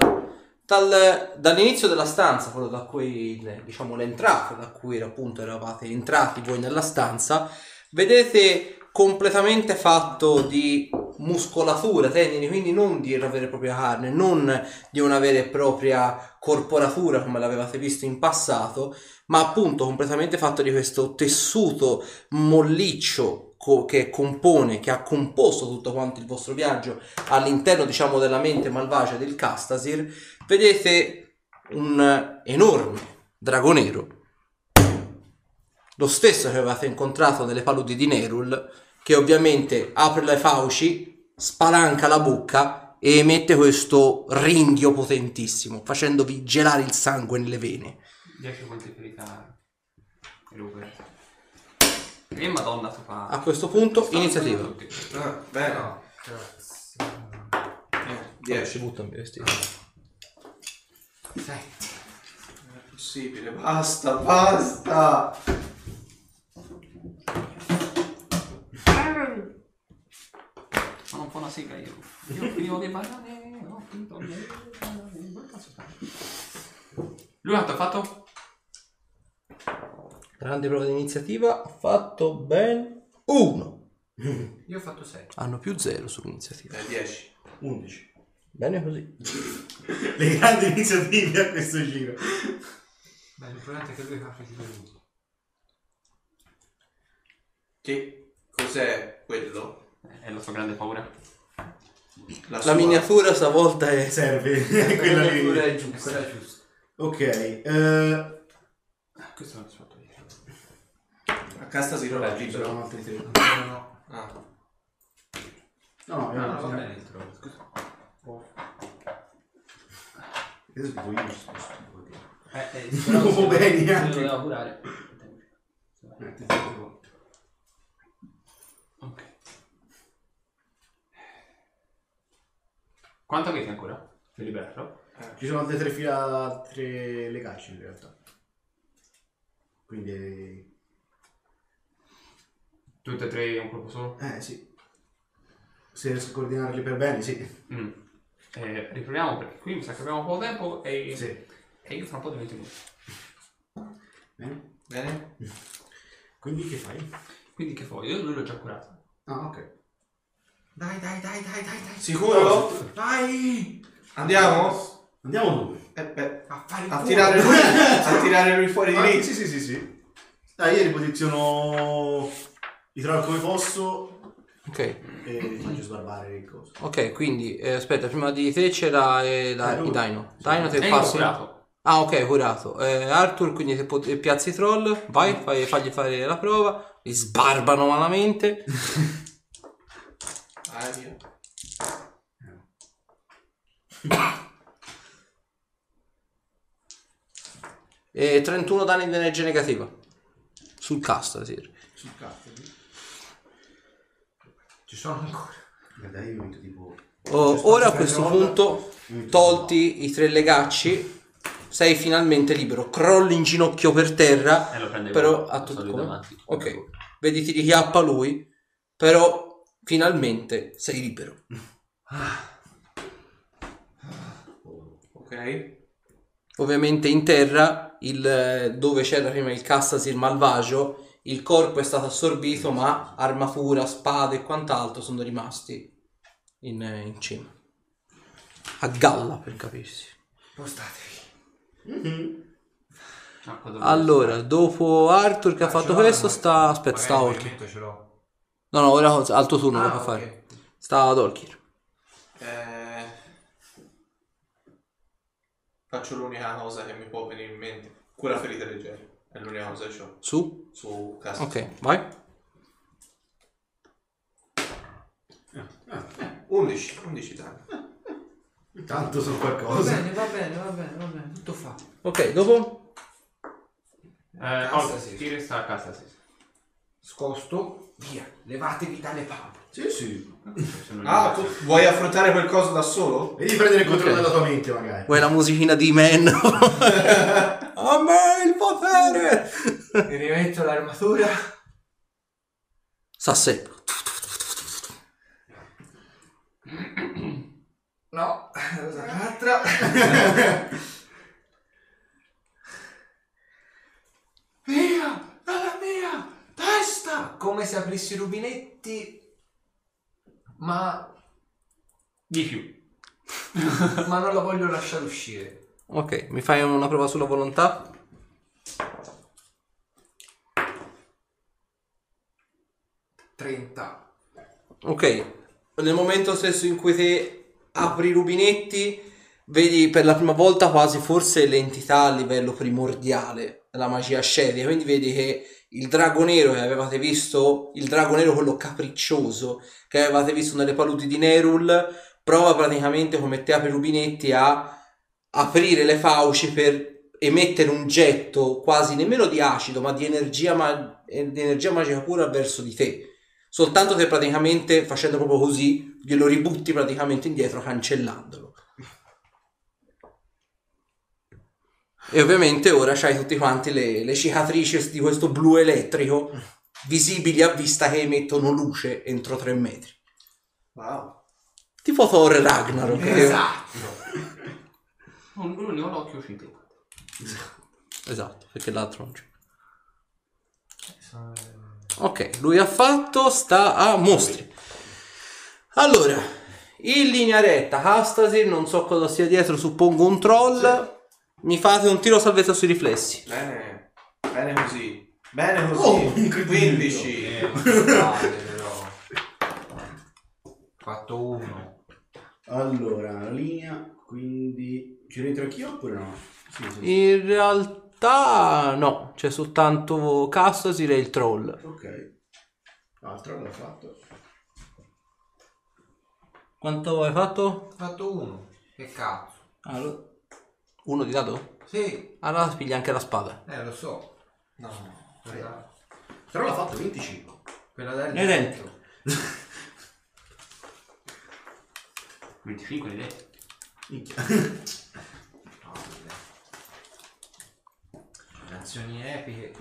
Dal- dall'inizio della stanza, quello da cui, eh, diciamo, l'entrata, da cui appunto eravate entrati voi nella stanza, vedete completamente fatto di muscolatura, tendini, quindi non di una vera e propria carne, non di una vera e propria corporatura come l'avevate visto in passato, ma appunto completamente fatto di questo tessuto molliccio co- che compone, che ha composto tutto quanto il vostro viaggio all'interno, diciamo, della mente malvagia del Castasir, vedete un enorme drago nero, lo stesso che avevate incontrato nelle paludi di Nerul, che ovviamente apre le fauci, spalanca la bocca e emette questo ringhio potentissimo, facendovi gelare il sangue nelle vene. 10 punti per i cari. Rupert. E madonna tu fa. A questo punto, iniziativa. Tutti. Ah, Eh, bene. No, grazie. Eh, 10. buttami vestito. Senti, Non è possibile. Basta, basta. Sono un po' una sega io. Io finivo le banane, ho finito le banane. Ma cazzo fai? Lui quanto ha fatto? Grande prova di iniziativa, ha fatto ben 1. Io ho fatto 6. Hanno più 0 sull'iniziativa. Eh, 10. 11. Bene così. Le grandi iniziative a questo giro. Ma l'importante è che lui fa di lui. Che cos'è quello? È la sua grande paura. La sua- miniatura stavolta è... Serve quella lì. è giusta. Quella è giusta. Ok. eh, Ah, Questo non l'ho fatto io. A casa si trova ci libero. sono altri tre. No, No, no, Ah. no, io no, non va so. bene il troll. Adesso tipo io ci sto stupido. Eh, eh, Non se- va bene se neanche. lo doveva curare. Eh, ti dico. Ok. Quanto avete ancora? Per liberarlo? eh, Ci sono altre tre fila, altre legacce in realtà. Quindi... Tutte e tre un colpo solo? Eh sì. Se riesco a coordinarli per bene, sì. Mm. Eh, riproviamo perché qui mi sa che abbiamo poco tempo e, Sì. e io fra un po' divento inutile. Bene. Bene? Quindi che fai? Quindi che fai? Io lui l'ho già curato. Ah, ok. Dai, dai, dai, dai, dai, dai. Sicuro? Vai! Andiamo? Andiamo dove? Eh beh, A fare il a culo. tirare lui, a tirare lui fuori di Ah, lì. sì, sì, sì, sì. Ah, io riposiziono i troll come posso Ok, e li faccio sbarbare il coso. ok, quindi eh, aspetta, prima di te c'era eh, da- Eh, lui. i Dino. Dino E te Eh, io l'ho passi. curato. Ah, ok, curato. Eh, Arthur, quindi se pot- piazzi troll, vai, fai- fagli fare la prova. Li sbarbano malamente. Aria. E 31 Eh, danni di energia negativa. Sul cast, sì. Sul cazzo. eh. Ci sono ancora. Guarda, io ho vinto tipo... Oh, spazio ora a per questo roll. punto, tolti i tre legacci, sei finalmente libero. Crolli in ginocchio per terra. E Eh, lo prende Però io, a lo tutto sto lì come? davanti. Ok, vedi ti richiappa lui, però finalmente sei libero. Ok. Ovviamente in terra, il, eh, dove c'era prima il Castasir malvagio, il corpo è stato assorbito, ma armatura, spade e quant'altro sono rimasti in, eh, in cima. A galla per capirsi. Postatevi. Ah, qua dove- Allora, dopo Arthur che ha fatto questo, sta... Aspetta, sta Magari il Orchid. movimento ce l'ho. No, no, ora cosa- al tuo turno Ah, lo può ok. fare. Sta ad Orchid. Eh, faccio l'unica cosa che mi può venire in mente. Cura ferita leggera. È l'unica cosa che ho Su. su casa. Ok, vai. 11, 11 danni. Intanto sono Va qualcosa. bene, va bene, va bene, va bene. Tutto fa. Ok, dopo... Eh, Cassa, oh, sì. ti resta a casa, sì. Scosto. Via. Levatevi dalle palle. Sì, sì. Se non Ah, gli- tu vuoi affrontare qualcosa da solo? Vedi prendere il controllo della tua mente, magari. Vuoi la musicina di Man? A me il potere! Mi rimetto l'armatura. Sasse. No, uso l'altra. Via! Dalla mia testa! Come se aprissi i rubinetti, ma, Di più. ma non la voglio lasciare uscire. Ok, mi fai una prova sulla volontà? Ok, nel momento stesso in cui te apri i rubinetti, vedi per la prima volta quasi forse l'entità a livello primordiale, la magia scedia, quindi vedi che il drago nero che avevate visto, il drago nero quello capriccioso che avevate visto nelle paludi di Nerul, prova praticamente come te apri i rubinetti a aprire le fauci per emettere un getto quasi nemmeno di acido, ma di energia, ma- eh, di energia magica pura verso di te. Soltanto che praticamente facendo proprio così glielo ributti praticamente indietro cancellandolo. E ovviamente ora c'hai tutti quanti le, le cicatrici di questo blu elettrico visibili a vista che emettono luce entro 3 metri. Wow. Tipo Thor Ragnarok. che- Oh, lui ne ho l'occhio uscito. Esatto, perché l'altro non c'è. Ok, lui ha fatto, sta a mostri. Allora, in linea retta, Castasir, non so cosa sia dietro, suppongo un troll. Mi fate un tiro salvezza sui riflessi. Bene. Bene così. Bene Oh, così. incredibile. 15. Eh, ma che palle, però. Fatto uno. Allora, la linea, quindi... Ci rientro anch'io oppure no? Sì, sì. In realtà no, c'è soltanto Castasir e il troll. Ok. Altro l'ho fatto. Quanto hai fatto? Fatto uno. Che cazzo. Allora, uno di dato? Sì, Allora piglia anche la spada. eh, lo so. No, quella, Eh, Però l'ho fatto 25. quella del È dentro. 25 di te. Minchia. Azioni epiche.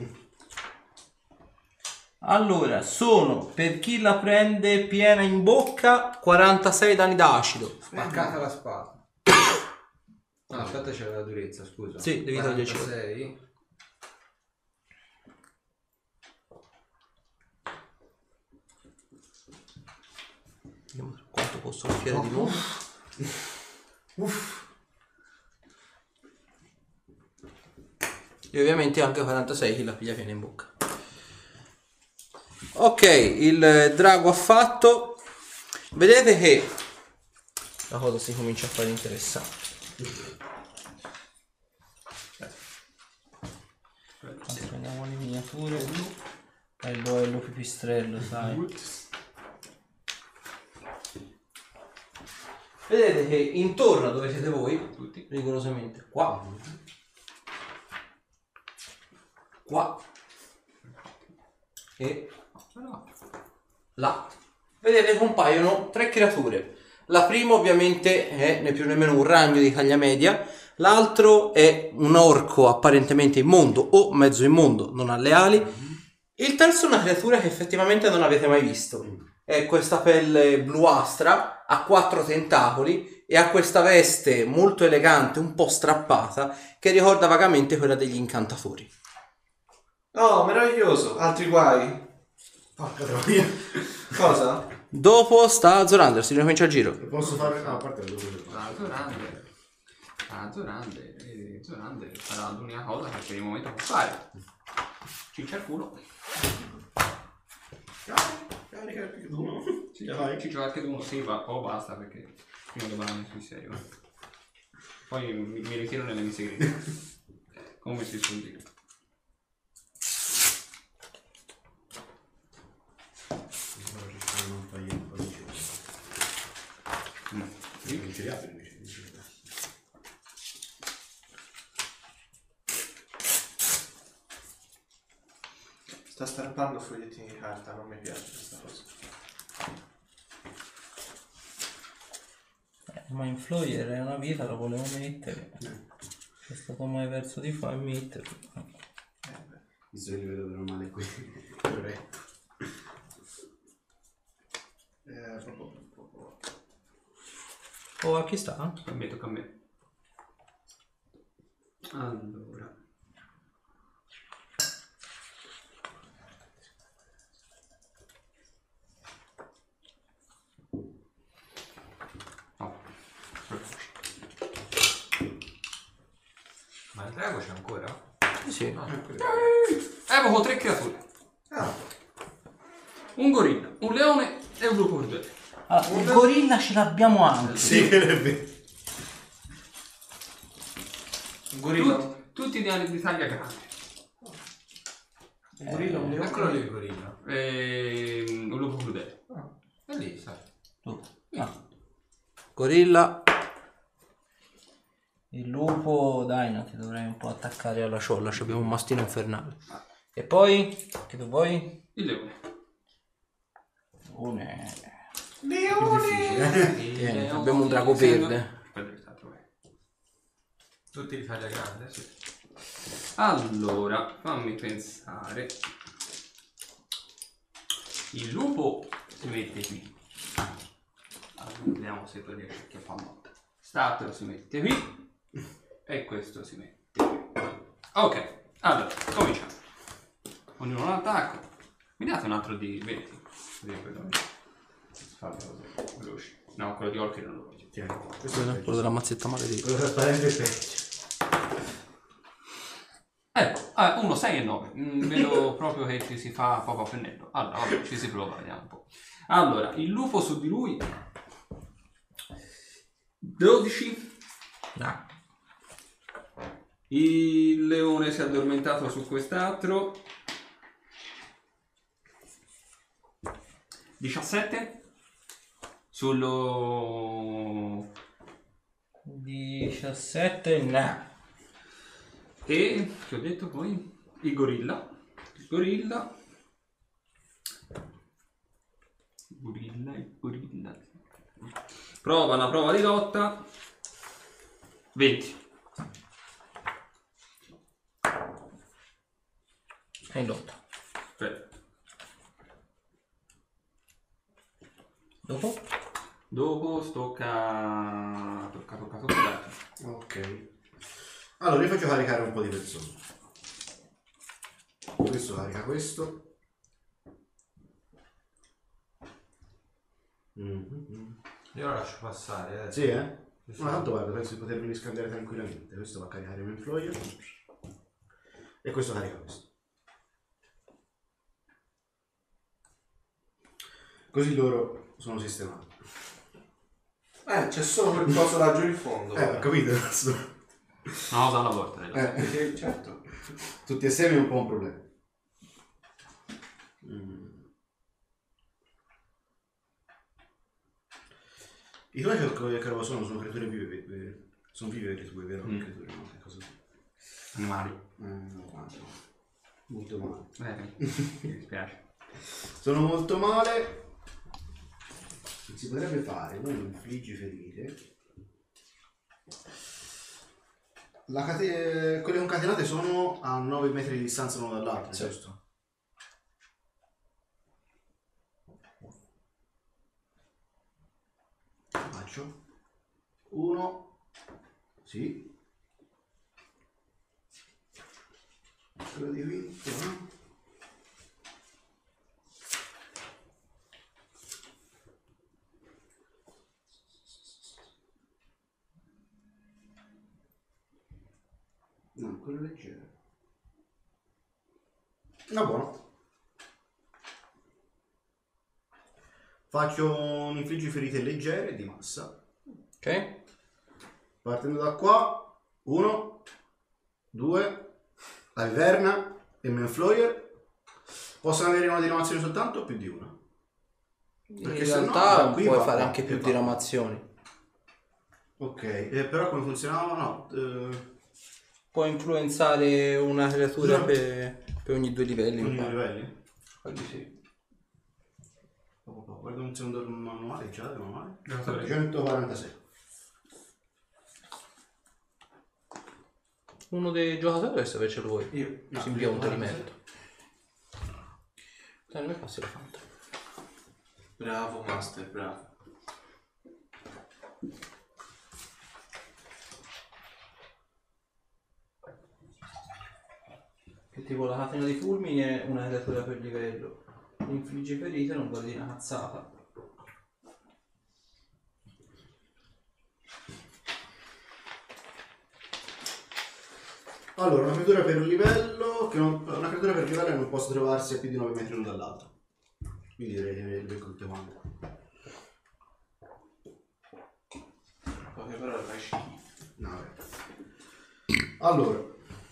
Allora, sono per chi la prende piena in bocca 46 danni da acido. Spaccata la spada. No, aspetta, c'è la durezza, scusa. Sì, devi togliere 46. Vediamo quanto posso gonfiare di nuovo. E ovviamente anche 46 chi la piglia piena in bocca. Ok, il eh, drago ha fatto. Vedete che la cosa si comincia a fare interessante. Prendiamo le miniature. Bello è lo pipistrello, sai. Vedete che intorno a dove siete voi, rigorosamente, qua, qua e là, vedete compaiono tre creature. La prima ovviamente è né più né meno un ragno di taglia media, l'altro è un orco apparentemente immondo o mezzo immondo, non ha le ali. Il terzo è una creatura che effettivamente non avete mai visto. È questa pelle bluastra, ha quattro tentacoli e ha questa veste molto elegante, un po' strappata, che ricorda vagamente quella degli incantatori. Oh, meraviglioso. Altri guai. Porca troia. Cosa? Dopo sta Zorander, si ricomincia il giro. Posso fare... No, a parte lo devo fare. Ah, Zorander. Ah, Zorander. eh, Zorander farà l'unica cosa che per il momento può fare. Ciccia il culo. Carica il uno. Sì, vai. Ciccio anche tu, sì, va, o basta perché prima domani sul serio. Poi mi, mi ritiro nelle mie segrete. Come si suol dire. Non fai niente, poi dici. Non ce li apri invece. dici. Sta stampando fogliettini di carta, non mi piace questa cosa. Ma in Floyer è una vita, lo volevo mettere. È stato mai verso di fa e metterlo. Mi sono livello della male qui. Dovrei. Eh, proprio, proprio. Oh, a chi sta? Tocca a me, tocca a me. Allora. No. Ma il drago c'è ancora? Eh, Sì. Ah, Eh, Evoco tre creature. Un gorilla, un leone e un lupo crudele. Allora, Ah, il gorilla ce l'abbiamo anche. Sì, che è vero. Un gorilla. Tutti, tutti di, di taglia grande. Un gorilla, un leone. eccolo lì il gorilla. Ehm, un lupo crudele. È lì, sai. Tu. Ah, Gorilla, il lupo, dai, no, ti dovrei un po' attaccare alla ciolla. ci Abbiamo un mastino infernale. E poi, che tu vuoi? Il leone. Une. Il leone- abbiamo un drago verde. Aspetta, che sta trovando. Tutti li fai da grande? Sì. Allora, fammi pensare. Il lupo si mette qui. Allora, vediamo se tu riesci che fa notte. Stato si mette qui. E questo si mette qui. Ok, allora, cominciamo. Ognuno un attacco. Mi date un altro di 20. Vedi quello. Fammi così, veloci. No, quello di Orchi non lo voglio. Tieni, questo è il Quello peggio. della mazzetta maledetta. Quello trasparente è il peggio. Ecco, 1, 6 e 9. Vedo proprio che ci si fa poco a pennello. Allora, vabbè, ci si prova, vediamo un po'. Allora, il lupo su di lui. 12. No. Il leone si è addormentato su quest'altro. 17. Sullo... 17, no. E che ho detto poi? Il gorilla. Il gorilla. Il gorilla, il gorilla. Prova una prova di lotta. 20. È in lotta. Aspetta. Dopo? Dopo tocca. Tocca, tocca, tocca. Ok. Allora, io faccio caricare un po' di persone. Questo carica questo. Mhm. Io lo lascio passare, eh. Sì, eh? Sì, sì. Ma tanto guarda, penso di potermi riscambiare tranquillamente. Questo va a caricare il Floyer. E questo carica questo. Così loro sono sistemati. Eh, c'è solo quel coso laggiù in fondo. Eh, ho capito. adesso. Una cosa alla volta. ragazzi. Eh, sì, certo. Tutti assieme è un po' un problema. Mm. I tuoi cerco- che roba sono? Sono creature vive, vere. Sono vive le tue, vero? Mm. Creature, no? Che cosa? Animali. Mm, no, quanto. Molto male. Eh, mi dispiace. Sono molto male. Si potrebbe fare, non infliggi ferite. La cate- Quelle concatenate sono a 9 metri di distanza l'uno dall'altro, giusto? Faccio. Uno. Sì. Quello di vinto, no? No, quello leggero. Va buono. Faccio un infliggi ferite leggere di massa. Ok? Partendo da qua, 1, 2, la viverna e Manfloyer. Possono avere una diramazione soltanto o più di una? In Perché se no, realtà da qui puoi va- fare anche più va- diramazioni. Ok, eh, però come funzionava? No, eh, Puoi influenzare una creatura No. per, per ogni due livelli. mi ogni pare. livello. Quelli sì. Oh, oh, oh, Guarda un secondo il manuale, già il manuale. Giocatore. 146. Uno dei giocatori adesso invece voi. Io. si invia un delimento. Dai, non mi passi la fanta. Bravo, Master, bravo. Che tipo la catena di fulmini è una creatura per livello. Infligge ferite, non guardi una cazzata. Allora, una creatura per livello. Che non, una creatura per livello che non posso trovarsi a più di 9 metri l'uno dall'altro. Quindi direi che le becco tutte quante. In Poche parole, fai schifo. No, vabbè. Allora,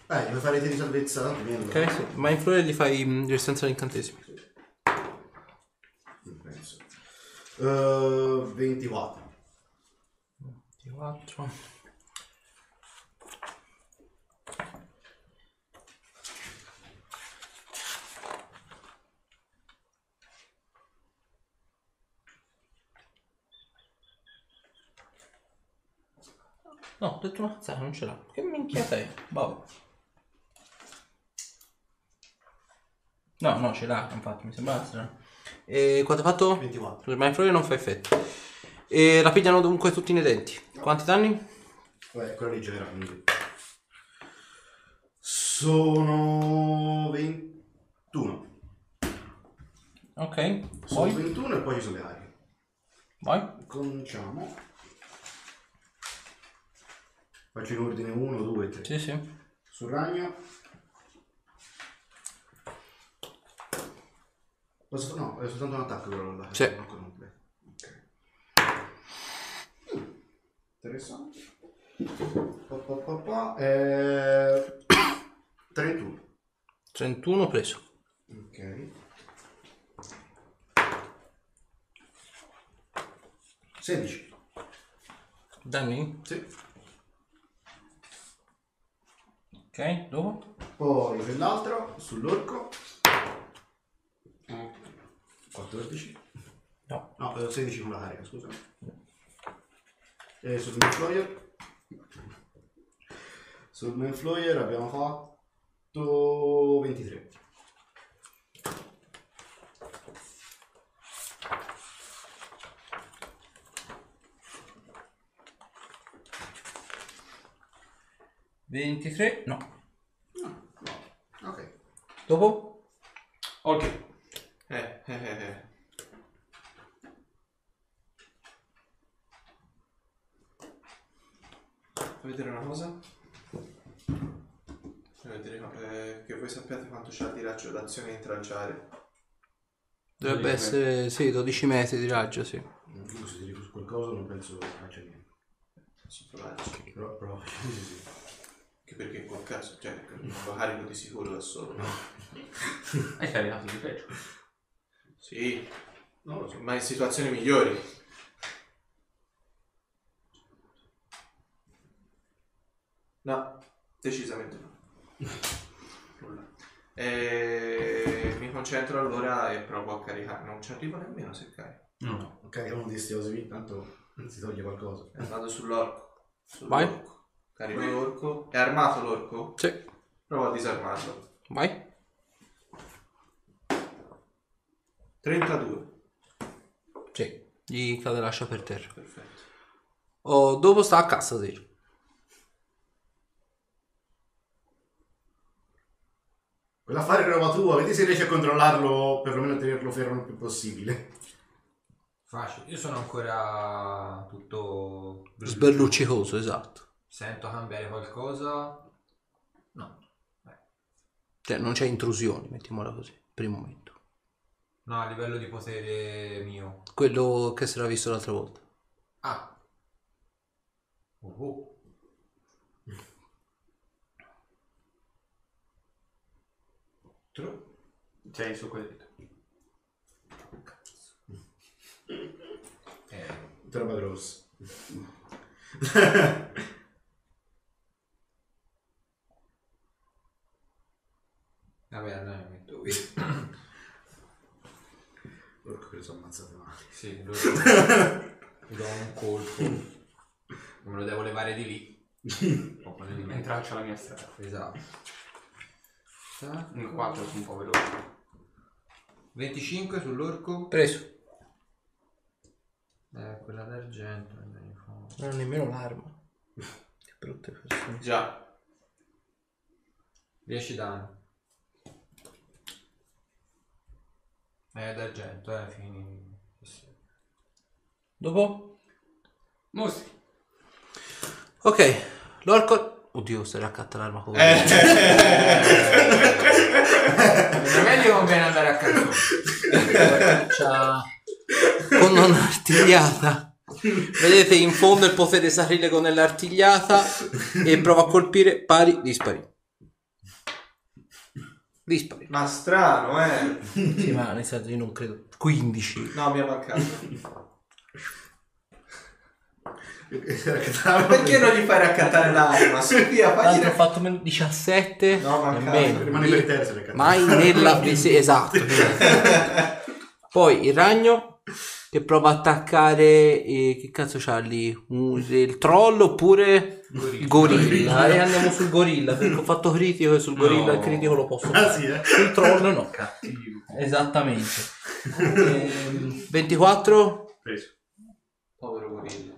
eh, devo fare i tiri di salvezza tanto meno. Ok, sì. ma in flore gli fai mh, resistenza agli incantesimi. Non penso. Eh, 24. 24. No, ho detto una cazzata, non ce l'ha. Che minchia sei? Vabbè. No, no, ce l'ha, infatti, mi sembra strano. E quanto ha fatto? 24. Il mindflare non fa effetto. E la pigliano dunque tutti nei denti. Quanti danni? Vabbè, quella leggera quindi. Sono 21. Ok. Sono Poi, 21 e poi ci sono le aree. vai. Cominciamo. Faccio in ordine 1, 2, 3. Sì, sì. Sul ragno. Posso fa- No, è soltanto un attacco però la Sì. ancora un play. Ok. Mm, Interessante. Pa, pa, pa, pa. Eh, 31. 31 preso. Ok. 16. Danni? Sì. Ok, dopo. Poi quell'altro sull'orco. 14. No. No, eh, 16 con la carica, scusa. E sul Manfloyer. Sul Manfloyer abbiamo fatto 23. No. No, no. Ok. Dopo? Ok. Eh, eh, eh, eh. Vuoi vedere una cosa? Vuoi vedere, eh, che voi sappiate quanto c'ha di raggio d'azione in traggiare. Dovrebbe Sì, essere, sì, 12 metri di raggio, sì. Non dico se ti dico su qualcosa, non penso che faccia niente. Posso provarci. Però, però, sì, sì. Anche perché col cazzo, cioè, lo carico di sicuro da solo. Hai caricato di peggio. Sì, ma in situazioni migliori. No, decisamente no. Nulla. Eh, mi concentro allora e provo a caricare. Non ci arrivo nemmeno se carico. No. Carichiamo di sti osi, tanto si toglie qualcosa. Eh, Vado sull'orco. Vai. Sull'orco. Carico l'orco. È armato l'orco? Sì. Provo a disarmarlo. Vai. 32. Sì. Gli cade l'ascia per terra. Perfetto. Oh, dopo sta a cassa, sì. Quell'affare è roba tua, vedi se riesci a controllarlo, perlomeno a tenerlo fermo il più possibile. Facile. Io sono ancora tutto... Sberluccicoso, esatto. Sento cambiare qualcosa? No. Cioè, non c'è intrusione, mettiamola così, per il momento. No, a livello di potere mio. Quello che si era visto l'altra volta. Ah. Oh, oh. Sei su quel... Eh, Tutta roba grossa. vabbè, allora mi metto qui. Porco che le sono ammazzate male. Sì, lo gli do un colpo. Me lo devo levare di lì. O quello di me. Entraccia la mia strada. Esatto. Sa- Un 4 sono un po' veloce. 25 sull'orco. Preso. Eh, quella d'argento. eh, andiamo in fondo. Non ho nemmeno l'arma. Che brutte persone. Già. 10 danni. Eh, d'argento, eh, fini. sì. Dopo? Mostri. Ok, l'orco... Oddio, stai raccatta l'arma con Eh. Per me gli conviene andare a cazzo. con un'artigliata. Vedete in fondo il potere salire con l'artigliata e prova a colpire pari, dispari. Dispari. Ma strano, eh. Sì, ma nel senso io non credo. 15. No, mi è mancato. Perché Perché non gli fai raccattare l'arma? Su via, fagli Tanto ho rac- fatto meno 17. No, ma Nemmeno. Rimane per terzo le cattive. Mai nella visione. Esatto. Poi il ragno che prova a attaccare. eh, che cazzo c'ha lì? Un- il troll oppure. il Gorilla. E andiamo sul gorilla. Perché ho fatto critico e sul gorilla il critico lo posso Ah fare. sì, eh. Sul troll no. Esattamente. Ehm, 24. Preso. Povero gorilla.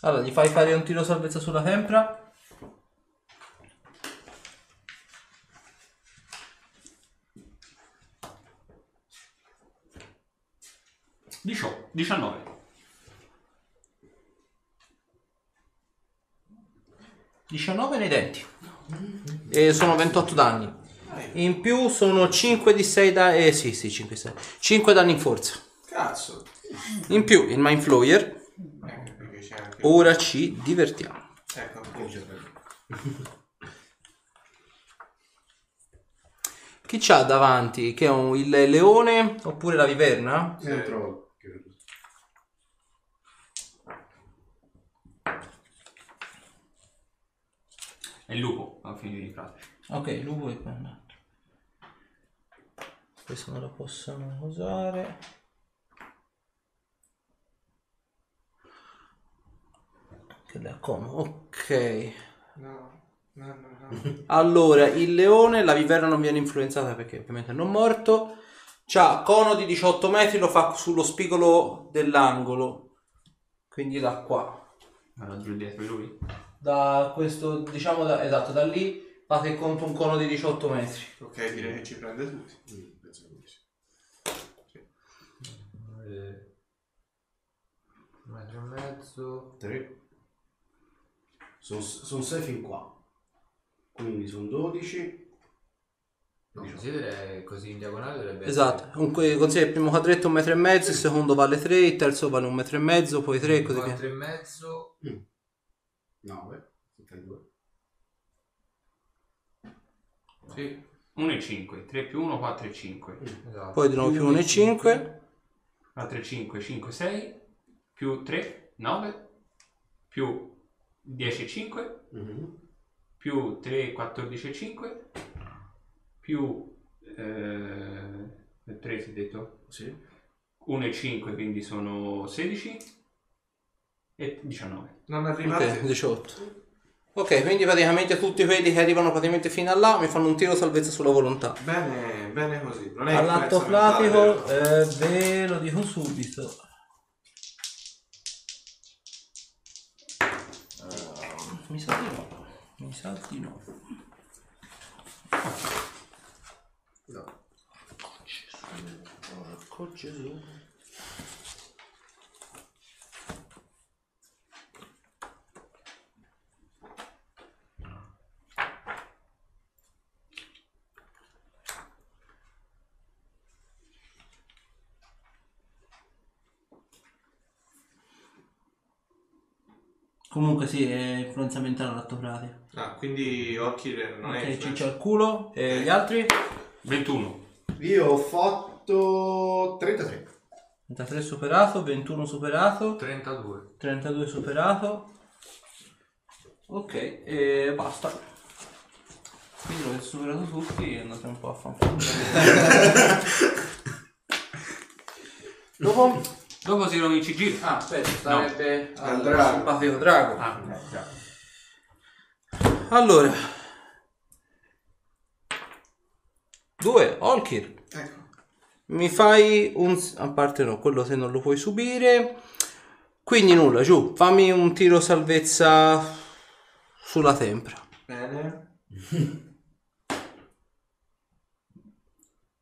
Allora, gli fai fare un tiro salvezza sulla tempra. Dicio- 19. 19 nei denti. E sono 28 danni. In più sono 5 di 6 danni. Eh sì, sì, 5 di 6. 5 danni in forza. Cazzo. In più il Mind Flayer. Ecco perché c'è anche... Ora ci divertiamo. Ecco appunto. Chi c'ha davanti? Che è un- il leone oppure la viverna? È un troll. credo. È il lupo, alla fine di pratica. Ok, lupo e poi un altro. Questo non lo possono usare. Che da come? Ok. No, no, no, no. Allora, il leone, la viverna non viene influenzata perché ovviamente è non morto. C'ha cono di 18 metri, lo fa sullo spigolo dell'angolo. Quindi da qua. Vado giù dietro di lui. Da questo, diciamo, da- esatto, da lì fate conto un cono di 18 metri. Ok, direi che ci prende tutti. Mm, penso di sì. Eh, Un metro e mezzo. Tre. Sono 6 fin qua. Quindi sono 12. No, considera così in diagonale dovrebbe Esatto, comunque consiglio il primo quadretto un metro e mezzo, il secondo vale 3, il terzo vale un metro e mezzo, poi 3 e così via. 4 e mezzo. 9. 7 fai due. Sì. 1 e 5, 3 più 1, 4 e 5. Esatto. Poi di nuovo più 1 e 5. 4 e 5, 5, 6, più 3, 9, più 10 e 5, Mhm. più 3, 14 e 5, più eh, 3 si è detto, Sì. 1 e 5 quindi sono 16 e 19. Non arrivate. Ok, 18. Ok, quindi praticamente tutti quelli che arrivano praticamente fino a là mi fanno un tiro salvezza sulla volontà. Bene, bene così. Non è All'atto influenza mentale, pratico, vero? eh, ve lo dico subito. Eh, Mi sa di no. Mi sa di no. No. Porco Gesù. Comunque sì, è influenza mentale l'atto pratico. Ah, quindi Orchid non è Ok, influenza. ciccio al culo. E gli altri? 21. Io ho fatto 33. 33 superato, 21 superato, 32. 32 superato. Ok, e basta. Quindi l'ho superato tutti e andate un po' a fanculo. Dopo Dopo si rovinci giro. Ah, aspetta, sarebbe Al allora, drago. simpatico drago. Ah, eh, già. Allora. 2. Olkir. Ecco. Mi fai un... A parte no, quello se non lo puoi subire. Quindi nulla, giù. Fammi un tiro salvezza sulla tempra. Bene.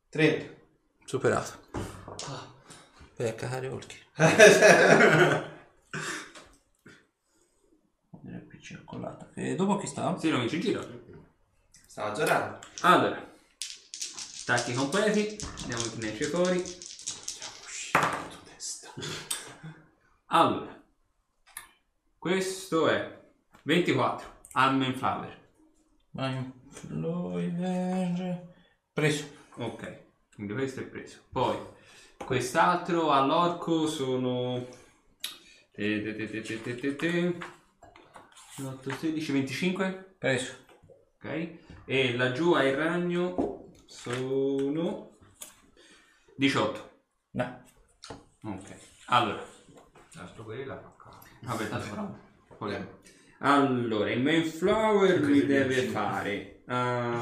30. Superato. Eh, Per cacare Olkir. Direi cioccolata. E dopo chi sta? si rovinci giro. Stava giorando. Allora, attacchi completi, andiamo chi ne esce fuori. Allora, questo è 24, Almen Flower. Ma in Floyver. Preso. Ok, quindi questo è preso. Poi, quest'altro all'orco sono... te, te, te, te, te, te, te, te. 8, 16, 25. Preso. Ok? E laggiù al ragno sono 18. No. Ok. Allora, Ah, Sto gorilla fa cazzo. vabbè, tanto bravo. Allora, il Manflower mi deve fare ah,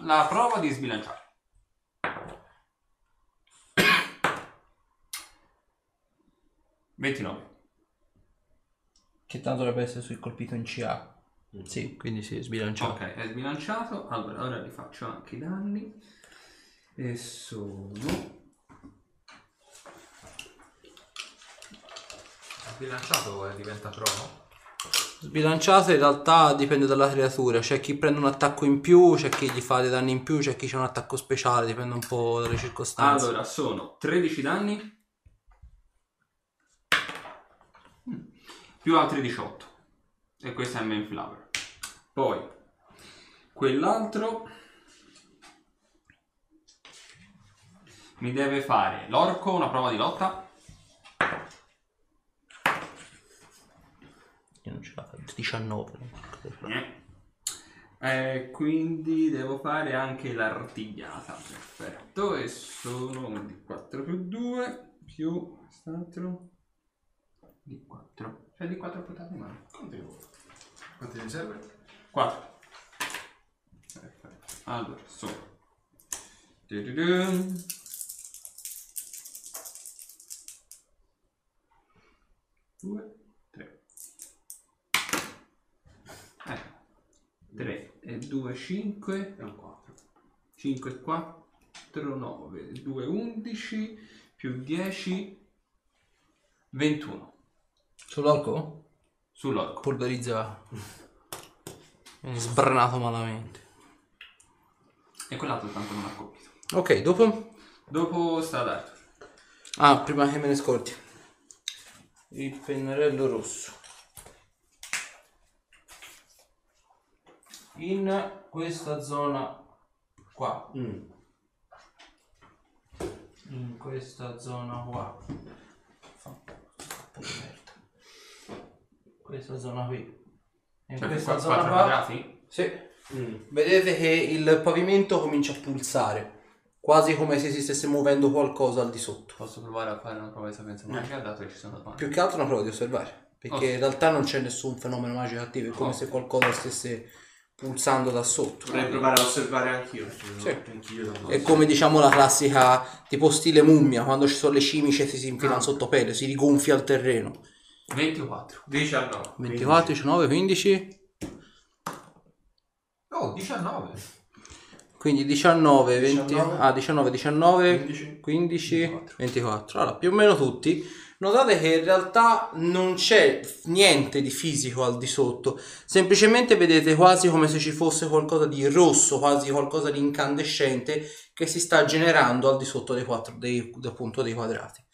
la prova di sbilanciare. Ventinove. Che tanto dovrebbe essere sul colpito in CA. Sì, quindi si sbilancia. Ok, è sbilanciato. Allora, ora li faccio anche i danni. E sono... Sbilanciato eh, diventa trono? Sbilanciato in realtà dipende dalla creatura, c'è chi prende un attacco in più, c'è chi gli fa dei danni in più, c'è chi c'ha un attacco speciale, dipende un po' dalle circostanze. Allora, sono 13 danni Mm. più altri 18. E questo è Main Flower. Poi quell'altro mi deve fare l'orco una prova di lotta. Io non ce la faccio, 19. Eh, quindi devo fare anche l'artigliata. Perfetto. E sono di 4 più 2 più quest'altro di 4. Cioè di 4 portate in mano. Quanti Quanti ne serve? 4. Perfetto. Allora, sono. Du-du-dum. Due, tre. Ecco. 3 e 2, 5. È un 4. 5 e 4, 9. 2, 11. Più 10, 21. Sull'orco? Sull'orco. Polverizza. Viene sbranato malamente. E quell'altro tanto non ha colpito. Ok, dopo? Dopo sta ad Arthur. Ah, prima che me ne scordi. il pennarello rosso in questa zona qua Mm. in questa zona qua Fa un po' di merda. questa zona qui in Cioè, questa qua- zona quattro qua quadrati? sì. Mm. vedete che il pavimento comincia a pulsare quasi come se si stesse muovendo qualcosa al di sotto Posso provare a fare una prova di sapienza magica dato che ci sono davanti. più che altro una prova di osservare perché Ok. in realtà non c'è nessun fenomeno magico attivo è come Ok. se qualcosa stesse pulsando da sotto Vorrei provare a osservare anch'io. Sì. Anch'io da È come diciamo la classica tipo stile mummia, quando ci sono le cimici e si, si infilano sotto pelle, si rigonfia il terreno. 24. 19. 24, 19, 15, Oh, 19. quindi 19, 20, 19. ah 19, 19, 15. 15, 24. Allora, più o meno tutti. Notate che in realtà non c'è niente di fisico al di sotto, semplicemente vedete quasi come se ci fosse qualcosa di rosso, quasi qualcosa di incandescente che si sta generando al di sotto dei, quattro, dei, appunto, dei quadrati.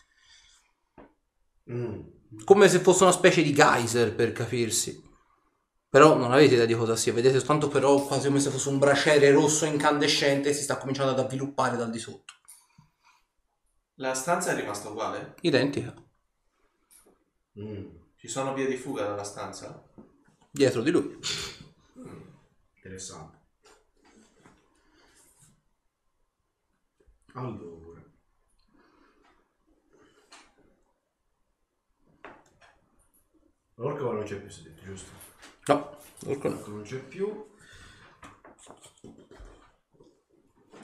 Mm. come se fosse una specie di geyser per capirsi. Però non avete idea di cosa sia, vedete soltanto però quasi come se fosse un braciere rosso incandescente e si sta cominciando ad avviluppare dal di sotto. La stanza è rimasta uguale? Identica, Mm. Ci sono vie di fuga dalla stanza? dietro di lui. Interessante. Allora. L'orco non c'è più sedetto, giusto? No, l'orco no. L'orco non c'è più.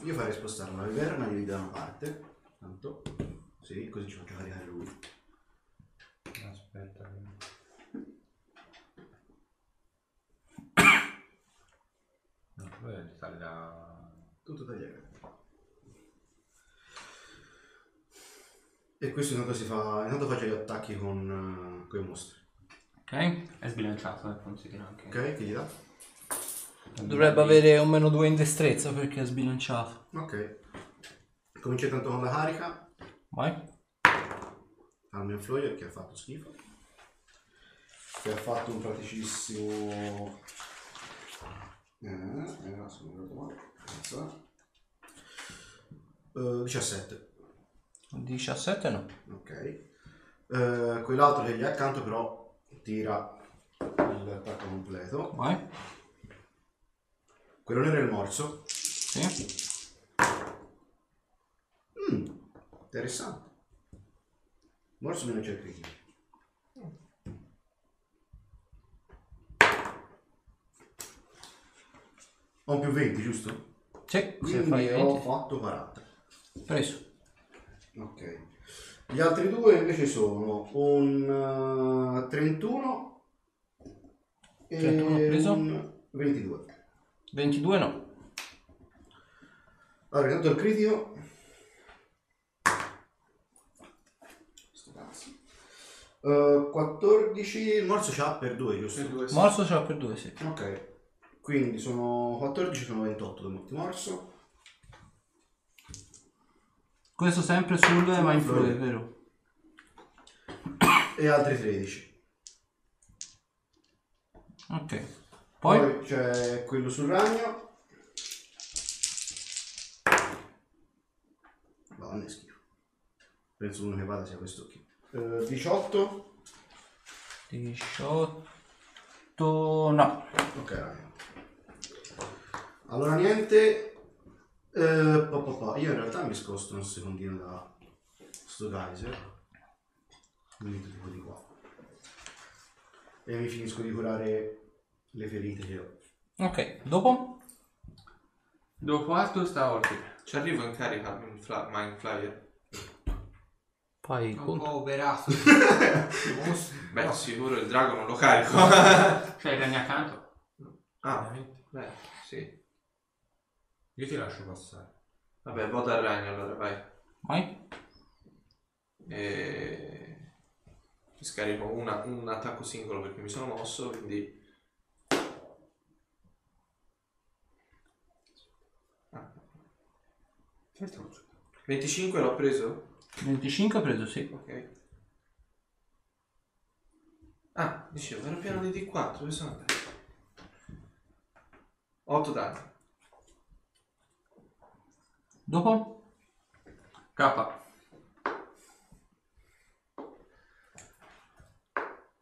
Io farei spostare la viverna lì da una parte. Tanto. Sì, così ci faccio caricare lui. Aspetta. No, poi è sale da... Tutto tagliato. E questo intanto si fa. Intanto faccio gli attacchi con, i mostri. Ok? È sbilanciato, eh, considera anche. Ok? Che gli dà? Dovrebbe avere un meno 2 in destrezza perché è sbilanciato. Ok. Comincia tanto con la carica. Vai. Al mio Floyer che ha fatto schifo. Che ha fatto un praticissimo. Eh, eh, sono andato male. Cazzo, eh. Eh, 17. 17 no. Ok. Eh, quell'altro che gli è accanto però tira l'attacco completo. Vai. Quello nero è il morso. Sì. Mm, interessante. Morso meno cerca di Ho un più 20, giusto? Sì, se Quindi fai ho 20. fatto 40. Preso. Ok. Gli altri due invece sono un eh, 31 e 31 preso. un 22. 22 no. Allora, intanto il critico. Sto cazzo. Eh, 14. Il morso c'ha per 2, giusto? Per due sì. Morso ce l'ha per 2, sì. Ok. Quindi sono 14, sono 28 del morti morso. Questo sempre sul Mind Mindflow, Flayer. è vero? E altri 13. Ok. Poi, Poi? c'è quello sul ragno. Madonna, è schifo. Penso uno che vada sia questo qui. Eh, 18. 18 no. Ok, raga. Allora niente. Eh, pa, pa, pa. Io in realtà mi scosto un secondino da sto geyser. Mi metto tipo di qua. E mi finisco di curare le ferite che ho. Ok, dopo? Dopo Arthur sta Orchid. Ci arrivo in carica in fla- Mind Flyer? Poi Un Oh, po' operato. Mostro. Beh, sicuro il drago non lo carico. Cioè, i ragni accanto. ah, Veramente? beh, sì. Io ti lascio passare. Vabbè, vado al ragno allora, vai. Vai. E... Mi scarico una- un attacco singolo perché mi sono mosso, quindi... Ah. 25 l'ho preso? 25 preso, sì. Ok. Ah, Dicevo, era piano di esatto. D4, dove sono andato? 8 danni. Dopo? K.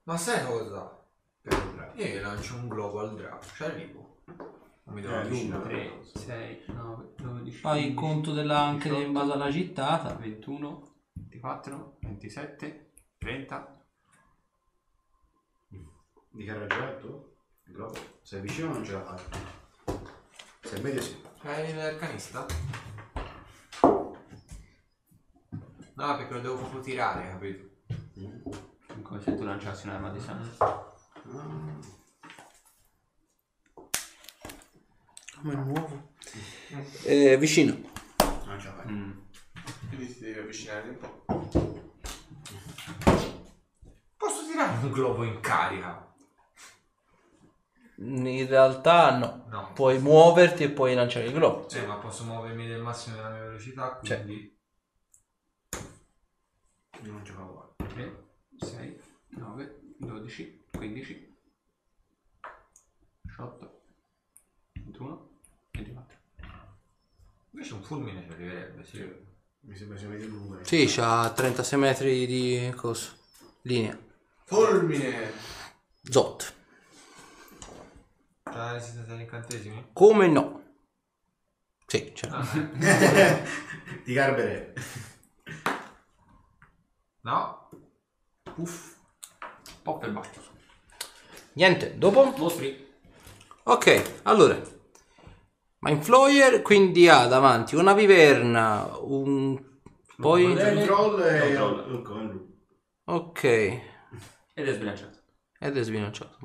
Ma sai cosa? Però, Io gli lancio un globo al drago, ci arrivo. Non Eh, mi devo avvicinare. 3, 6, 9, 12. Fai il conto della, anche in base alla gittata. 21, 24, 27, 30. Di carraggetto? Globo. Sei vicino o non ce la fai? Sei medio sì. Hai l'arcanista? No, perché lo devo proprio tirare, capito? Come se tu lanciassi un'arma di sangue. Ah, Come nuovo. Eh, vicino. Non ce la fai. Quindi ti devi avvicinare un po'. Posso tirare un globo in carica? In realtà no. No. Puoi muoverti e puoi lanciare il globo. Sì, ma posso muovermi del massimo della mia velocità, quindi... Non ce la fai. 3, 6, 9, 12, 15, 18, 21, 24. Invece un fulmine ci arriverebbe, sì. Mi sembra sia meglio lungo. Sì, c'ha 36 metri di coso. Linea. Fulmine! Zot. C'è la resistenza agli incantesimi? Come no? Sì, c'è. Di Garbere. No. Pop e bacio. Niente, dopo? Mostri. Ok, allora. Mindfloyer quindi ha davanti una viverna, un... Poi... Un troll e No, troll. un conlu. Ok, ed Ed è sbilanciato. è sbilanciato.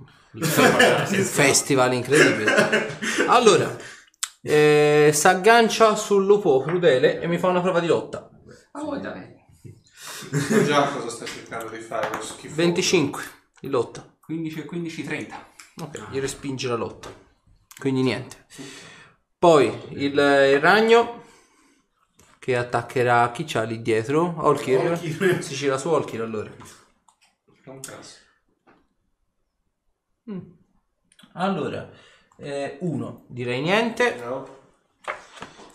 Festival incredibile. Allora, eh, si aggancia sul lupo crudele e mi fa una prova di lotta. Ah, vuoi dai. So già cosa sta cercando di fare, lo schifo. 25 di lotta. 15 e 15, 30. Ok, gli respinge la lotta. Quindi niente. Poi il, il ragno che attaccherà chi c'ha lì dietro. Olkir. Si gira su Olkir allora. Non cazzo. Allora, eh, uno, direi niente. Eh, No.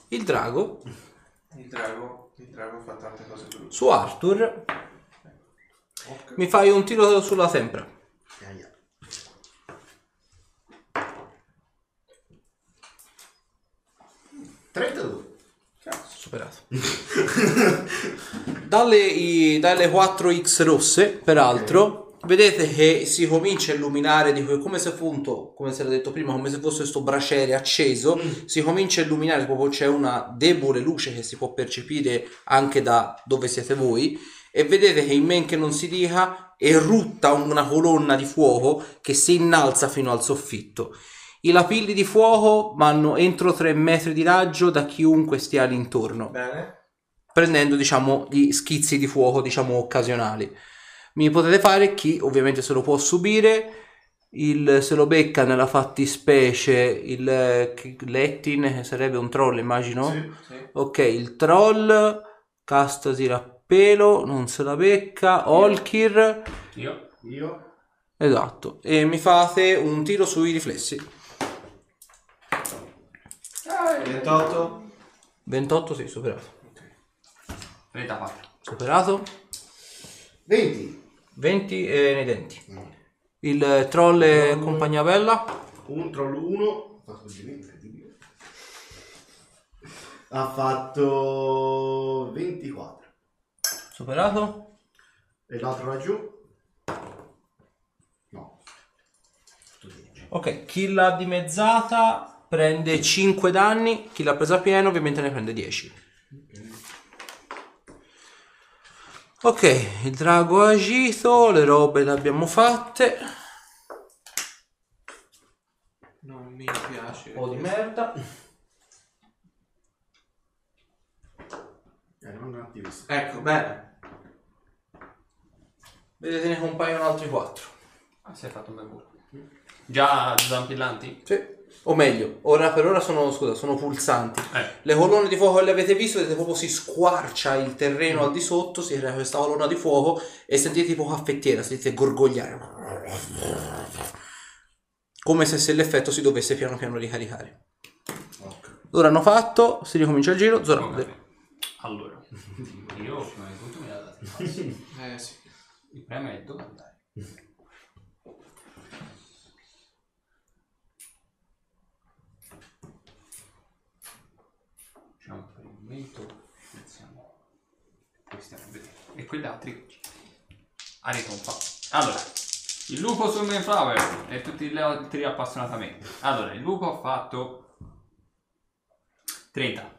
Il drago Il drago, il drago fa tante cose brutte. su Arthur. Ok. Mi fai un tiro sulla tempra. Aia. Superato. dalle, i- dalle 4X rosse, peraltro, vedete che si comincia a illuminare di que- come se appunto, come si era detto prima, come se fosse questo braciere acceso, si comincia a illuminare, proprio c'è una debole luce che si può percepire anche da dove siete voi e vedete che in men che non si dica erutta una colonna di fuoco che si innalza fino al soffitto. I lapilli di fuoco vanno entro 3 metri di raggio da chiunque stia all'intorno Bene. prendendo diciamo gli schizzi di fuoco diciamo occasionali mi potete fare chi ovviamente se lo può subire il, se lo becca nella fattispecie il eh, chi- Lettin che sarebbe un troll immagino Sì. ok il troll Castasi Rappelo non se la becca Olkir Io. Io. esatto e mi fate un tiro sui riflessi 28. 28 sì superato 34. superato 20. 20 eh, nei denti il eh, troll e compagnia bella Un troll 1. Fatto di me, incredibile. Ha fatto 24. superato E l'altro laggiù? No. Ok, chi l'ha dimezzata prende 5 danni, chi l'ha presa pieno ovviamente ne prende 10. Ok, il drago ha agito, le robe le abbiamo fatte. Non mi piace. merda. Eh, rimango attivista. Ecco, bene. Vedete ne compaiono altri 4. Ah, si è fatto un bel buco. Già zampillanti? Sì. O meglio, ora per ora sono, scusa, sono pulsanti. Eh. Le colonne di fuoco che le avete visto, vedete proprio si squarcia il terreno al di sotto, si crea questa colonna di fuoco e sentite tipo caffettiera, sentite gorgogliare. Come se, se l'effetto si dovesse piano piano ricaricare. Ora hanno fatto, si ricomincia il giro, Zora. Ok. Allora, io prima di tutto mi la dato Eh sì. Il problema è dove andare. Diciamo per il momento iniziamo. Poi stiamo a vedere. E quegli altri arriva Ah, un po'. Allora, il lupo sul Mayflower e tutti gli altri appassionatamente. Allora, il lupo ha fatto 30.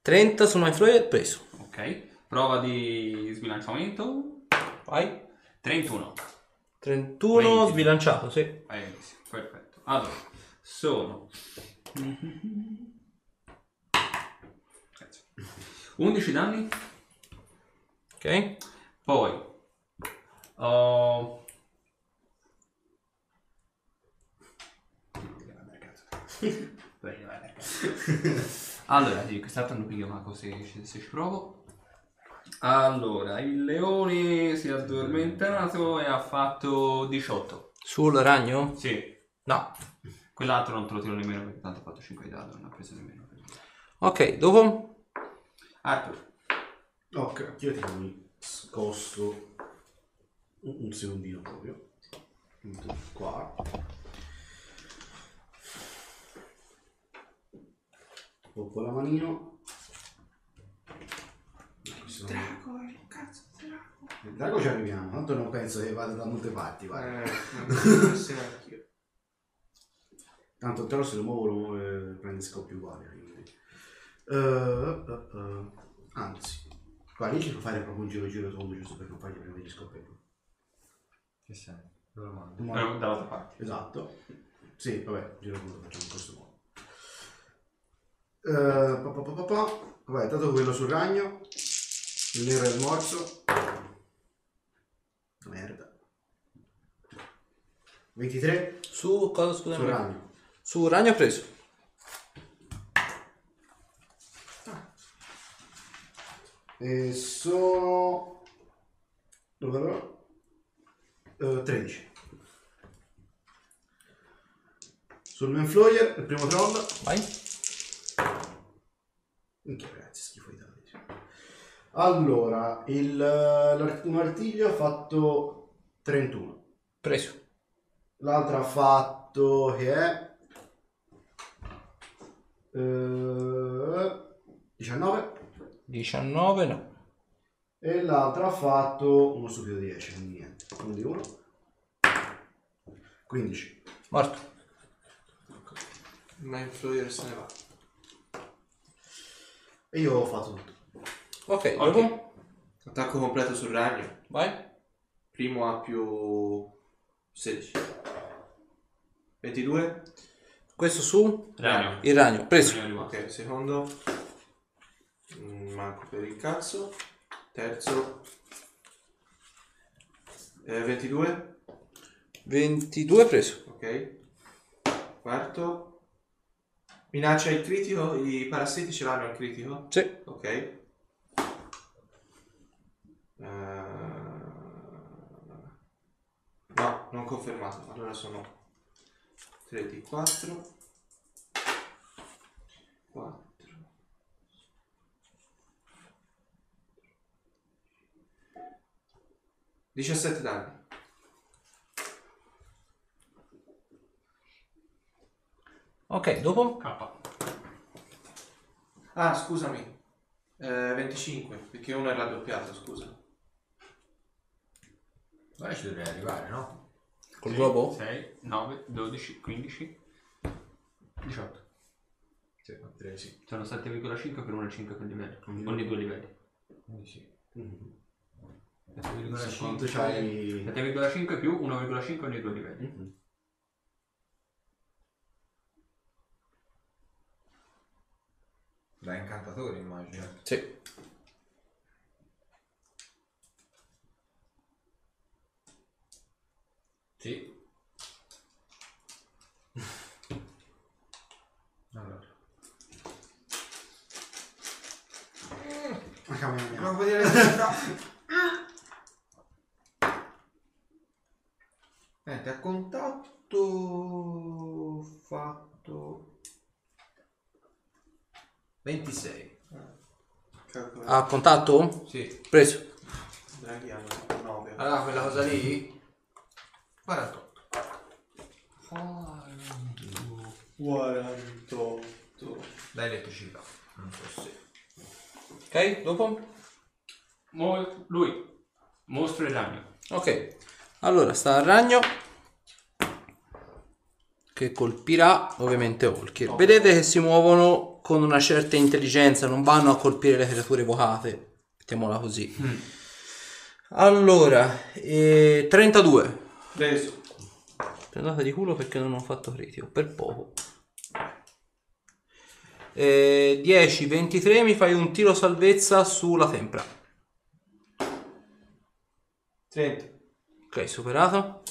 30 su Mindflayer preso. Ok, prova di sbilanciamento. Vai. 31. 31 20. sbilanciato, sì. Vai benissimo, perfetto. Allora, sono... Cazzo. 11 danni, Ok. poi... ho- Vai, vai, vai, cazzo. Allora, sì, quest'altro non piglio ma se, se ci provo. Allora, il leone si è addormentato e ha fatto 18. Sul ragno? Sì, No. Quell'altro non te lo tiro nemmeno perché tanto ha fatto 5 di dado, non ha preso nemmeno. Ok, dopo? Arthur, Ok, io ti mi scosto un, un secondino proprio. Metto Qua. Toppo la manino. Drago, cazzo, drago. Il drago ci arriviamo, tanto non penso che vada da molte parti, guarda. Eh, non so se anch'io. Tanto il toro se lo muovo, lo muove, prende scoppio uguale. Quindi. Eh, eh, eh, anzi, qua riesci a fare proprio un giro giro tondo giusto per non fargli prendere scoppio Che sei? Dove lo mando? Ma- però dall'altra parte. Esatto. Sì, vabbè, giro tondo facciamo in questo modo. Eh, pa, pa, pa, pa, pa. Vabbè, tanto quello sul ragno. Il nero è il morso. Merda. 23 Su cosa sul scusami? ragno. Su ragno preso. E sono... Dove ero? Eh, 13. Sul Manfloyer, il primo troll. Vai. Minchia ragazzi, schifo i dadi. Allora, il, eh, l'ar- un artiglio ha fatto 31. Preso. L'altra ha fatto che è... eh, 19. 19 no. e l'altra ha fatto uno stupido 10, quindi niente, quindi uno. 15. Morto. Ma Infloyer se ne va. E io ho fatto tutto. Ok, Ok. dopo? Attacco completo sul ragno. Vai. Primo ha più 16. 22. Questo su Ragno. il ragno. Preso. Ragno è rimasto. Ok, secondo. Mm, Manco per il cazzo. Terzo. Eh, 22. 22 preso. Ok. Quarto. Minaccia il critico. I parassiti ce l'hanno il critico. Sì. Ok. Eh, No, non confermato. Allora sono 3 di 4. 4. Diciassette danni. Ok, dopo? K. Ah, scusami. Eh, 25, perché uno è raddoppiato, scusa. Ora ci dovrei arrivare, no? Col globo? 6, 9, 12, 15, 18. Sì, ho presi. Sono 7,5 per 1,5 per livello. Ogni due livelli. Quindi sì. Mhm. 7,5. Quanto c'hai? 7,5 più 1,5 ogni due livelli. Mhm. Da incantatore immagino. Sì. Sì. Ah, Mica me ne- Non può dire la verità. Niente, a contatto ho fatto 26. Calcola. A contatto? Sì. Preso. Draghiano, 9. Allora quella cosa lì 48. 48. Da elettricità. Non so se. Ok, dopo? Mo- lui. Mostro e ragno. Ok. Allora sta il ragno che colpirà ovviamente Olkir. Vedete che si muovono con una certa intelligenza, non vanno a colpire le creature evocate. Mettiamola così. Allora, eh, 32. Preso. Prendata di culo perché non ho fatto critico, per poco. Eh, 10, 23, mi fai un tiro salvezza sulla tempra. 30. Ok, superato.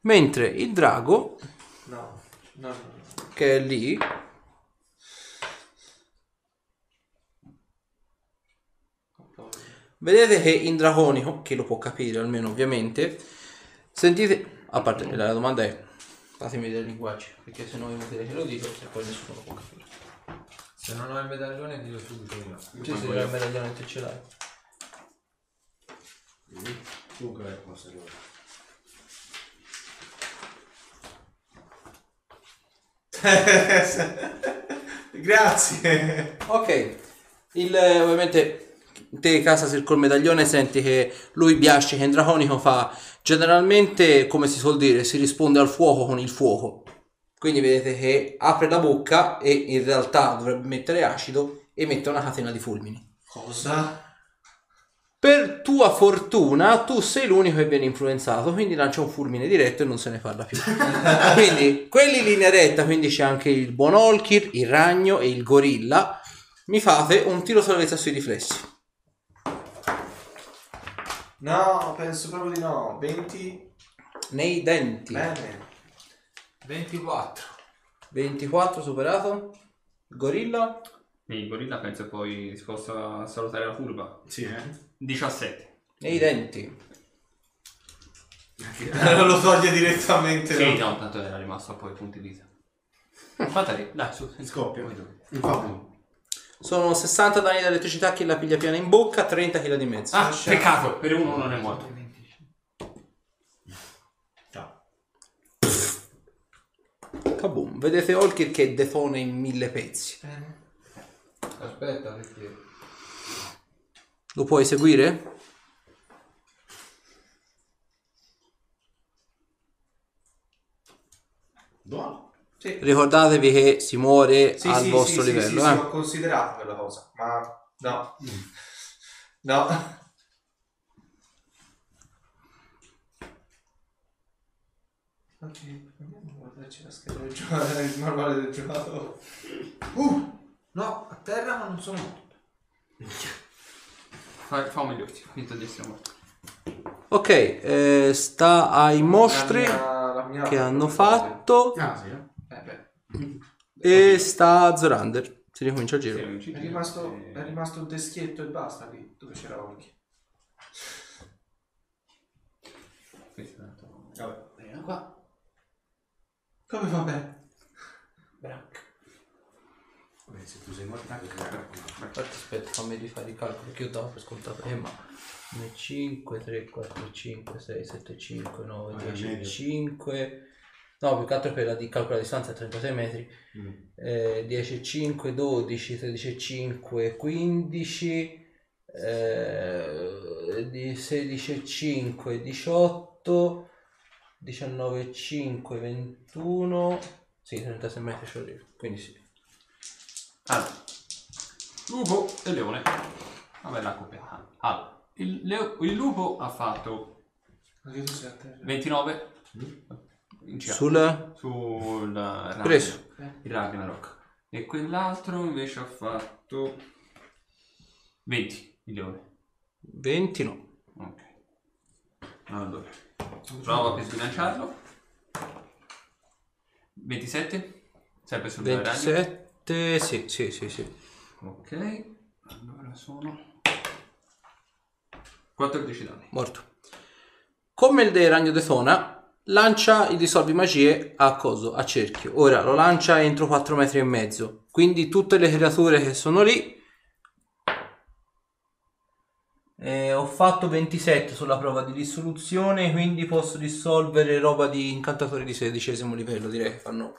Mentre il drago No. No, no, no. che è lì. Vedete che in draconico, che lo può capire almeno ovviamente, sentite, a parte la domanda è, fatemi vedere il linguaggio, perché se no è inutile che lo dico e poi nessuno lo può capire. Se non ho il medaglione dillo subito io. Cioè se il medaglione te ce l'hai. Comunque è cosa allora. Grazie. Ok, il, eh, ovviamente te casa se col medaglione senti che lui biasce che in draconico fa generalmente come si suol dire si risponde al fuoco con il fuoco quindi vedete che apre la bocca e in realtà dovrebbe mettere acido e mette una catena di fulmini Cosa? per tua fortuna tu sei l'unico che viene influenzato quindi lancia un fulmine diretto e non se ne parla più quindi quelli in linea retta quindi c'è anche il buon Olkir il ragno e il gorilla mi fate un tiro salvezza sui riflessi No, penso proprio di no. 20. nei denti Bene. 24. 24 superato gorilla E il gorilla penso poi si possa salutare la curva. Sì, eh? 17. nei denti non lo toglie direttamente. Sì, no. no, tanto era rimasto poi i punti vita. Fatale, dai, su. senza- Scoppia. voi due. Infatti. sono 60 danni di elettricità che la piglia piena in bocca 30 kg di mezzo Ah, peccato, per uno non è morto. Kaboom. vedete Olkir che detona in mille pezzi Aspetta perché. lo puoi seguire? Buono. ricordatevi che si muore Sì, al sì, vostro sì, sì, livello sì, sì, eh. ho considerato quella cosa, ma no. no. Ok, proviamo a guardarci la scheda del gioco, il manuale del gioco. Uh! No, a terra ma non sono morto. Fa, fa un meglio, finito di essere morto. ok eh, sta ai mostri che hanno fatto Ah, sì, eh? Eh beh, e sta a Zorander si ricomincia il Sì, giro non ci è dico, rimasto, eh, è rimasto un teschietto e basta lì, dove c'era Orchi. questo è tanto- Vabbè. Veniamo qua. Come va bene? Vabbè, se tu sei morto, anche te Infatti, aspetta, fammi rifare il calcolo perché io davo per scontato. Eh, ma 5, 3, 4, 5, 6, 7, 5, 9, Ah, 10, meglio. 5. No, più che altro per la di calcolo la distanza è 36 metri. Mm. Eh, 10, 5, 12, 13, 5, 15. eh, di 16, 5, 18. 19, 5, 21. Sì, 36 metri ci arrivo. Quindi sì. Allora, lupo e leone. Una bella coppia. Allora, il, leo- il lupo ha fatto Anche tu sei a terra. 29 in giro. Sul... sul Ragnar- Preso. il Ragnarok e quell'altro invece ha fatto 20 milioni 20 no. ok allora prova per sbilanciarlo 27 sempre sul Ragnar 27, sì, sì, sì, sì. ok allora allora sono 14 danni. Morto. Come il del ragno de Tona, lancia i dissolvi magie a coso, a cerchio. Ora lo lancia entro 4 metri e mezzo. Quindi tutte le creature che sono lì. Eh, ho fatto 27 sulla prova di dissoluzione, quindi posso dissolvere roba di incantatori di sedicesimo livello. Direi che fanno.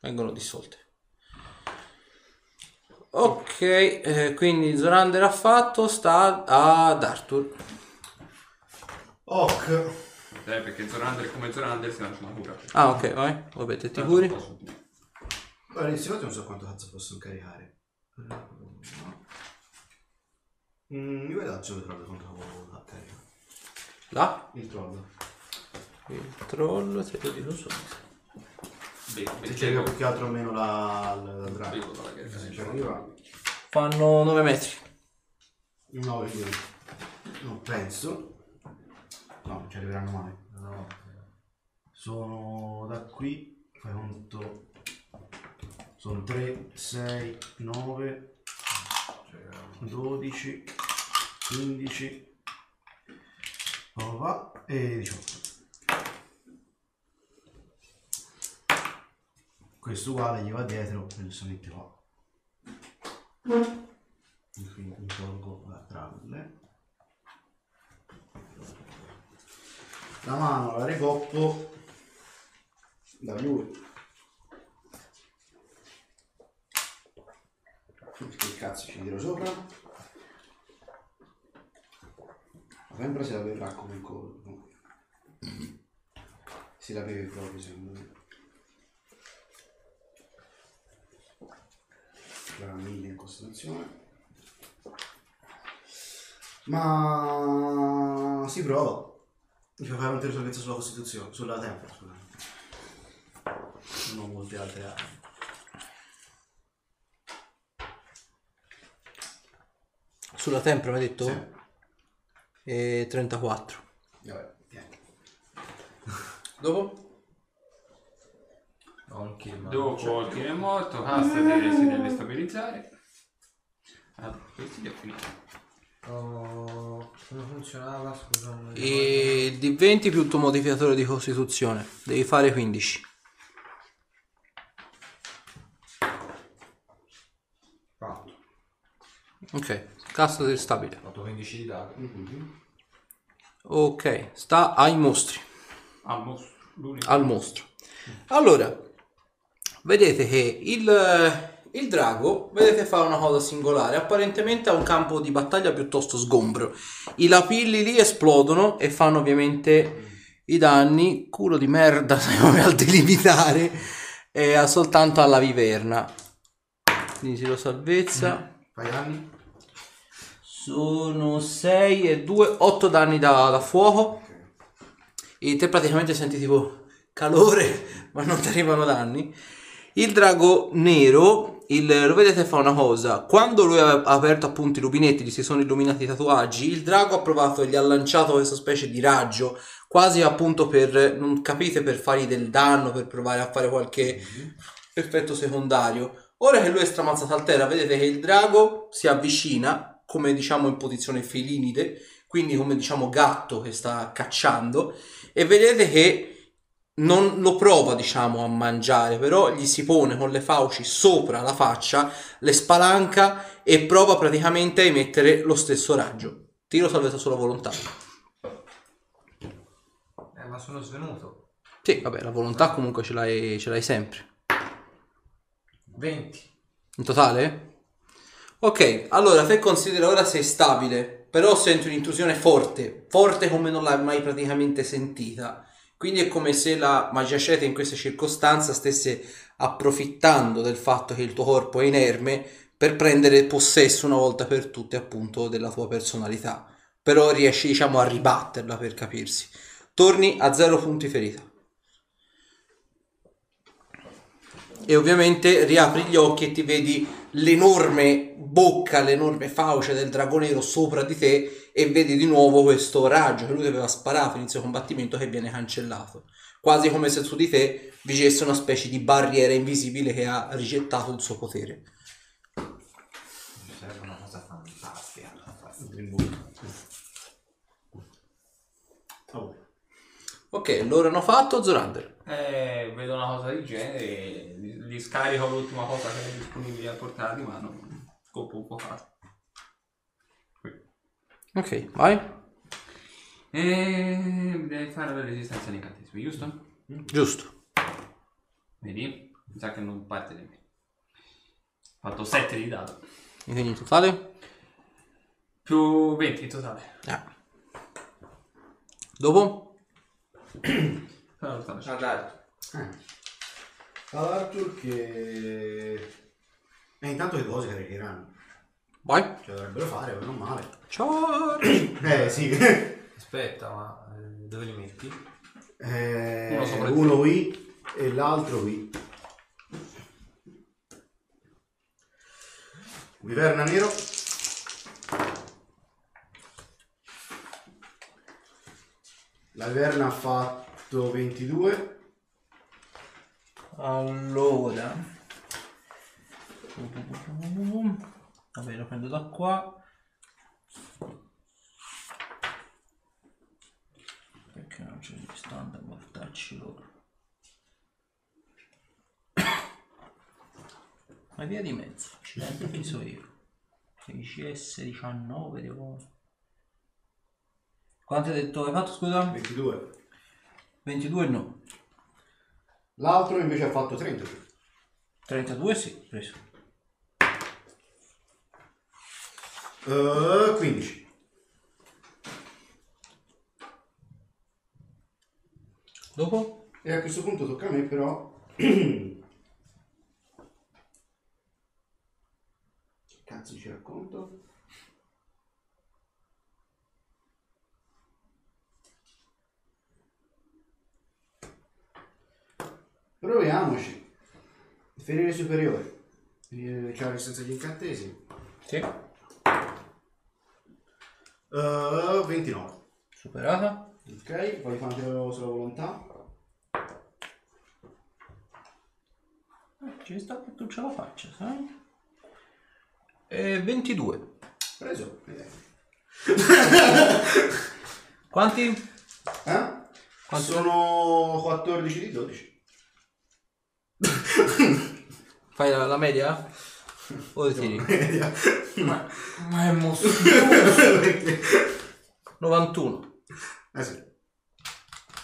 Vengono dissolte. Ok, eh, quindi Zorander ha fatto, sta ad Arthur. Ok. Eh, perché Zorander come Zorander si lancia una cura. Ah, ok, vai. Vabbè, te ti curi. Guarda, in non so quanto cazzo possono caricare. Mm, io vedo il troll contro la carica. Là, Il troll. il troll, te lo dico subito. Ti cerca più che altro meno la, la, la draga. Ci arriva? Fanno 9 metri. No, io non penso. No, non ci arriveranno mai. No. Sono da qui, fai conto. Sono 3, 6, 9, 12, 15, prova e 18. Questo uguale gli va dietro e giustamente va. E Quindi mi tolgo la travel. La mano la ricoppo da lui. Che cazzo ci tiro sopra? La membra se la verrà come il colpo. Si la beve proprio secondo me. la mille in costituzione ma si prova mi fa fare un tiro di salvezza sulla costituzione sulla tempra scusate non ho molte altre armi Sulla tempra mi hai detto? Sì. E 34. vabbè niente Dopo? Anche, ma Dopo il tiro è morto, Hasta deve- si deve stabilizzare. Ah, questi li ho finiti. Oh, come funzionava? Scusa, non mi ricordo. E di 20 più il tuo modificatore di costituzione. Devi fare 15. Fatto. Ok, cassa del stabile. Ho fatto 15 di dado. Ok, sta ai mostri. Ah, mostro. L'unico. al mostro. Allora, vedete che il, il drago, vedete, fa una cosa singolare. Apparentemente ha un campo di battaglia piuttosto sgombro. I lapilli lì esplodono e fanno ovviamente i danni. Culo di merda, siamo al delimitare. E ha soltanto alla viverna. Quindi si lo salvezza. fai danni Sono 6 e 2, 8 danni da, da fuoco. E te praticamente senti tipo calore, ma non ti arrivano danni. Il drago nero, il- lo vedete fa una cosa. Quando lui ha aperto appunto i rubinetti, gli si sono illuminati i tatuaggi, il drago ha provato, gli ha lanciato questa specie di raggio, quasi appunto per, non capite, per fargli del danno, per provare a fare qualche effetto secondario. Ora che lui è stramazzato al terra, vedete che il drago si avvicina, come diciamo in posizione felinide, quindi come diciamo gatto che sta cacciando, e vedete che non lo prova diciamo a mangiare, però gli si pone con le fauci sopra la faccia, le spalanca e prova praticamente a emettere lo stesso raggio. Tiro salvezza sulla volontà. Eh, ma sono svenuto. Sì, vabbè, la volontà comunque ce l'hai, ce l'hai sempre. 20. In totale? Ok, allora te considera ora sei stabile, però senti un'intrusione forte, forte come non l'hai mai praticamente sentita. Quindi è come se la magia asceta in questa circostanza stesse approfittando del fatto che il tuo corpo è inerme per prendere possesso una volta per tutte appunto della tua personalità. Però riesci diciamo a ribatterla per capirsi. Torni a zero punti ferita. e ovviamente riapri gli occhi e ti vedi l'enorme bocca, l'enorme fauce del dragone nero sopra di te e vedi di nuovo questo raggio che lui aveva sparato inizio combattimento che viene cancellato, quasi come se su di te vigesse una specie di barriera invisibile che ha rigettato il suo potere. rimburso. Oh. Ok, loro hanno fatto Zorander. Eh, vedo una cosa del genere, gli gli scarico l'ultima cosa che è disponibile a portare di mano, scopo un po' fatto. Ok, vai. E devi fare la resistenza agli incantesimi, giusto? Giusto. Vedi? Mi sa che non parte di me. Ho fatto 7 di dado. E quindi in totale? Più 20 in totale. Ah. Dopo? Però lo stanno- Guardate. Ad Eh. Arthur che... E intanto le cose caricheranno. Vai. Cioè dovrebbero fare, ma non male. Ciao. Eh sì. Aspetta, ma eh, dove li metti? Eh, Uno sopra il uno qui e l'altro qui. Viverna nero. La viverna ha fatto 22. Allora. Vabbè, lo prendo da qua. Perché non c'è gli stand a guardarci loro. Ma via di mezzo, ci dentro chi so io. 16S, 19, devo... Quanto hai detto? Hai fatto scusa? 22. 22 no. L'altro invece ha fatto 30. 32 sì, preso. Eh, 15. Dopo? E a questo punto tocca a me però. Che cazzo ci racconto? Proviamoci. Ferire superiore. Eh, Cioè senza gli incantesimi. Sì. Eh, 29. Superata. Ok, poi fare un tiro sulla volontà. Ah, Ci sta che tu ce la faccia, sai? E 22. Preso. Eh? Quanti? Quanto? Eh? Sono 14 di 12. Fai la, la media? O li tiri? Ma, ma è mosso. 91. Eh sì.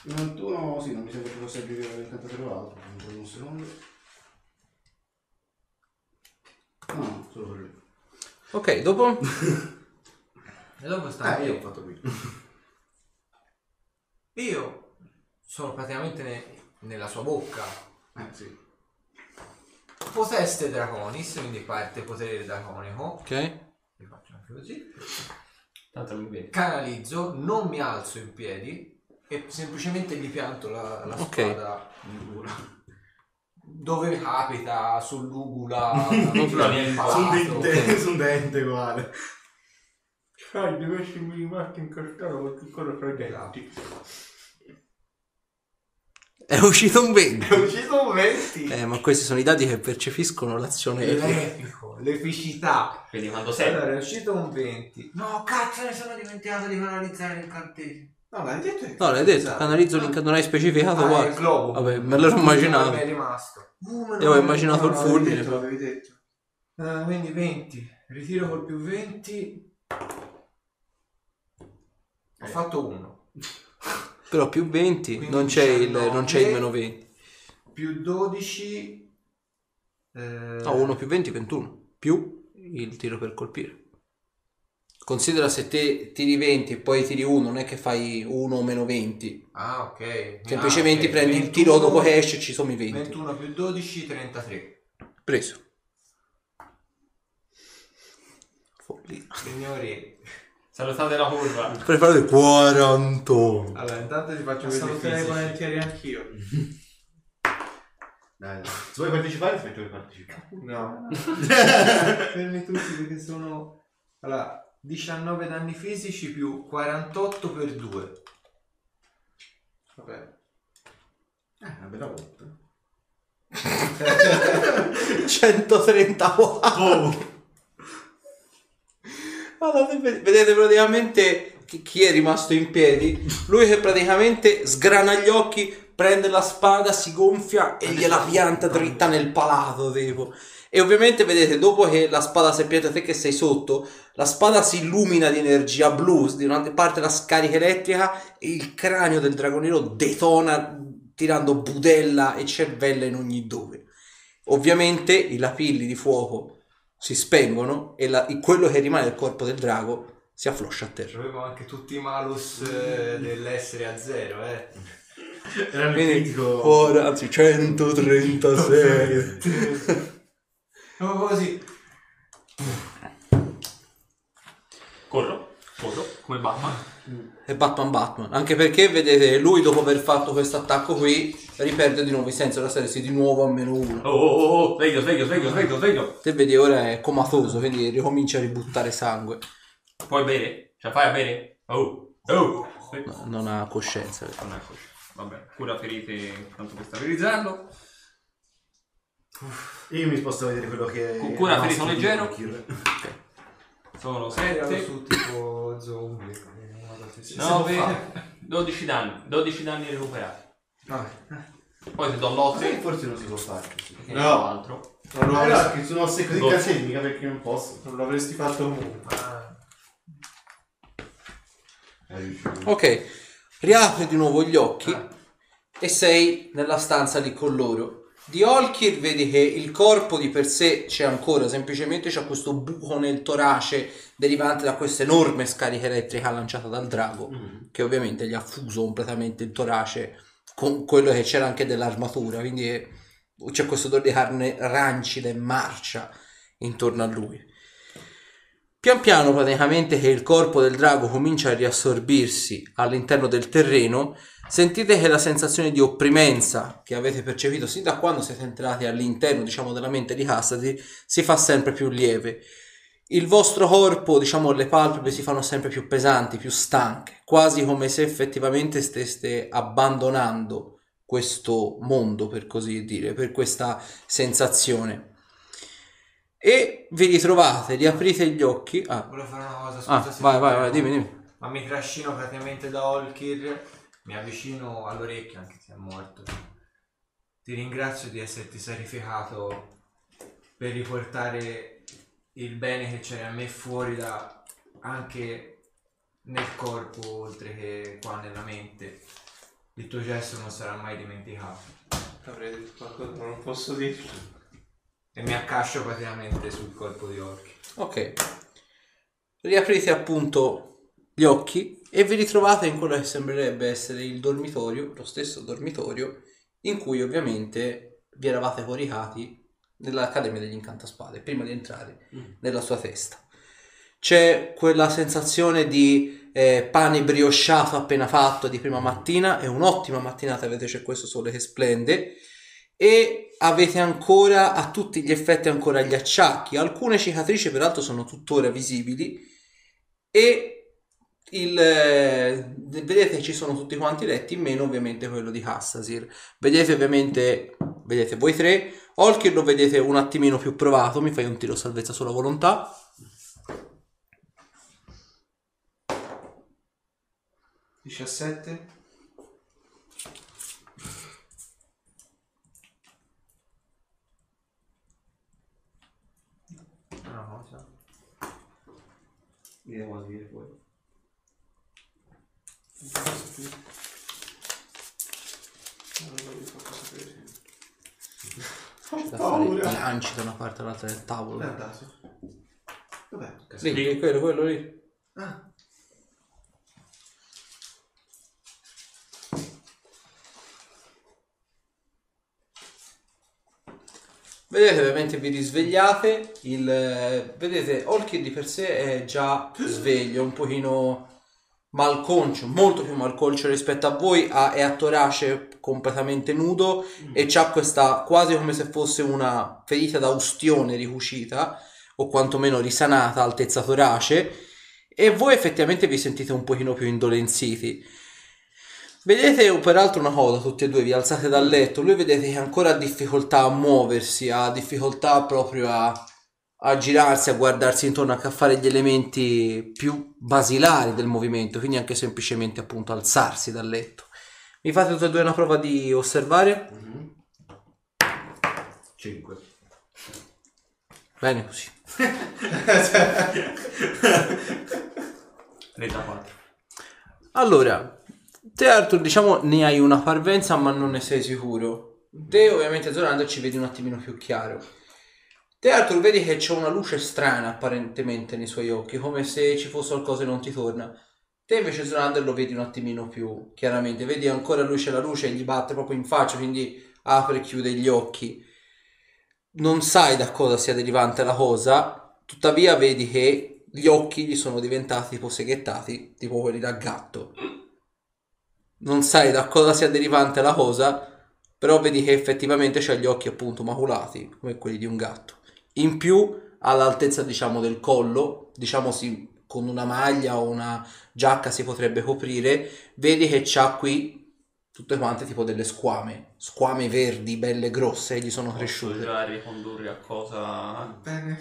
91, sì, non mi sembra che fosse più del 83 o altro. Mi prendo un secondo. No, no, solo per lui. Ok, dopo? E dopo sta Eh, io ho io. fatto qui. Io sono praticamente ne- nella sua bocca. Eh sì. Poteste Draconis, quindi parte potere draconico. Ok. Li faccio anche così. Tanto non mi vede. Canalizzo, non mi alzo in piedi e semplicemente gli pianto la, la Ok. spada in culo. Dove capita, sull'ugula, sulla impalato. Sono dente, sono dente uguale. Sai, deve essermi rimasto incastrato qualche cosa fra i denti. È uscito un 20. È uscito 20! Eh, ma questi sono i dati che percepiscono l'azione. L'epico, l'epicità. Vedi quando sei. Allora, è uscito un 20. No, cazzo, ne sono dimenticato di canalizzare l'incantesimo. No, l'hai detto? che- No, l'hai detto, Esatto. canalizzo link, non hai specificato Ah, è il qua. globo. Vabbè, me l'ero immaginato. Mi è rimasto. Io avevo immaginato il L'avevi fulmine. detto, l'avevi detto. Eh, quindi 20. Ritiro col più 20. Ho fatto 1. Però più 20, Quindi non c'è, il, 19. non c'è il meno 20. Più 12. Eh, No, 1 più 20, 21. Più il tiro per colpire. Considera se te tiri 20 e poi tiri 1, non è che fai 1 o meno 20. Ah, ok. Semplicemente Ah, ok. prendi il tiro 21, dopo che esce e ci sommi 20. 21 più 12, 33. Preso. Follia. Signori, Salutate la curva. Preparato 40. allora intanto ti faccio Lo vedere. Saluterei volentieri anch'io. Dai, dai. Se vuoi partecipare, ti faccio partecipare. No. Fermi tutti perché sono. Allora, 19 danni fisici più 48 per 2. Vabbè. Eh, una bella volta. Oh. 130 watt. Guardate, ved- vedete praticamente chi- chi è rimasto in piedi. Lui che praticamente sgrana gli occhi, prende la spada, si gonfia e gliela pianta dritta nel palato. Tipo. E ovviamente vedete, dopo che la spada si è pianta te che sei sotto, la spada si illumina di energia blu, di una parte la scarica elettrica e il cranio del drago nero detona tirando budella e cervella in ogni dove. Ovviamente i lapilli di fuoco si spengono e la- quello che rimane del corpo del drago si affloscia a terra. Avevo anche tutti i malus eh, dell'essere a zero, eh. Era il Quindi, critico. ora, anzi, 136. Proprio così. Corro, corro, come Batman. e Batman Batman. Anche perché, vedete, lui dopo aver fatto questo attacco qui, riperde di nuovo il senso della serie, si di nuovo a meno uno. Oh, oh, oh, oh, sveglio, sveglio, sveglio, sveglio, sveglio. Te vedi, ora è comatoso, quindi ricomincia a ributtare sangue. Puoi bere? Ce la fai a bere? Oh, oh. Sve- No, non ha coscienza. Non è così. Vabbè, cura ferite tanto per stabilizzarlo. Io mi sposto a vedere quello che. Con cura, il nostro ferito leggero. Kir. Sono Ero 7, su tipo zombie. eh, una cosa così. 9, 12 danni. 12 danni recuperati. Vabbè. Poi ti do Ma sai che l'8 forse non si può fare così. perché No. non ho altro. Non lo, No, avresti, Eh, no, che sono secco di No. casini, mica perché non posso. non lo avresti fatto comunque. Eh, Ok, riapri di nuovo gli occhi e sei nella stanza lì con loro. Di Olkir vedi che il corpo di per sé c'è ancora, semplicemente c'è questo buco nel torace derivante da questa enorme scarica elettrica lanciata dal drago, che ovviamente gli ha fuso completamente il torace con quello che c'era anche dell'armatura, quindi è- c'è questo odore di carne rancida e marcia intorno a lui. Pian piano praticamente che il corpo del drago comincia a riassorbirsi all'interno del terreno, sentite che la sensazione di opprimenza che avete percepito sin da quando siete entrati all'interno, diciamo, della mente di Cassidy si fa sempre più lieve. Il vostro corpo, diciamo, le palpebre si fanno sempre più pesanti, più stanche, quasi come se effettivamente steste abbandonando questo mondo, per così dire, per questa sensazione. E vi ritrovate, riaprite gli occhi. Ah, Volevo fare una cosa, scusa. Ah, se vai, vai, ti vai, prego. dimmi, dimmi. Ma mi trascino praticamente da Holkir, mi avvicino all'orecchio anche se è morto. Ti ringrazio di esserti sacrificato per riportare il bene che c'era a me fuori da anche nel corpo, oltre che qua nella mente. Il tuo gesto non sarà mai dimenticato. Avrei detto qualcosa, ma non posso dirlo. E mi accascio praticamente sul corpo di Holkir. Ok. Riaprite appunto gli occhi e vi ritrovate in quello che sembrerebbe essere il dormitorio, lo stesso dormitorio in cui ovviamente vi eravate coricati nell'Accademia degli Incantaspade prima di entrare nella sua testa. C'è quella sensazione di eh, pane briosciato appena fatto di prima mattina, è un'ottima mattinata, vedete c'è questo sole che splende e avete ancora a tutti gli effetti ancora gli acciacchi. Alcune cicatrici peraltro sono tuttora visibili e il, eh, vedete ci sono tutti quanti i letti, meno ovviamente quello di Hassasir. Vedete ovviamente, vedete voi tre, Olkir lo vedete un attimino più provato, mi fai un tiro salvezza sulla volontà. Una cosa. Vediamo a dire poi. Da fare i lanci da una parte all'altra del Dove è tavolo. andato? Dov'è? Lì, lì, quello, quello lì. Ah. Vedete, ovviamente vi risvegliate, il, eh, vedete, Olkir di per sé è già sveglio, un pochino malconcio, molto più malconcio rispetto a voi, ha- è a torace completamente nudo e c'ha questa, quasi come se fosse una ferita da ustione ricucita, o quantomeno risanata, altezza torace, e voi effettivamente vi sentite un pochino più indolenziti. Vedete peraltro una cosa, tutti e due vi alzate dal letto, lui vedete che ancora ha difficoltà a muoversi, ha difficoltà proprio a, a girarsi, a guardarsi intorno, anche a fare gli elementi più basilari del movimento, quindi anche semplicemente appunto alzarsi dal letto. Mi fate tutte e due una prova di osservare? 5. Bene così. 34. Allora, te Arthur diciamo ne hai una parvenza ma non ne sei sicuro. Te ovviamente Zoranda ci vedi un attimino più chiaro. Te Arthur vedi che c'è una luce strana apparentemente nei suoi occhi, come se ci fosse qualcosa che non ti torna. Te invece Zorander lo vedi un attimino più chiaramente, vedi ancora lui c'è la luce e gli batte proprio in faccia, quindi apre e chiude gli occhi. Non sai da cosa sia derivante la cosa, tuttavia vedi che gli occhi gli sono diventati tipo seghettati, tipo quelli da gatto. Non sai da cosa sia derivante la cosa, però vedi che effettivamente c'ha gli occhi appunto maculati, come quelli di un gatto. In più, all'altezza diciamo del collo, diciamo si, con una maglia o una giacca si potrebbe coprire, vedi che c'ha qui tutte quante tipo delle squame, squame verdi, belle grosse, e gli sono Posso cresciute. già ricondurre a cosa... Bene,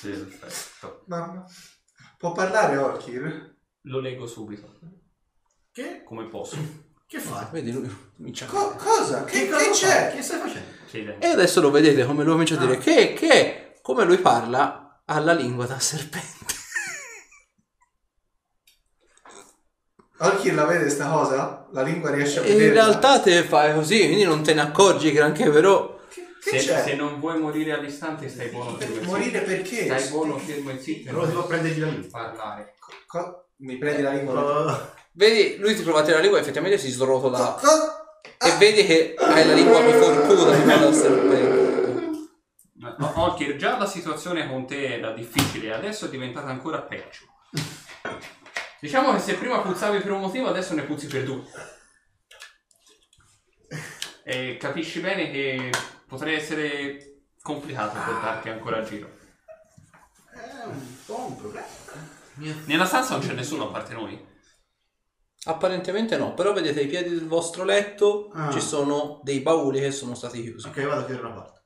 Perfetto. mamma. Può parlare Orkir? Lo leggo subito. Che? Come posso? Che fai? Vedi lui comincia a Co- cosa? Che, che cosa fai? c'è? Che stai facendo? Chiede. E Eh, adesso lo vedete come lui comincia a Ah. dire che, che, come lui parla, ha la lingua da serpente. Orkir la vede sta cosa? La lingua riesce a E in vederla? realtà te fai così, quindi non te ne accorgi granché, però Che, che Se, c'è? se non vuoi morire all'istante stai buono Per fermo e morire perché? zitto. Stai buono fermo e zitto e Però devo prendergli la lingua. parlare. Co- co- mi prendi la lingua? Ah, vedi, lui ti prova a tirare la lingua e effettivamente si Co- srotola. co- E vedi che hai la lingua biforcuta di quello serpente. Ma- ma, Orchid, già la situazione con te era difficile e adesso è diventata ancora peggio. Diciamo che se prima puzzavi per un motivo, adesso ne puzzi per due. E capisci bene che potrei essere complicato portarti ancora a giro. È un po' un problema. Nella stanza non c'è nessuno a parte noi. Apparentemente no, però vedete ai piedi del vostro letto Ah. ci sono dei bauli che sono stati chiusi. Ok, vado a chiedere una parte.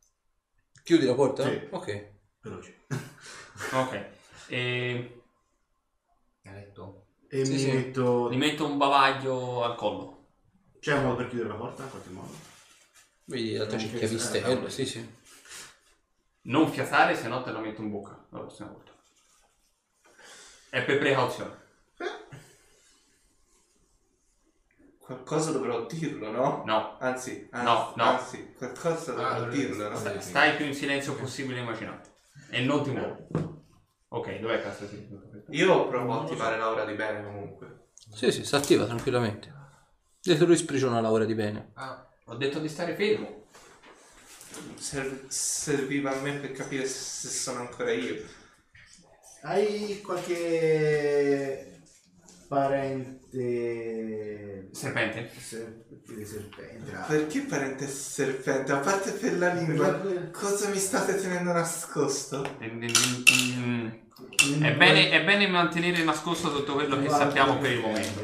Chiudi la porta? Sì. Ok. Veloce. Ok. E E Sì, mi sì. metto... gli metto un bavaglio al collo. C'è un modo per chiudere la porta in qualche modo? Vedi, in realtà c'è il Ok, chiavistello, eh, sì sì. Non fiatare, se no te la metto in bocca la prossima volta. È per precauzione. Qualcosa dovrò dirlo, no? No, Anzi, anzi, No, no. anzi, qualcosa dovrò Ah, allora- dirlo, no? Stai, stai più in silenzio possibile immaginate. E non ti muovi. Ok, dov'è cazzo ti Io provo a attivare l'aura di bene comunque. Sì sì, si attiva tranquillamente. Dietro lui sprigiona Laura di bene. Ah, ho detto di stare fermo. Serv- serviva a me per capire se sono ancora io. Hai qualche parente Serpente. ser- di serpente? ah. Perché parente serpente? A parte per la lingua, cosa mi state tenendo nascosto? È bene, è bene mantenere nascosto tutto quello che sappiamo per il momento.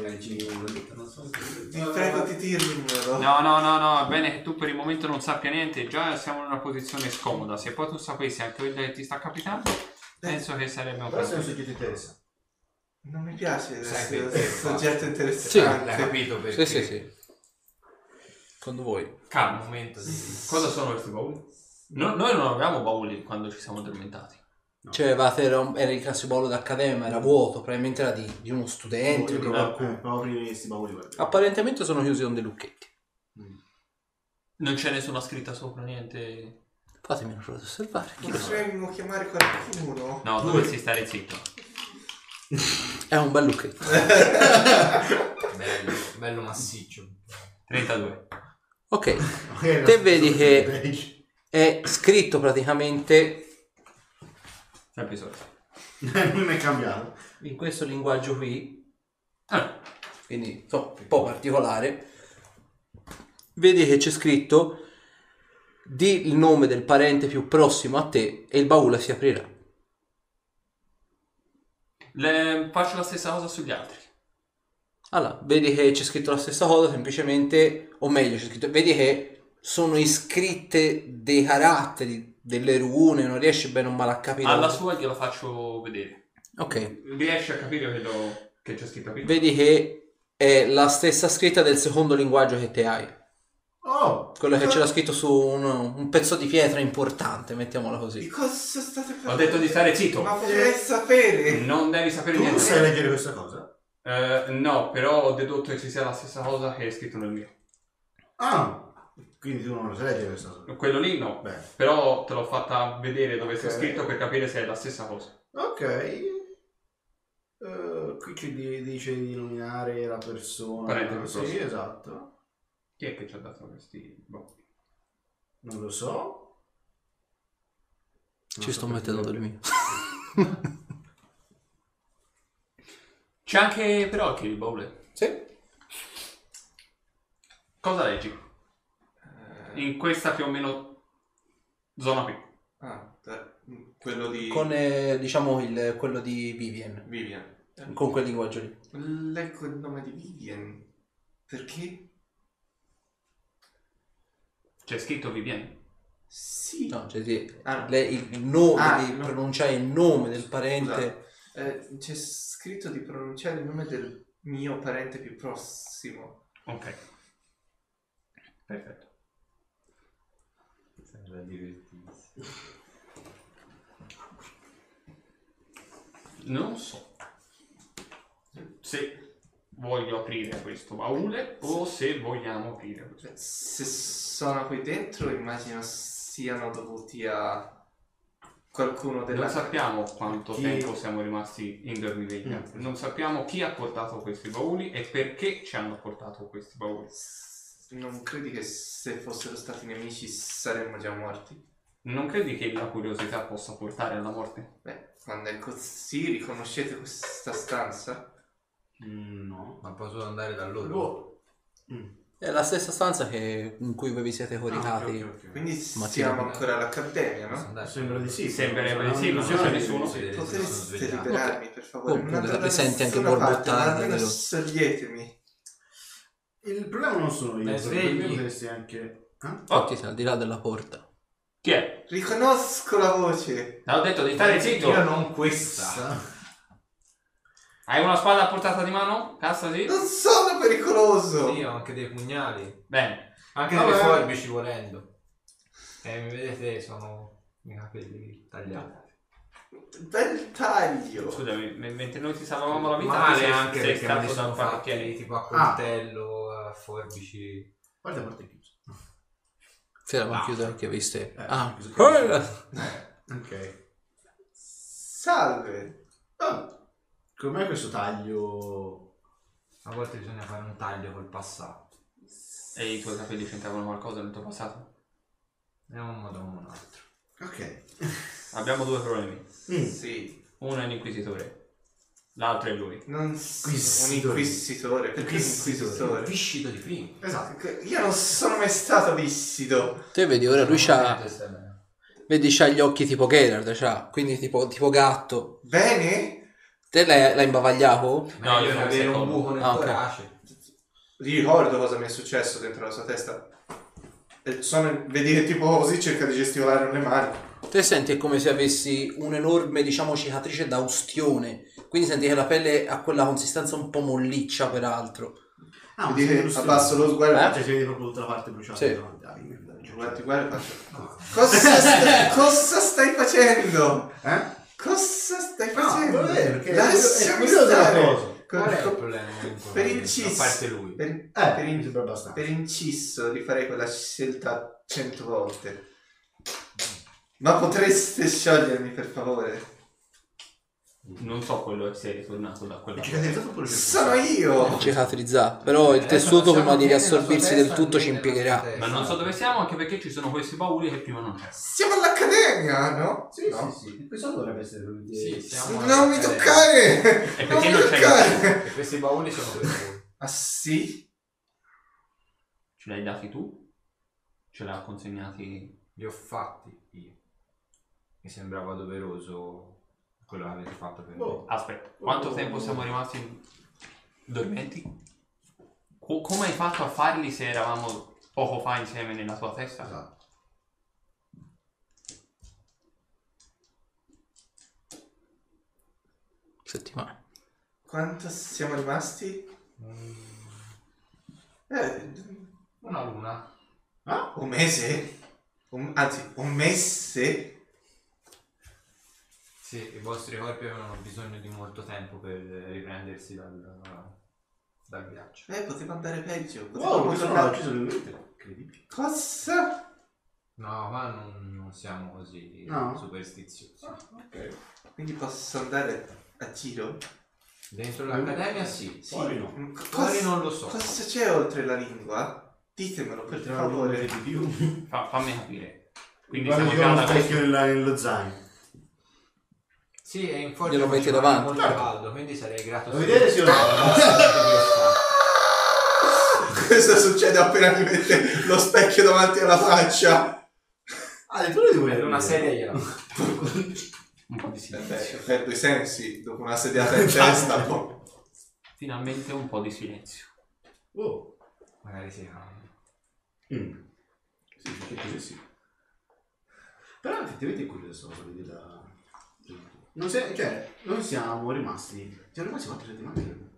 Ti prego di dirmelo. No, no, no, no, è bene che tu per il momento non sappia niente, già siamo in una posizione scomoda. Se poi tu sapessi anche quello che ti sta capitando, penso che sarebbe un Però sei un problema. soggetto interessante. Non mi piace Sai essere perché, un soggetto Ah, L'hai eh, interessante. capito perché? Sì, sì, sì. Quando vuoi. Al Calmo. momento di... Cosa sono questi bauli? No- noi non avevamo bauli quando ci siamo addormentati. Cioè, eravate- era, un- era il classico bollo d'accademia, era vuoto, probabilmente era di, di uno studente. di- Voglio provare- eh, provo a aprire questi bauli. guarda. Apparentemente sono chiusi con dei lucchetti. Non c'è nessuna scritta sopra, niente. Fatemi una prova di osservare. Chi lo sa? Potremmo chiamare qualcuno. No, dovresti stare zitto. È un bel lucchetto. Bello, bello massiccio. 32. Ok, Ok, era Te vedi solo che- per il è scritto praticamente Sempre sotto. page. non è cambiato. in questo linguaggio qui, Ah, quindi so, un po' particolare. Vedi che c'è scritto di il nome del parente più prossimo a te e il baule si aprirà. le- faccio la stessa cosa sugli altri. Allora, vedi che c'è scritto la stessa cosa, semplicemente, o meglio, c'è scritto, vedi che sono iscritte dei caratteri delle rune, non riesce bene o male a capire. Alla sua glielo faccio vedere. Ok, Riesce a capire quello che c'è scritto qui? vedi che è la stessa scritta del secondo linguaggio che te hai. Oh! Quello che c'era scritto su un, un pezzo di pietra importante, mettiamola Di così. cosa state parlando? Ho detto di stare zitto. Ma vorrei Mm. sapere. Non devi sapere Tu niente. sai leggere questa cosa? Eh, no, però ho dedotto che ci sia la stessa cosa che è scritto nel mio. Ah! Quindi tu non lo sai leggere questa cosa? Quello lì no. Bene. Però te l'ho fatta vedere dove c'è Ok. scritto per capire se è la stessa cosa. Ok. Eh, qui ci di- dice di nominare la persona. Parente sì, prossimo. esatto. Chi è che ci ha dato questi botti? Non lo so. Ci sto mettendo del mio. C'è anche però anche il baule. Sì. Cosa leggi? Eh, In questa più o meno zona qui. Ah, da- quello di Con eh, diciamo il- quello di Vivian, Vivian. con quel linguaggio lì. Leggo il nome di Vivian. Perché? C'è scritto Vivian. Sì. No, cioè sì, Ah, no. lei- il nome, Ah, devi no. pronunciare il nome del parente. Eh, c'è scritto di pronunciare il nome del mio parente più prossimo. Ok. Perfetto. Sembra divertissimo. Non so se voglio aprire questo baule o se vogliamo aprire questo. Cioè, se sono qui dentro, immagino siano dovuti a qualcuno della Non sappiamo quanto Chi- tempo siamo rimasti in dormiveglia. Non sappiamo chi ha portato questi bauli e perché ci hanno portato questi bauli. Non credi che se fossero stati nemici saremmo già morti? Non credi che la curiosità possa portare alla morte? Beh, quando è così, riconoscete questa stanza? Mm, no. Ma posso andare da loro? Boh. È la stessa stanza che- in cui voi vi siete Ah, ok, coricati. ok, ok. Quindi Ma ti siamo devo- ancora all'accademia, Posso no? andare? Sembra di sì. Sembrerebbe di però sì, una ma non c'è illusione di- nessuno. sì, sì, sì, sono Potreste svegliato. liberarmi, per favore? Oppure Non andrò da vi senti anche nessuna parte, ma borbottare almeno nello- Sceglietemi. Il problema non sono io, Dai, il problema svegli. potresti anche... Eh? Infatti sei al di là della porta. Chi è? Riconosco la voce. Te l'ho detto di stare zitto! Io non questa. Hai una spada a portata di mano? Cassa sì? Non sono pericoloso. Sì, ho anche dei pugnali. Bene. Anche Vabbè. delle forbici volendo. E mi vedete, sono i capelli tagliati. Bel taglio. Scusami, m- mentre noi ti salvavamo la vita, tu Male sei, anche perché me sei li scappato da sono un fatti eh, parrucchiere. tipo a Ah. coltello, a forbici. Guarda la porta è chiusa. Sì, eravamo Ah. chiusa anche viste. Eh, ah, chiusa, chiusa. Eh, Ok. Salve. Ah, com'è questo taglio? A volte bisogna fare un taglio col passato. E i tuoi capelli c'entravano qualcosa nel tuo passato? È un modo o un altro. Ok. Abbiamo due problemi. Sì. Uno è l'inquisitore, l'altro è lui. Non sono un Inquisitore. inquisitore. Perché Un inquisitore? viscido di prima. Esatto. Io non sono mai stato vissido. te vedi ora lui c'ha, Niente, stai bene. vedi, c'ha gli occhi tipo Gerard, c'ha, quindi tipo, tipo gatto. Bene? Te l'hai, l'hai imbavagliato? No, io Meglio sono avere un secondo. buco nel Ah, ok. torace. Ricordo cosa mi è successo dentro la sua testa. E sono, vedi che tipo così cerca di gesticolare con le mani. Te senti come se avessi un'enorme, diciamo, cicatrice da ustione. Quindi senti che la pelle ha quella consistenza un po' molliccia, peraltro. Ah, un Vedi segno che illustrato. abbasso lo sguardo. Eh? Cioè, si vede proprio tutta la parte bruciata. Sì. davanti. Ah, Ci io- guardi, guarda e faccio. Cosa stai, cosa stai facendo? Eh? Cosa stai No, facendo? vabbè, perché è Lasciami curioso della stare. cosa. Co- Qual è il co- problema? con- per il cis. A parte lui. per- Eh, per mi il- sembra abbastanza. Per inciso rifarei quella scelta cento volte. Ma potreste sciogliermi per favore? Non so quello che sei ritornato da quella. Cioè, Ci candidata oppure c'è Sono questa? io! Cicatrizza. Però il Adesso tessuto non Eh, siamo prima di né nella sua riassorbirsi testa del tutto né ci nella sua impiegherà. testa. Ma non so dove siamo anche perché ci sono questi bauli che prima non c'erano. Siamo all'accademia, no? Sì, No. sì, sì. Questo dovrebbe essere lui. Sì, siamo Non mi toccare! E Non perché mi non c'è? toccare! E questi bauli sono per voi. Ah sì? Ce l'hai dati tu? Ce l'ha consegnati. Li ho fatti io. Mi sembrava doveroso quello che avete fatto per Boh. Aspetta, Oh. quanto tempo siamo rimasti in- dormenti? Co- come hai fatto a farli Esatto. se eravamo poco fa insieme nella tua testa? Esatto. settimane. Quanto siamo rimasti? Eh, Una luna. ah, un mese? Un- anzi, un mese? Sì, i vostri corpi avevano bisogno di molto tempo per riprendersi dal, dal viaggio. Eh, poteva andare peggio. Poteva Wow, questo non l'ho tornare- ucciso nel mentre. Incredibile. Cosa? No, ma non, non siamo così No? superstiziosi. Ok. Quindi posso andare a giro? Dentro l'accademia sì. Fuori no. Mm, co- Fuori cosa- non lo so. Cosa c'è oltre la lingua? Ditemelo per favore. di più. Fa- fammi capire. Quindi Guarda siamo che ho già uno alla specchio nella- nello zaino. Sì, e in forza Glielo non ci metti vuole davanti. molto caldo, quindi sarei grato Certo. Lo vedete se se lo Questo succede appena mi mette lo specchio davanti alla faccia. Ah, tu lo devo per una serie glielo. Un po' di Eh silenzio. beh, perdo i sensi dopo una sediata in testa. boh. Finalmente un po' di silenzio. Oh. Magari si calma. Mm. Sì, sì, sì, sì. Però effettivamente è curioso questa cosa di della... Non sei, cioè, noi siamo rimasti... Siamo rimasti quattro settimane.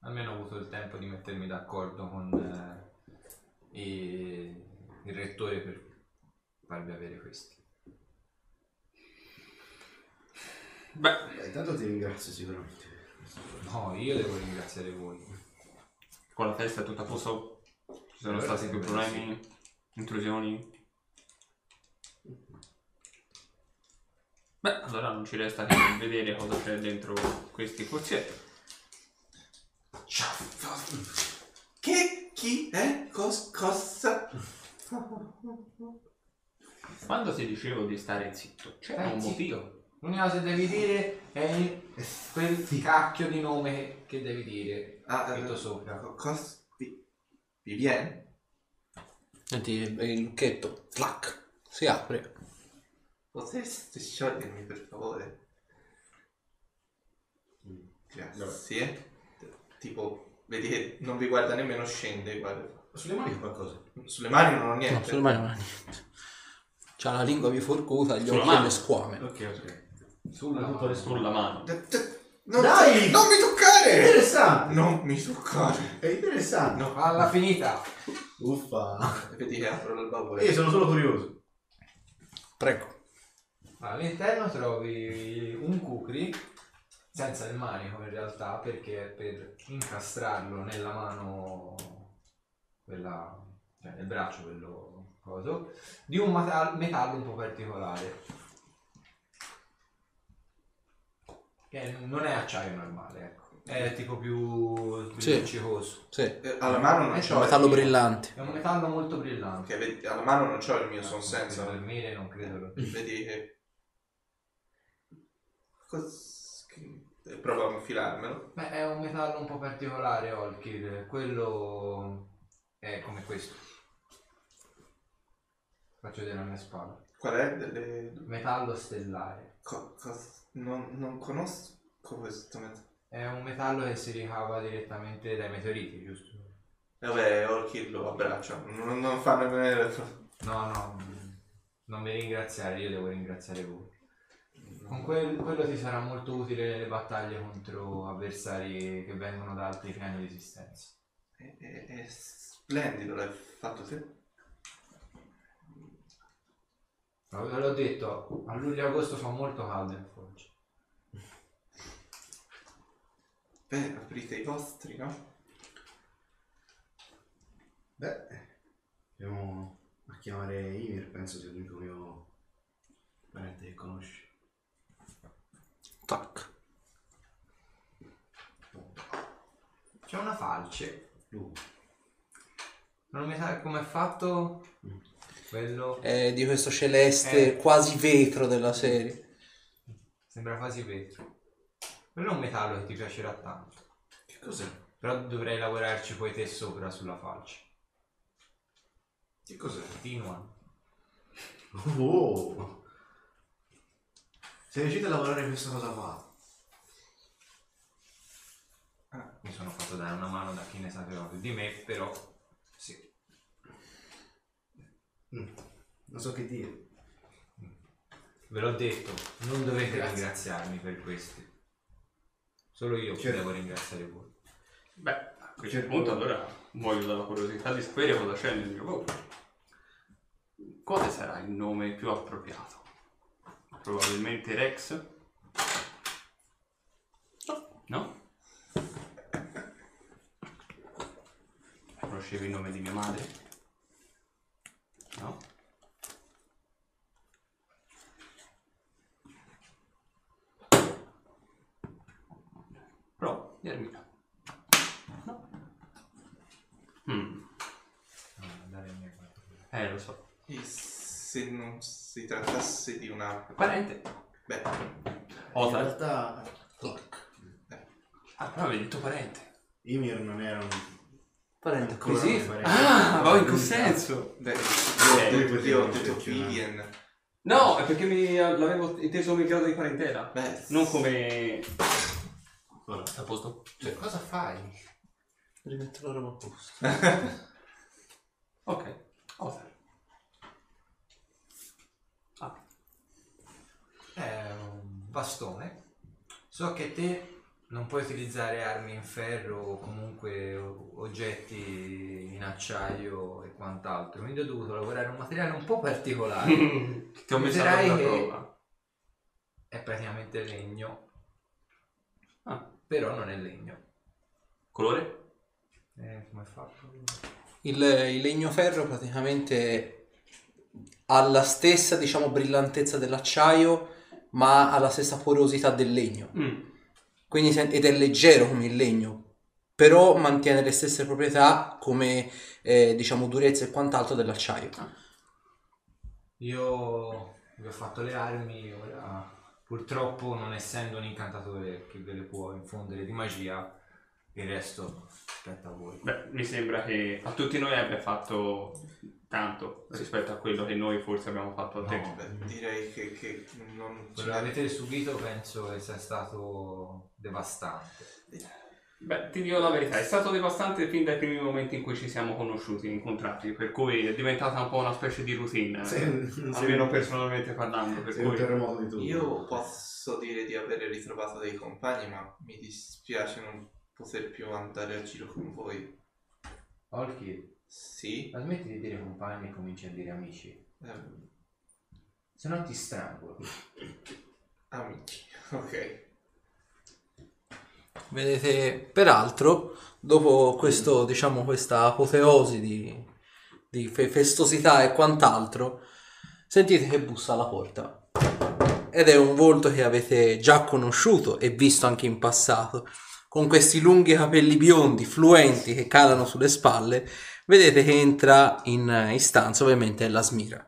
Almeno ho avuto il tempo di mettermi d'accordo con eh, i- il rettore per farvi avere questi. Beh, Beh, Eh, intanto ti ringrazio sicuramente. No, io devo ringraziare voi. con la festa è tutto a posto. Ci Eh, sono stati più problemi, intrusioni. Beh, allora non ci resta che vedere cosa c'è dentro questi corsetti. Che? Chi? Eh? Cos- cosa? Quando ti dicevo di stare zitto, c'era Stai un zitto. motivo. L'unica cosa che devi dire è Eh, il- quel cacchio di nome che devi dire. Ah, Scritto eh, sopra. co- cos- vi- Vivien? Senti il il lucchetto, clac, si apre. Potreste sciogliermi per favore? Mm. Grazie. Tipo, vedi che non vi guarda nemmeno, scende, guarda. Sulle mani c'è qualcosa. Sulle mani non ho No, niente. sulle mani non ha niente. C'ha la lingua biforcuta, gli Sulla occhi mano. e le squame. Eh, Ok, ok. Sulla tutto mano. Sulla mano. Non, Dai! non mi È toccare! interessante! Non mi toccare! È interessante! No, Alla finita. Uffa! vedi che apro il baule. Io sono solo curioso. Prego. All'interno trovi un cucri senza il manico in realtà perché è per incastrarlo nella mano, quella, cioè nel braccio quello coso, di un mata- metallo un po' particolare. Che non è acciaio normale, ecco. È tipo più, più Sì. luccicoso. Sì, Eh, alla mano non Eh, c'ho. un metallo il mio. brillante. È un metallo molto brillante. Ok, vedi, alla mano non c'ho Ah, il mio son senza. del mele, non credo. lo- Vedi eh, che. Cos- che- Provo a infilarmelo. Beh, è un metallo un po' particolare, Olkir. Quello è come questo. Faccio vedere la mia spalla. Qual è? Delle... Metallo stellare. co- cos- Non, non conosco questo metodo. È un metallo che si ricava direttamente dai meteoriti, giusto? Vabbè, Orchid lo abbraccia. Non, non fa nemmeno. No, no, non mi ringraziare, io devo ringraziare voi. Con quel- quello ti sarà molto utile nelle battaglie contro avversari che vengono da altri piani di esistenza. È, è- è splendido, l'hai fatto te. Ma Ve l'ho detto, a luglio e agosto fa molto caldo in Foggia. Beh, aprite i vostri, no? Beh, andiamo a chiamare Ymir, penso sia l'unico mio parente che conosci. Tac. C'è una falce. Lui. Non mi sa come è fatto quello. È di questo celeste Eh. quasi vetro della serie. Sembra quasi vetro. Quello è un metallo che ti piacerà tanto. Che cos'è? Però dovrei lavorarci poi te sopra sulla falce. Che cos'è? Continua. Oh! Sei riuscito a lavorare questa cosa qua? Mi sono fatto dare una mano da chi ne sapeva più di me, però sì. Mm. Non so che dire. Ve l'ho detto, non dovete ringraziarmi per questo. Solo io Certo. devo ringraziare voi. Beh, a questo Cerco- punto allora voglio dalla curiosità di sapere cosa c'è nel mio popolo. Quale sarà il nome più appropriato? Probabilmente Rex? No? Conoscevi il nome di mia madre? No? Pro, Ermina. Mm, eh, lo so. E se non si trattasse di una... Parente. Beh, In Othar. realtà Ah, però avevi detto parente. Ymir non era un Parente ancora così. un parente. Ah, ma in che senso? beh, Eh, io ho detto, io ho potete detto confezionare. Vivian. No, è perché mi, l'avevo inteso come grado di parentela. Beh, Non come... Ora, A posto? Cioè, cosa fai? Rimetto la roba a posto. Ok. Othar. Ah, È un bastone. So che te non puoi utilizzare armi in ferro o comunque o- oggetti in acciaio e quant'altro, quindi ho dovuto lavorare un materiale un po' particolare. ti ho messo Vedrai alla che- prova. è praticamente legno, Ah. però non è legno. Colore? Eh, come è fatto? Il, il legnoferro praticamente ha la stessa, diciamo, brillantezza dell'acciaio, ma ha la stessa porosità del legno. Mm. Quindi, se- ed è leggero come il legno, però mantiene le stesse proprietà come, eh, diciamo, durezza e quant'altro dell'acciaio. Io vi ho fatto le armi, ora purtroppo non essendo un incantatore che ve le può infondere di magia, il resto aspetta a voi. Beh, mi sembra che a tutti noi abbia fatto tanto rispetto a quello che noi forse abbiamo fatto a te. No, Beh, direi che, che non Quello che avete subito penso che sia stato devastante. Beh, ti dirò la verità, è stato devastante fin dai primi momenti in cui ci siamo conosciuti, incontrati, per cui è diventata un po' una specie di routine, Sì, eh, sì. almeno personalmente parlando, per Sei un cui... terremoto di tutto. Io posso dire di avere ritrovato dei compagni, ma mi dispiace non poter più andare a giro con voi. Olki, Sì, ma smetti di dire compagni e cominci a dire amici, ehm, se no ti strangolo. amici, ok. Vedete, peraltro, dopo questo, diciamo, questa apoteosi di, di fe- festosità e quant'altro, sentite che bussa alla porta. Ed è un volto che avete già conosciuto e visto anche in passato, con questi lunghi capelli biondi, fluenti, che calano sulle spalle. Vedete che entra in, in stanza, ovviamente è la Smira.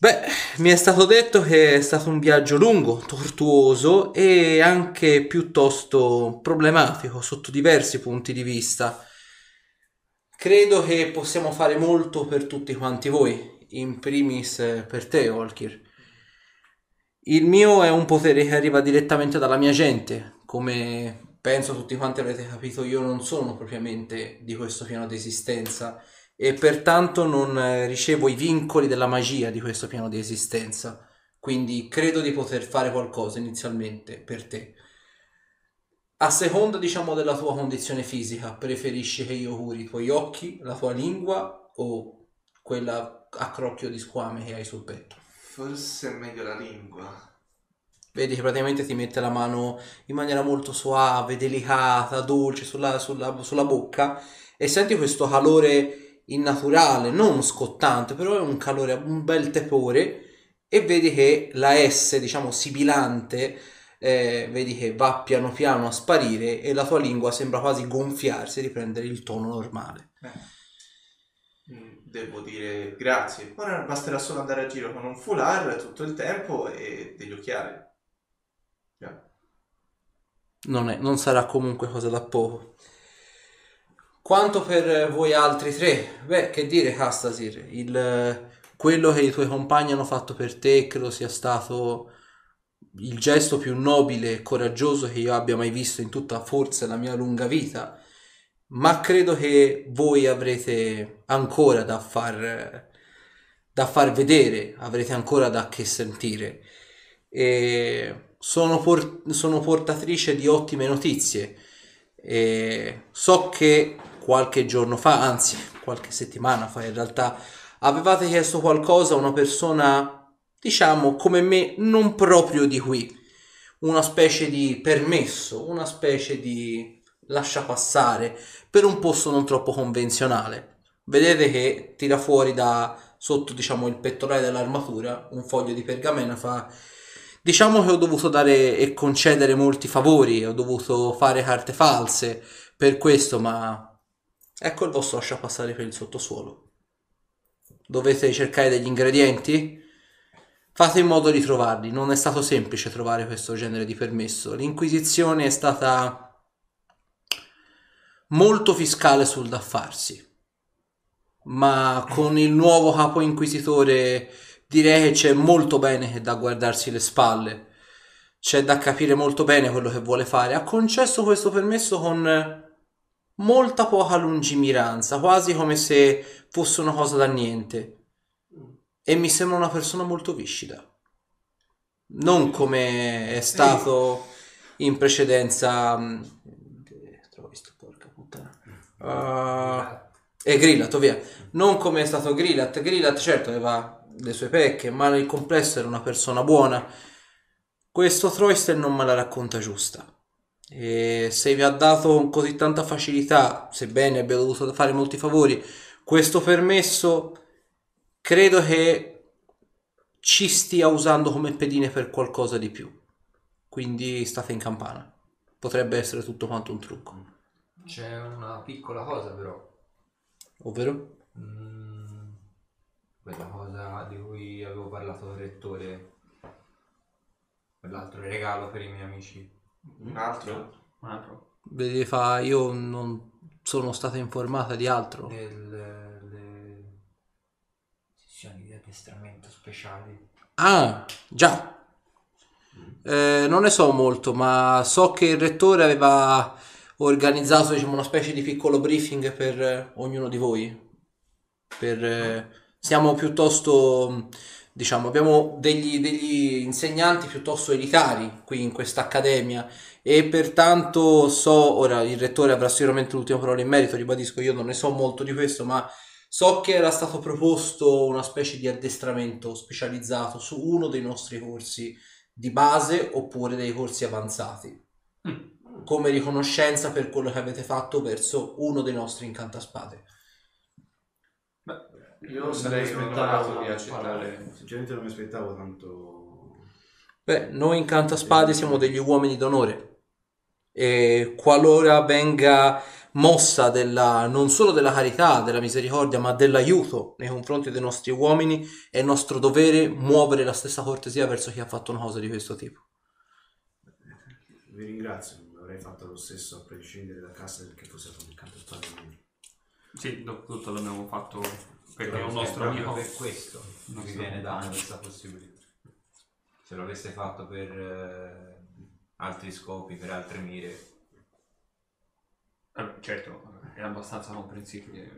Beh, mi è stato detto che è stato un viaggio lungo, tortuoso e anche piuttosto problematico sotto diversi punti di vista. Credo che possiamo fare molto per tutti quanti voi, in primis eh, per te, Olkir. Il mio è un potere che arriva direttamente dalla mia gente, come penso tutti quanti avete capito, io non sono propriamente di questo piano di esistenza e pertanto non eh, ricevo i vincoli della magia di questo piano di esistenza. Quindi credo di poter fare qualcosa inizialmente per te. A seconda, diciamo, della tua condizione fisica, preferisci che io curi i tuoi occhi, la tua lingua o quella a crocchio di squame che hai sul petto? Forse è meglio la lingua. Vedi che praticamente ti mette la mano in maniera molto suave, delicata, dolce sulla, sulla- sulla bocca e senti questo calore innaturale, non scottante, però è un calore, un bel tepore e vedi che la S, diciamo, sibilante, eh, vedi che va piano piano a sparire e la tua lingua sembra quasi gonfiarsi e riprendere il tono normale. Mm, Devo dire grazie. Ora basterà solo andare a giro con un foulard tutto il tempo e degli occhiali. Già. Non, è- non sarà comunque cosa da poco. Quanto per voi altri tre? Beh, che dire, Castasir, il, quello che i tuoi compagni hanno fatto per te credo sia stato il gesto più nobile e coraggioso che io abbia mai visto in tutta forse la mia lunga vita, ma credo che voi avrete ancora da far, da far vedere, avrete ancora da che sentire. E sono, por- sono portatrice di ottime notizie. E so che qualche giorno fa, anzi qualche settimana fa in realtà, avevate chiesto qualcosa a una persona, diciamo come me, non proprio di qui. Una specie di permesso, una specie di lascia passare per un posto non troppo convenzionale. Vedete che tira fuori da sotto, diciamo, il pettorale dell'armatura un foglio di pergamena fa Diciamo che ho dovuto dare e concedere molti favori, ho dovuto fare carte false per questo, ma ecco il vostro lascia passare per il sottosuolo. Dovete cercare degli ingredienti? Fate in modo di trovarli, non è stato semplice trovare questo genere di permesso. L'inquisizione è stata molto fiscale sul da farsi, ma con il nuovo capo inquisitore direi che c'è molto bene che da guardarsi le spalle. C'è da capire molto bene quello che vuole fare. Ha concesso questo permesso con molta poca lungimiranza, quasi come se fosse una cosa da niente. E mi sembra una persona molto viscida. Non come è stato in precedenza. mm, Trovo sto porca puttana. Ah, e Grillat, via. Non come è stato Grillat. Grillat, certo, aveva le sue pecche, ma nel complesso era una persona buona. Questo Troister non me la racconta giusta. E se vi ha dato con così tanta facilità, sebbene abbia dovuto fare molti favori, questo permesso credo che ci stia usando come pedine per qualcosa di più. Quindi state in campana. Potrebbe essere tutto quanto un trucco. C'è una piccola cosa però. Ovvero? Mm, quella cosa di cui avevo parlato con il rettore. Quell'altro regalo per i miei amici. Mm, Un altro? Un altro. Vedi, fa, io non sono stata informata di altro. Del, le sessioni di addestramento speciali. Ah, già. Eh, non ne so molto, ma so che il rettore aveva organizzato, diciamo, una specie di piccolo briefing per eh, ognuno di voi. Per, eh, siamo piuttosto, mh, diciamo, abbiamo degli, degli insegnanti piuttosto elitari qui in questa accademia e pertanto so, ora il rettore avrà sicuramente l'ultima parola in merito, ribadisco, io non ne so molto di questo, ma So che era stato proposto una specie di addestramento specializzato su uno dei nostri corsi di base oppure dei corsi avanzati, come riconoscenza per quello che avete fatto verso uno dei nostri incantaspade. Io non sarei onorato di accettare. Sinceramente non mi aspettavo tanto... Beh, noi incantaspade siamo degli uomini d'onore e qualora venga mossa della, non solo della carità, della misericordia, ma dell'aiuto nei confronti dei nostri uomini, è nostro dovere muovere la stessa cortesia verso chi ha fatto una cosa di questo tipo. Vi ringrazio, avrei fatto lo stesso a prescindere da casa perché fosse stato un canto spalle. Sì, do- tutto l'abbiamo fatto perché è un Però nostro proprio amico. Per questo non vi viene data questa possibilità. Se lo avesse fatto per eh, altri scopi, per altre mire, Eh, certo, è abbastanza comprensibile.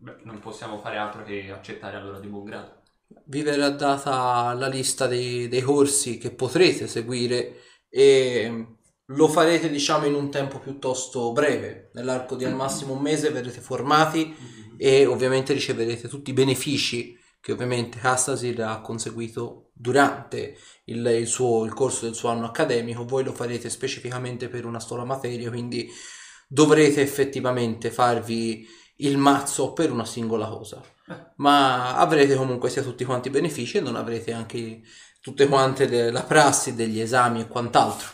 Beh, non possiamo fare altro che accettare allora di buon grado. Vi verrà data la lista dei, dei corsi che potrete seguire e lo farete diciamo in un tempo piuttosto breve, nell'arco di al massimo un mese verrete formati e ovviamente riceverete tutti i benefici che ovviamente Castasir ha conseguito durante il, il suo, il corso del suo anno accademico, voi lo farete specificamente per una sola materia, quindi dovrete effettivamente farvi il mazzo per una singola cosa ma avrete comunque sia tutti quanti i benefici e non avrete anche tutte quante de- la prassi degli esami e quant'altro.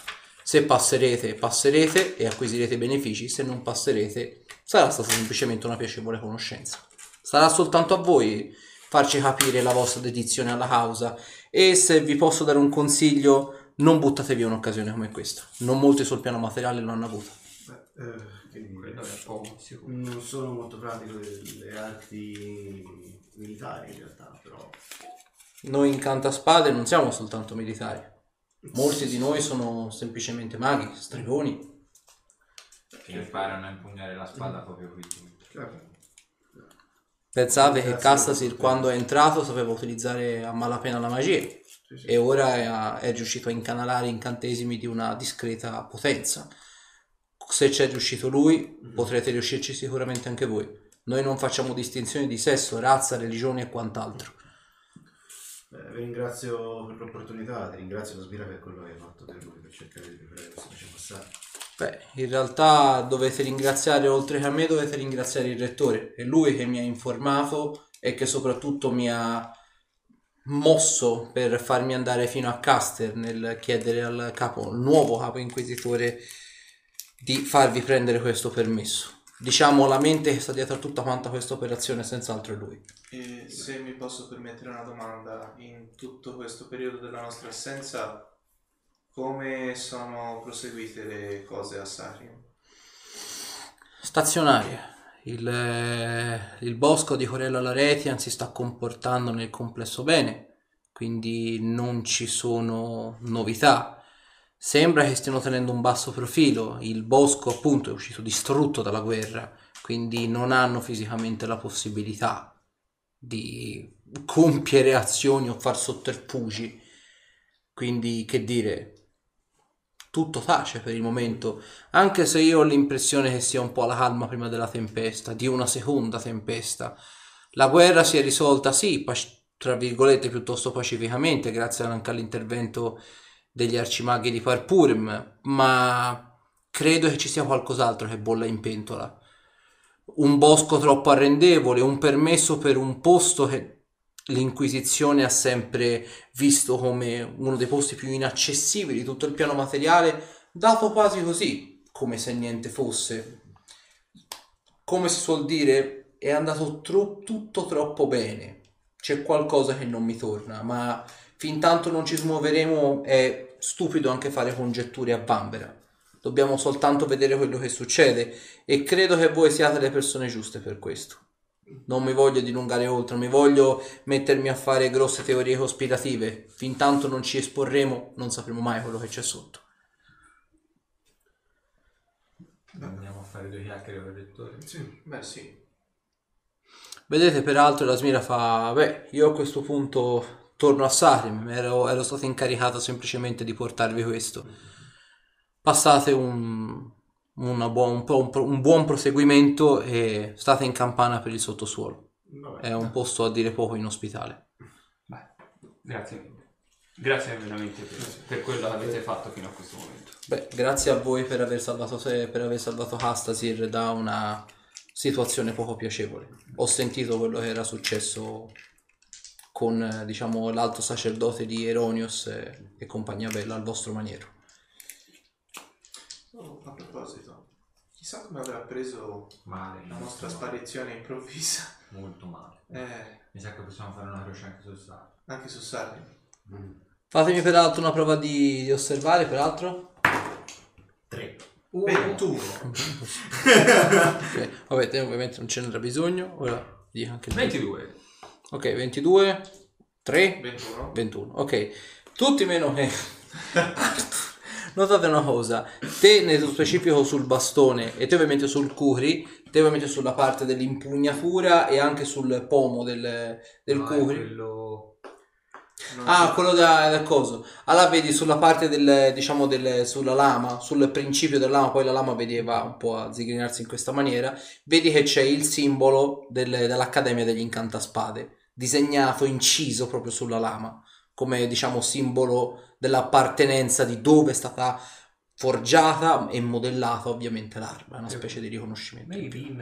Se passerete, passerete e acquisirete i benefici, se non passerete sarà stata semplicemente una piacevole conoscenza. Sarà soltanto a voi farci capire la vostra dedizione alla causa e se vi posso dare un consiglio non buttate via un'occasione come questa. Non molti sul piano materiale l'hanno avuta. Beh, eh, che dire. Quello è un po' sicuro. Non sono molto pratico delle arti militari in realtà, però... Noi in Cantaspade non siamo soltanto militari. Molti di noi sono semplicemente maghi, stregoni. che imparano a impugnare la spada proprio qui. Chiaro. Pensate che Castasir quando è entrato sapeva utilizzare a malapena la magia e ora è, è riuscito a incanalare incantesimi di una discreta potenza. Se c'è riuscito lui, potrete riuscirci sicuramente anche voi. Noi non facciamo distinzioni di sesso, razza, religione e quant'altro. Eh, vi ringrazio per l'opportunità, ti ringrazio la sbira per quello che hai fatto per lui, per cercare di preparare questo invece passare. Beh, in realtà dovete ringraziare, oltre che a me, dovete ringraziare il rettore. È lui che mi ha informato e che soprattutto mi ha mosso per farmi andare fino a Caster nel chiedere al capo, al nuovo capo inquisitore, di farvi prendere questo permesso. Diciamo la mente che sta dietro a tutta quanta questa operazione, senz'altro è lui. E se mi posso permettere una domanda, in tutto questo periodo della nostra assenza, come sono proseguite le cose a Sarium? Stazionaria. Il, eh, il bosco di Corella Laretian si sta comportando nel complesso bene, quindi non ci sono novità. Sembra che stiano tenendo un basso profilo. Il bosco, appunto, è uscito distrutto dalla guerra, quindi non hanno fisicamente la possibilità di compiere azioni o far sotterfugi. Quindi, che dire, tutto tace per il momento, anche se io ho l'impressione che sia un po' la calma prima della tempesta, di una seconda tempesta. La guerra si è risolta, sì, pac- tra virgolette, piuttosto pacificamente, grazie anche all'intervento degli arcimaghi di Parpurim, ma credo che ci sia qualcos'altro che bolla in pentola. Un bosco troppo arrendevole, un permesso per un posto che l'Inquisizione ha sempre visto come uno dei posti più inaccessibili di tutto il piano materiale, dato quasi così, come se niente fosse. Come si suol dire, è andato tro- tutto troppo bene. C'è qualcosa che non mi torna, ma fin tanto non ci smuoveremo è stupido anche fare congetture a bambera. Dobbiamo soltanto vedere quello che succede e credo che voi siate le persone giuste per questo. Non mi voglio dilungare oltre, non mi voglio mettermi a fare grosse teorie cospirative. Fintanto non ci esporremo, non sapremo mai quello che c'è sotto. Andiamo a fare due chiacchiere con il rettore. Sì. Beh sì, Vedete, peraltro, la Smira fa: Beh, io a questo punto torno a Sarim. Ero, ero stato incaricato semplicemente di portarvi questo. Passate un, una buon- un po- un pro- un buon proseguimento e state in campana per il sottosuolo. Vabbè. È un posto a dire poco inospitale. Grazie mille. Grazie veramente per, per quello che avete fatto fino a questo momento. Beh, grazie a voi per aver salvato se- per aver salvato Hastasir da una situazione poco piacevole. Ho sentito quello che era successo con, eh, diciamo, l'alto sacerdote di Eronius eh, e, compagnia bella al vostro maniero. Oh, a proposito, chissà come avrà preso Male. la nostra molto sparizione improvvisa. male, Molto male. Eh, Mi sa che possiamo fare una croce anche sul sarto. anche su Sarri. Fatemi peraltro una prova di, di osservare, peraltro. Oh, 21. Ok, Vabbè, te ovviamente non ce n'era bisogno. Ora vi dico anche il 22. Ok, 22, 3, 21. 21, ok. Tutti meno che... Notate una cosa, te nello specifico sul bastone e te ovviamente sul curi, te ovviamente sulla parte dell'impugnatura e anche sul pomo del, del No, è curi. Ah, quello... Non Ah, so. quello da, del coso. Allora vedi sulla parte del, diciamo, del, sulla lama, sul principio della lama, poi la lama vedeva un po' a zigrinarsi in questa maniera, vedi che c'è il simbolo del- dell'Accademia degli Incantaspade, disegnato, inciso proprio sulla lama, come diciamo simbolo dell'appartenenza di dove è stata forgiata e modellata ovviamente l'arma, è una specie di riconoscimento. in più.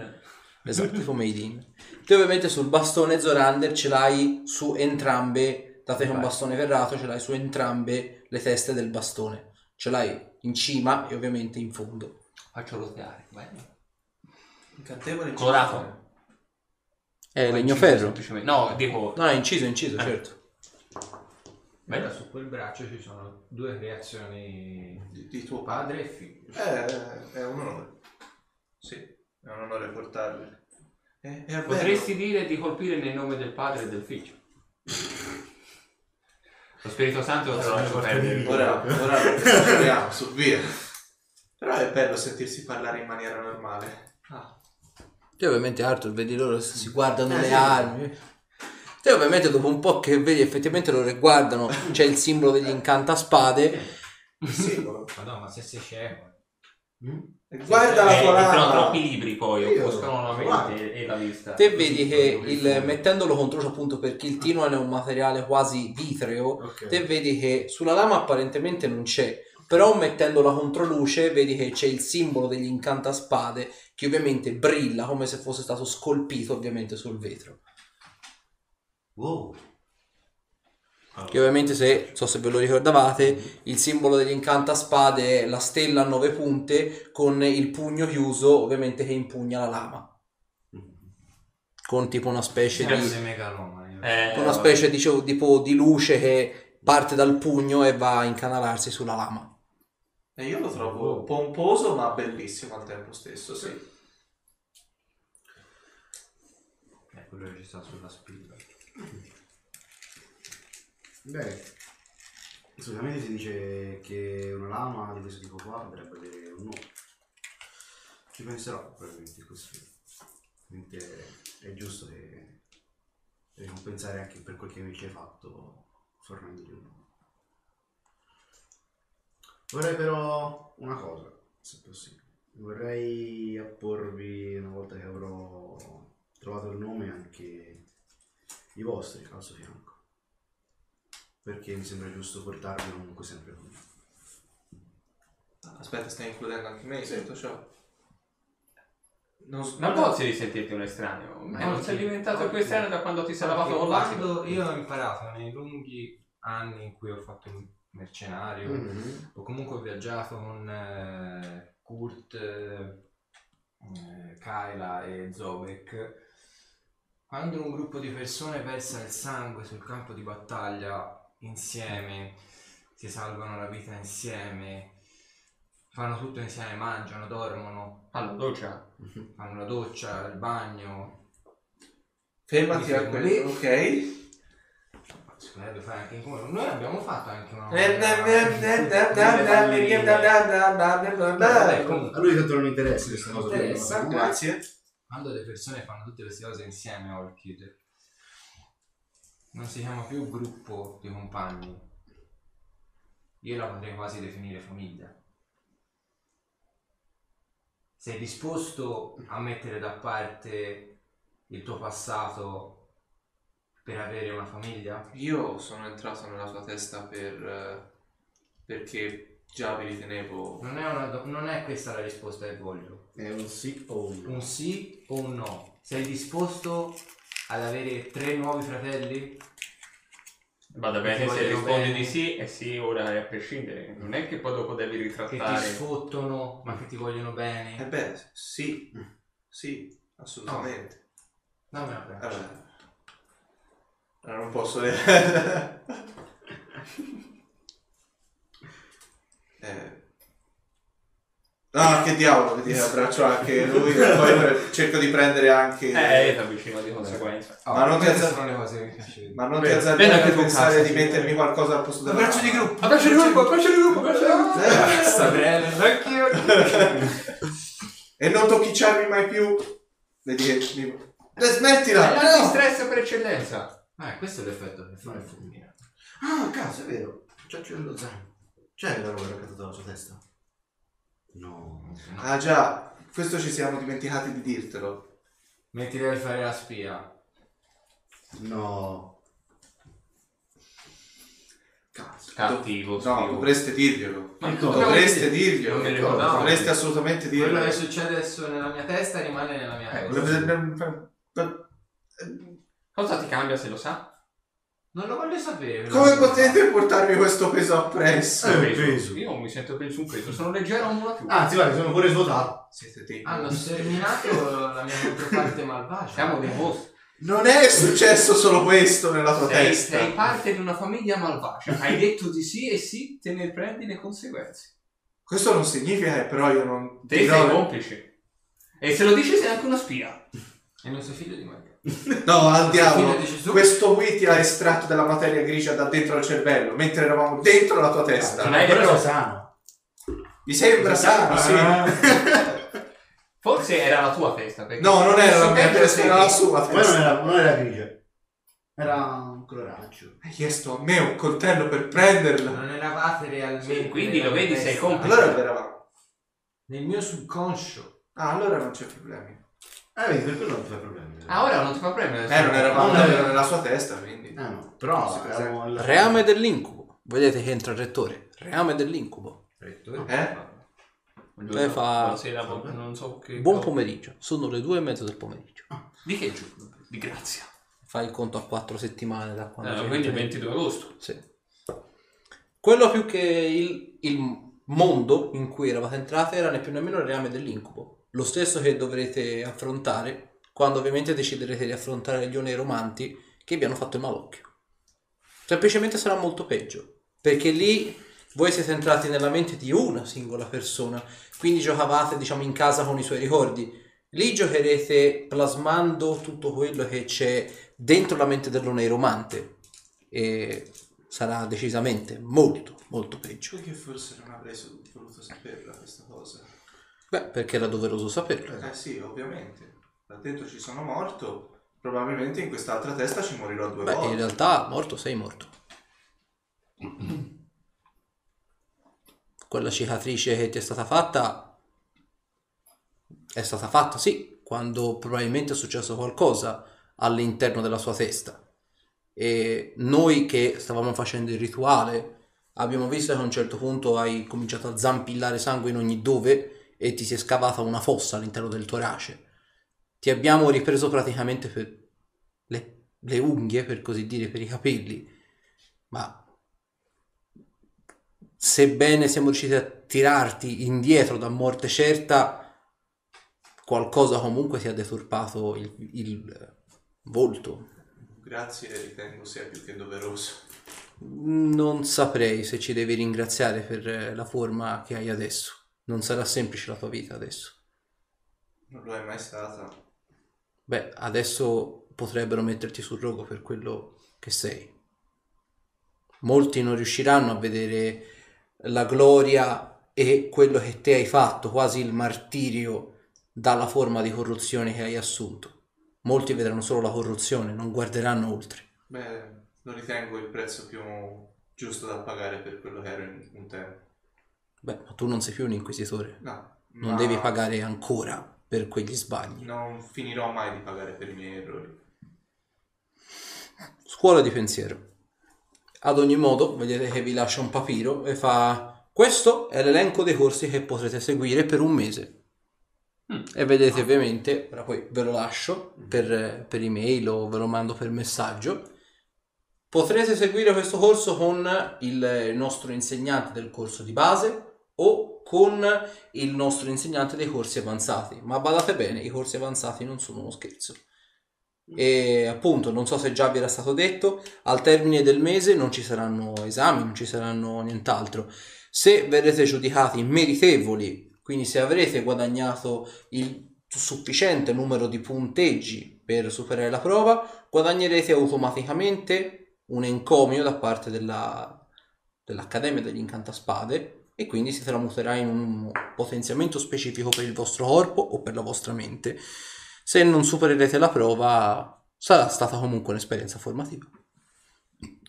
Esatto, tipo Made in. Te ovviamente sul bastone Zorander ce l'hai su entrambe, dato che è un bastone ferrato, ce l'hai su entrambe le teste del bastone. Ce l'hai in cima e ovviamente in fondo. Faccio roteare, bello. Incantevole. Colorato. gigante. È Poi legno inciso ferro. semplicemente. No, dico... No, è inciso, è inciso, certo. Bello. Ora su quel braccio ci sono due creazioni Di, di tuo padre. padre e figlio. Eh, è un onore. Sì, è un onore portarle. Eh, è bello. Potresti dire di colpire nel nome del padre e del figlio. Lo Spirito Santo te lo lascio perdere. Ora, ora andiamo, su via. Però è bello sentirsi parlare in maniera normale. Ah, Te ovviamente Arthur vedi loro si Ah, guardano le armi. Te ovviamente dopo un po' che vedi effettivamente loro che guardano c'è il simbolo degli incantaspade. Madonna, ma se sei scemo. Guarda la Eh, tua entrano lama. troppi libri poi, Io- offuscano la mente e la vista. Te vedi che Sì, il, mettendolo contro cioè, appunto perché il tinoan è un materiale quasi vitreo, Ok. te vedi che sulla lama apparentemente non c'è, però mettendola contro luce vedi che c'è il simbolo degli incantaspade che ovviamente brilla come se fosse stato scolpito ovviamente sul vetro. Wow. Che ovviamente se, so se ve lo ricordavate, il simbolo degli incantaspade è la stella a nove punte con il pugno chiuso ovviamente che impugna la lama. Con tipo una specie Cioè, di... Grande megalomani. Eh, una specie dicevo, tipo di luce che parte dal pugno e va a incanalarsi sulla lama. E Eh, io lo trovo pomposo ma bellissimo al tempo stesso, sì. È quello che ci sta sulla spilla. Beh, solitamente si dice che una lama di questo tipo qua dovrebbe avere un nome. Ci penserò probabilmente così. Ovviamente è giusto che ricompensare anche per quel che mi ci hai fatto fornendogli un nome. Vorrei però una cosa, se possibile. Vorrei apporvi, una volta che avrò trovato il nome, anche i vostri al suo fianco perché mi sembra giusto portarli comunque sempre con me. Aspetta, stai includendo anche me, sento ciò. Non s- Non posso risentirti un estraneo, ma Eh, non sei sì. diventato più estraneo da quando ti sei lavato Perché con l'acido. quando io ho imparato nei lunghi anni in cui ho fatto il mercenario, Mm. Mm-hmm. o comunque ho viaggiato con eh, Kurt, eh, eh, Kyla e Zovek, quando un gruppo di persone versa il sangue sul campo di battaglia insieme, si salvano la vita insieme, fanno tutto insieme, mangiano, dormono, Allora, doccia. fanno la doccia, il bagno, Fermati a Mi fermo quello, lì. ok? Eh, Si potrebbe fare anche in comune. Noi abbiamo fatto anche una. eh, eh, eh, eh, eh, eh, eh, eh, eh, eh, eh, eh, eh, eh, Vabbè, eh, comunque, A lui tanto non interessa questa cosa. Interessa. quindi va bene. Grazie. Quando le persone fanno tutte queste cose insieme, Orchid, non si chiama più gruppo di compagni. Io la potrei quasi definire famiglia. Sei disposto a mettere da parte il tuo passato per avere una famiglia? Io sono entrato nella tua testa per eh, perché già vi ritenevo. Non è, una do- non è questa la risposta che voglio. È un sì o un no. Un sì o un no? Sei disposto ad avere tre nuovi fratelli? Vada Ti bene se vogliono rispondi bene. di sì, e sì, ora è a prescindere. Non è che poi dopo devi Che ti ritrattare. sfottono ma che ti vogliono Eh bene? beh, sì, sì, assolutamente. No, me la Oh. prendo. Allora, allora non posso dire. eh. Ah, che diavolo, vedi, abbraccio anche lui e poi pre- cerco di prendere anche... Eh, ti avvicino di conseguenza. Oh, ma non ti queste alza- sono le cose che mi piacevano. Ma non ti Beh, azzardare bene anche a tu, pensare Cass, di sì. mettermi qualcosa al posto della... Abbraccio di gruppo! Abbraccio di gruppo, abbraccio di gruppo, abbraccio di gruppo. Eh, basta, Sabrina, anch'io! e non tocchicciarmi mai più. Vedi che mi... Eh, smettila! È di stress per eccellenza. Ah, questo è l'effetto che fa il fulmine. Ah, cazzo, è vero. C'è c'è lo zaino. C'è la roba che è caduta dalla sua testa? No. Ah già, questo ci siamo dimenticati di dirtelo. Metti devi fare la spia. No. Cazzo. Cattivo, No, schifo. dovreste dirglielo. Ma Ecco. Oh, no, Dovreste Non dirglielo. me lo ricordavo. Dovreste assolutamente Quello dirglielo. che succede adesso nella mia testa rimane nella mia Eh, testa. Cosa ti cambia se lo sa? Non lo voglio sapere. Eh, Come potete portarmi questo peso appresso? Eh, un peso. Io non mi sento peso un peso, sono leggero un nulla più. Anzi, guarda, sono pure svuotato. Siete dei... Hanno sterminato la mia controparte malvagia. Siamo dei mostri. Non è successo solo questo nella tua Sei, testa. sei parte di una famiglia malvagia. Hai detto di sì e sì, te ne prendi le conseguenze. Questo non significa che però io non... Te dirò- sei complice. E se lo dici sei anche una spia. E non sei figlio di me. No, al diavolo. Figlio di Gesù. Questo wiki ha estratto della materia grigia da dentro al cervello, mentre eravamo dentro la tua Ah, Cioè, testa. Non hai Però detto- sano. Mi sembra sano, sì. Forse era la tua testa. Perché... No, non era la mia Eh, testa, era la sua Poi non testa. era, non era grigia, era un coloraccio. Hai chiesto a me un coltello per prenderla. Non eravate realmente. Sì, quindi lo nella vedi, testa. sei complice. Allora eravamo. Nel mio subconscio. Ah, allora non c'è problemi. Eh, vedi, per quello non ti fa problemi. Ah, ora non ti fa premere. Eh, non eravamo Non era- era nella sua testa, quindi. Eh, no. Però, No, eravamo alla- Reame dell'incubo. Vedete che entra il rettore. Reame dell'incubo. Eh? Lei Eh, fa- Buonasera, buon- non so che. Buon cosa. pomeriggio. Sono le due e mezzo del pomeriggio. Di che giorno? Di grazia. Fai il conto a quattro settimane da quando... Eh, sei quindi il entrato. 22 agosto. Sì. Quello più che il, il mondo in cui eravate entrate era né più né meno il reame dell'incubo. Lo stesso che dovrete affrontare quando ovviamente deciderete di affrontare gli oneri romanti che vi hanno fatto il malocchio. Semplicemente sarà molto peggio, perché lì voi siete entrati nella mente di una singola persona, quindi giocavate diciamo in casa con i suoi ricordi. Lì giocherete plasmando tutto quello che c'è dentro la mente dell'oneromante e sarà decisamente molto molto peggio. Cioè che forse non avrei so- voluto saperla questa cosa. Beh, perché era doveroso saperlo. Eh sì, ovviamente. Là dentro ci sono morto. Probabilmente in quest'altra testa ci morirò due Beh, in volte. realtà morto sei morto. Quella cicatrice che ti è stata fatta è stata fatta, sì, quando probabilmente è successo qualcosa all'interno della sua testa. E noi che stavamo facendo il rituale abbiamo visto che a un certo punto hai cominciato a zampillare sangue in ogni dove e ti si è scavata una fossa all'interno del torace. Ti abbiamo ripreso praticamente per le, le unghie, per così dire, per i capelli, ma sebbene siamo riusciti a tirarti indietro da morte certa, qualcosa comunque ti ha deturpato il, il volto. Grazie, ritengo sia più che doveroso. Non saprei se ci devi ringraziare per eh, la forma che hai adesso. Non sarà semplice la tua vita adesso. Non lo è mai stata. Beh, adesso potrebbero metterti sul rogo per quello che sei. Molti non riusciranno a vedere la gloria e quello che te hai fatto, quasi il martirio, dalla forma di corruzione che hai assunto. Molti vedranno solo la corruzione, non guarderanno oltre. Beh, lo ritengo il prezzo più giusto da pagare per quello che ero in un tempo. Beh, ma tu non sei più un inquisitore, No. non ma devi pagare ancora per quegli sbagli. Non finirò mai di pagare per i miei errori. Scuola di pensiero. Ad ogni modo, vedete che vi lascia un papiro e fa: Questo è l'elenco dei corsi che potrete seguire per un mese. E vedete, ovviamente, ora poi ve lo lascio per, per email o ve lo mando per messaggio. Potrete seguire questo corso con il nostro insegnante del corso di base o con il nostro insegnante dei corsi avanzati. Ma badate bene, i corsi avanzati non sono uno scherzo. E appunto, non so se già vi era stato detto, al termine del mese non ci saranno esami, non ci saranno nient'altro. Se verrete giudicati meritevoli, quindi se avrete guadagnato il sufficiente numero di punteggi per superare la prova, guadagnerete automaticamente un encomio da parte della- dell'Accademia degli Incantaspade e quindi si tramuterà in un potenziamento specifico per il vostro corpo o per la vostra mente. Se non supererete la prova, sarà stata comunque un'esperienza formativa.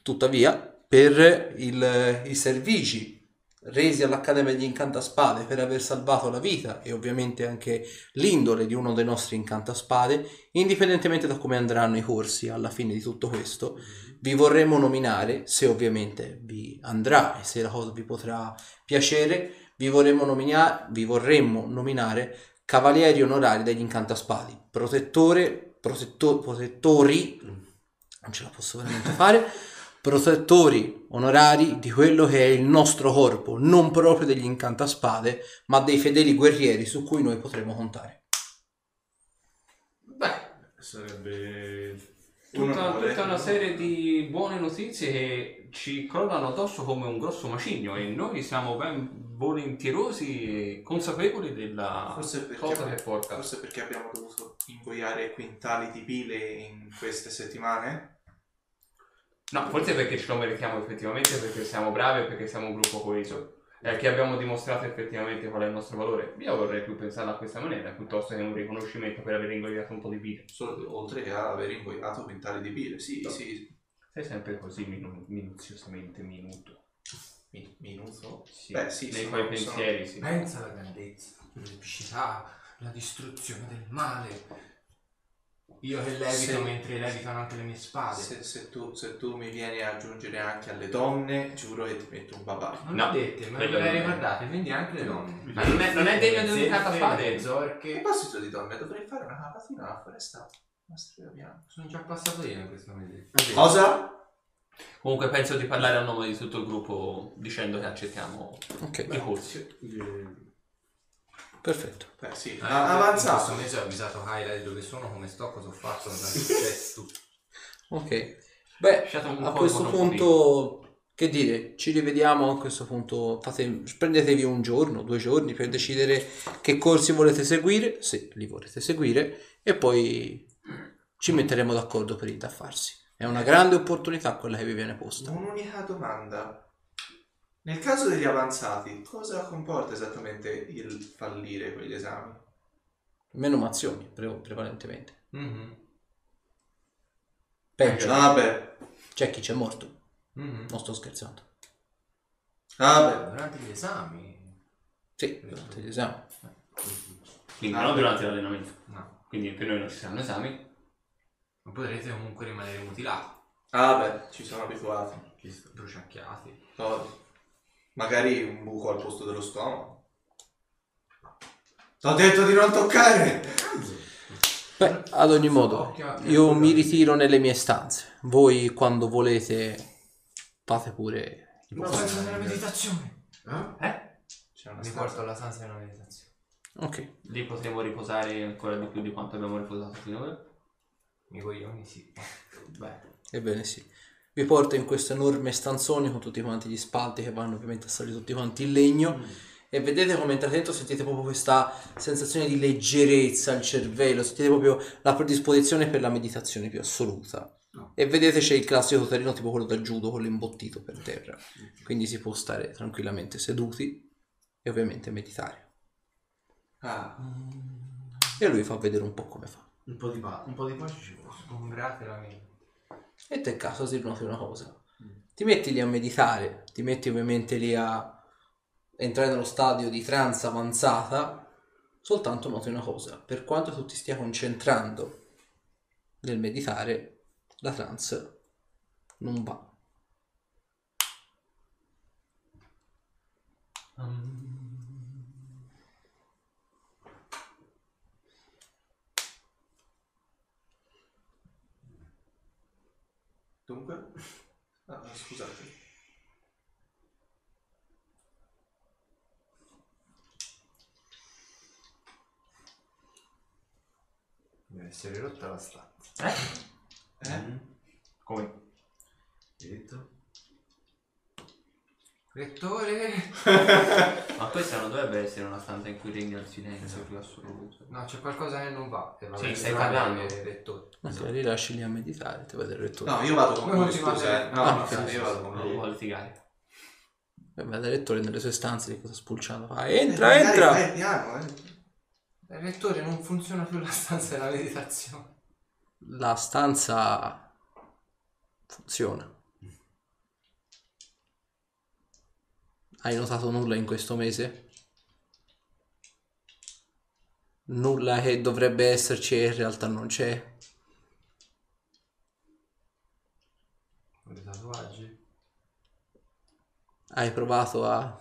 Tuttavia, per il- i servigi resi all'Accademia degli Incantaspade per aver salvato la vita e ovviamente anche l'indole di uno dei nostri Incantaspade, indipendentemente da come andranno i corsi alla fine di tutto questo, vi vorremmo nominare, se ovviamente vi andrà e se la cosa vi potrà piacere, vi vorremmo, nomina- vi vorremmo nominare cavalieri onorari degli Incantaspadi, protettore, protetto- protettori, non ce la posso veramente fare, protettori onorari di quello che è il nostro corpo, non proprio degli Incantaspade, ma dei fedeli guerrieri su cui noi potremo contare. Beh, Eh, Sarebbe... tutta, onore. tutta una serie di buone notizie che ci crollano addosso come un grosso macigno e noi siamo ben volentierosi e consapevoli della Ah, Forse perché, cosa che porta. forse perché abbiamo dovuto ingoiare quintali di pile in queste settimane? No, forse perché ce lo meritiamo effettivamente, perché siamo bravi e perché siamo un gruppo coeso. eh, che abbiamo dimostrato effettivamente qual è il nostro valore. Io vorrei più pensarla a questa maniera, piuttosto che un riconoscimento per aver ingoiato un po' di vita. Solo- oltre che ad aver ingoiato quintali di birre. Sì, No. sì. Sei sempre così minu- minuziosamente minuto. Mi- minuto. Sì, Beh, sì, nei sono- tuoi sono- pensieri, sì. Pensa alla grandezza, l'epicità, la distruzione del male. Io che levito Sì. mentre levitano anche le mie spade. Ah, Se, se tu, se tu mi vieni a aggiungere anche alle donne, giuro che ti metto un babà. Non No, l'ho detto, ma non quello le non è. ricordate, quindi anche le donne. Ma non è, non è degno di Zeffe, un'unicata le fade. E a Zorche. proposito di donne, dovrei fare una cavatina alla foresta. Una strega bianca. Sono già passato io in questo momento. Cosa? Comunque penso di parlare a nome di tutto il gruppo dicendo che accettiamo Ok, i corsi. perfetto. Beh, sì. Ah, avanzato. Eh, In questo mese ho avvisato Kyla di dove sono, come sto, cosa ho fatto, cosa è successo. Ok. Beh, Lasciate un a po' questo con un punto, che dire, ci rivediamo a questo punto. Fate, prendetevi un giorno, due giorni per decidere che corsi volete seguire, se li volete seguire, e poi ci metteremo d'accordo per indaffarsi. È una grande opportunità quella che vi viene posta. Un'unica domanda. Nel caso degli avanzati, cosa comporta esattamente il fallire quegli esami? Meno azioni, pre- prevalentemente. Mhm, Eh, Peggio, Vabbè, c'è chi c'è morto. mhm. Non sto scherzando. vabbè. Durante gli esami? Sì, durante gli esami. Quindi Ah, non durante l'allenamento. No. Quindi per noi non ci saranno esami. Ma potrete comunque rimanere mutilati, Vabbè, ci sono abituati. bruciacchiati. No, magari un buco al posto dello stomaco. T'ho detto di non toccare! Beh, ad ogni modo, Occhio, io mi ritiro nelle mie stanze. Voi, quando volete, fate pure i Ma vostri. penso nella meditazione. Eh? C'è una Mi stanza. porto alla stanza della meditazione. Ok, Lì potremo riposare ancora di più di quanto abbiamo riposato finora. I coglioni sì. Beh. ebbene sì. Vi porto in questo enorme stanzone con tutti quanti gli spalti che vanno ovviamente a salire tutti quanti in legno. E vedete come entrate dentro, sentite proprio questa sensazione di leggerezza al cervello, sentite proprio la predisposizione per la meditazione più assoluta. E vedete c'è il classico terreno tipo quello da judo con l'imbottito per terra. Quindi si può stare tranquillamente seduti e ovviamente meditare. Ah, E lui fa vedere un po' come fa. Un po' di pace, un po' di pace ci vuole. Sgombrate la mente. E te caso si noti una cosa. Mm. Ti metti lì a meditare, ti metti ovviamente lì a entrare nello stadio di trance avanzata, soltanto noti una cosa, per quanto tu ti stia concentrando nel meditare, la trance non va. dunque? Ah, scusate. Deve essere rotta la stanza. Mm. Eh? Come? Detto. Rettore! Ma questa non dovrebbe essere una stanza in cui regna il silenzio più assoluto. Esatto. No, c'è qualcosa che non va. E va Sì, bene, stai va parlando. bene, Rettore. Allora li lasci lì a meditare, ti vede il rettore. Esatto. No, io vado con No, lui, ci scusa. vado. eh. No, Ah, no, ok, sì, sì, io vado con Non lui. vuole litigare. E vede il rettore nelle sue stanze, di cosa spulciano. Fa, entra, entra! Dai, dai, piano, eh. Il rettore non funziona più la stanza della meditazione. La stanza funziona. Hai notato nulla in questo mese? Nulla che dovrebbe esserci e in realtà non c'è. Con i tatuaggi. Hai provato a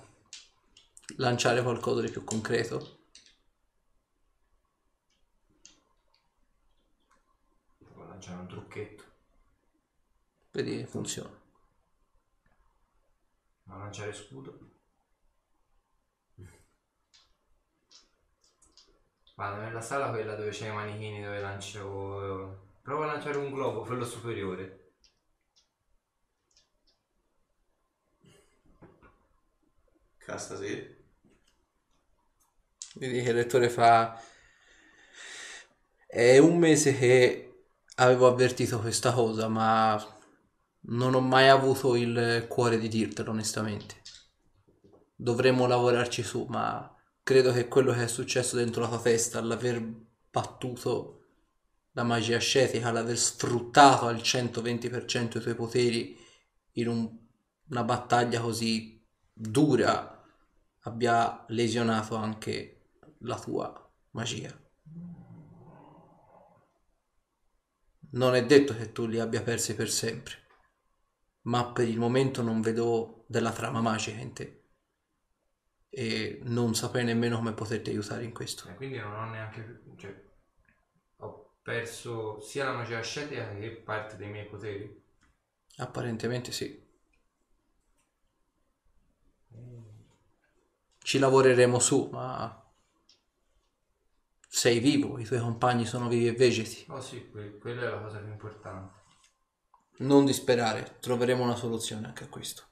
lanciare qualcosa di più concreto? Devo lanciare un trucchetto. Vedi che funziona. Non lanciare scudo. Vado nella sala quella dove c'è i manichini dove lancio. Provo a lanciare un globo, quello superiore. Casta, sì. Vedi che il lettore fa... È un mese che avevo avvertito questa cosa, ma non ho mai avuto il cuore di dirtelo, onestamente. dovremmo lavorarci su, ma credo che quello che è successo dentro la tua testa, l'aver battuto la magia ascetica, l'aver sfruttato al 120% i tuoi poteri in un- una battaglia così dura, abbia lesionato anche la tua magia. Non è detto che tu li abbia persi per sempre, ma per il momento non vedo della trama magica in te e non saprei nemmeno come poterti aiutare in questo. Eh, quindi non ho neanche più- cioè, ho perso sia la magia ascetica che parte dei miei poteri. Apparentemente sì. Ci lavoreremo su, ma sei vivo, i tuoi compagni sono vivi e vegeti. Oh sì, que- quella è la cosa più importante. Non disperare, troveremo una soluzione anche a questo.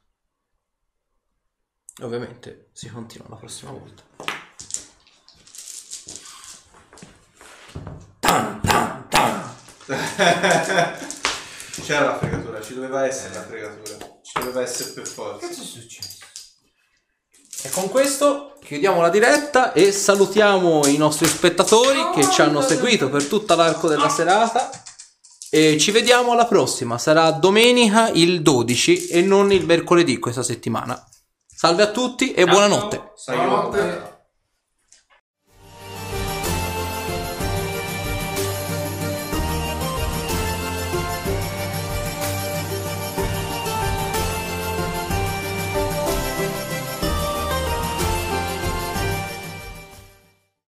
Ovviamente si continua la prossima volta. C'era la fregatura, ci doveva essere la fregatura. Ci doveva essere per forza. E con questo chiudiamo la diretta e salutiamo i nostri spettatori che ci hanno seguito per tutta l'arco della serata. E ci vediamo alla prossima, sarà domenica il 12 e non il mercoledì questa settimana. Salve a tutti e buonanotte. Sai, io- Buonanotte.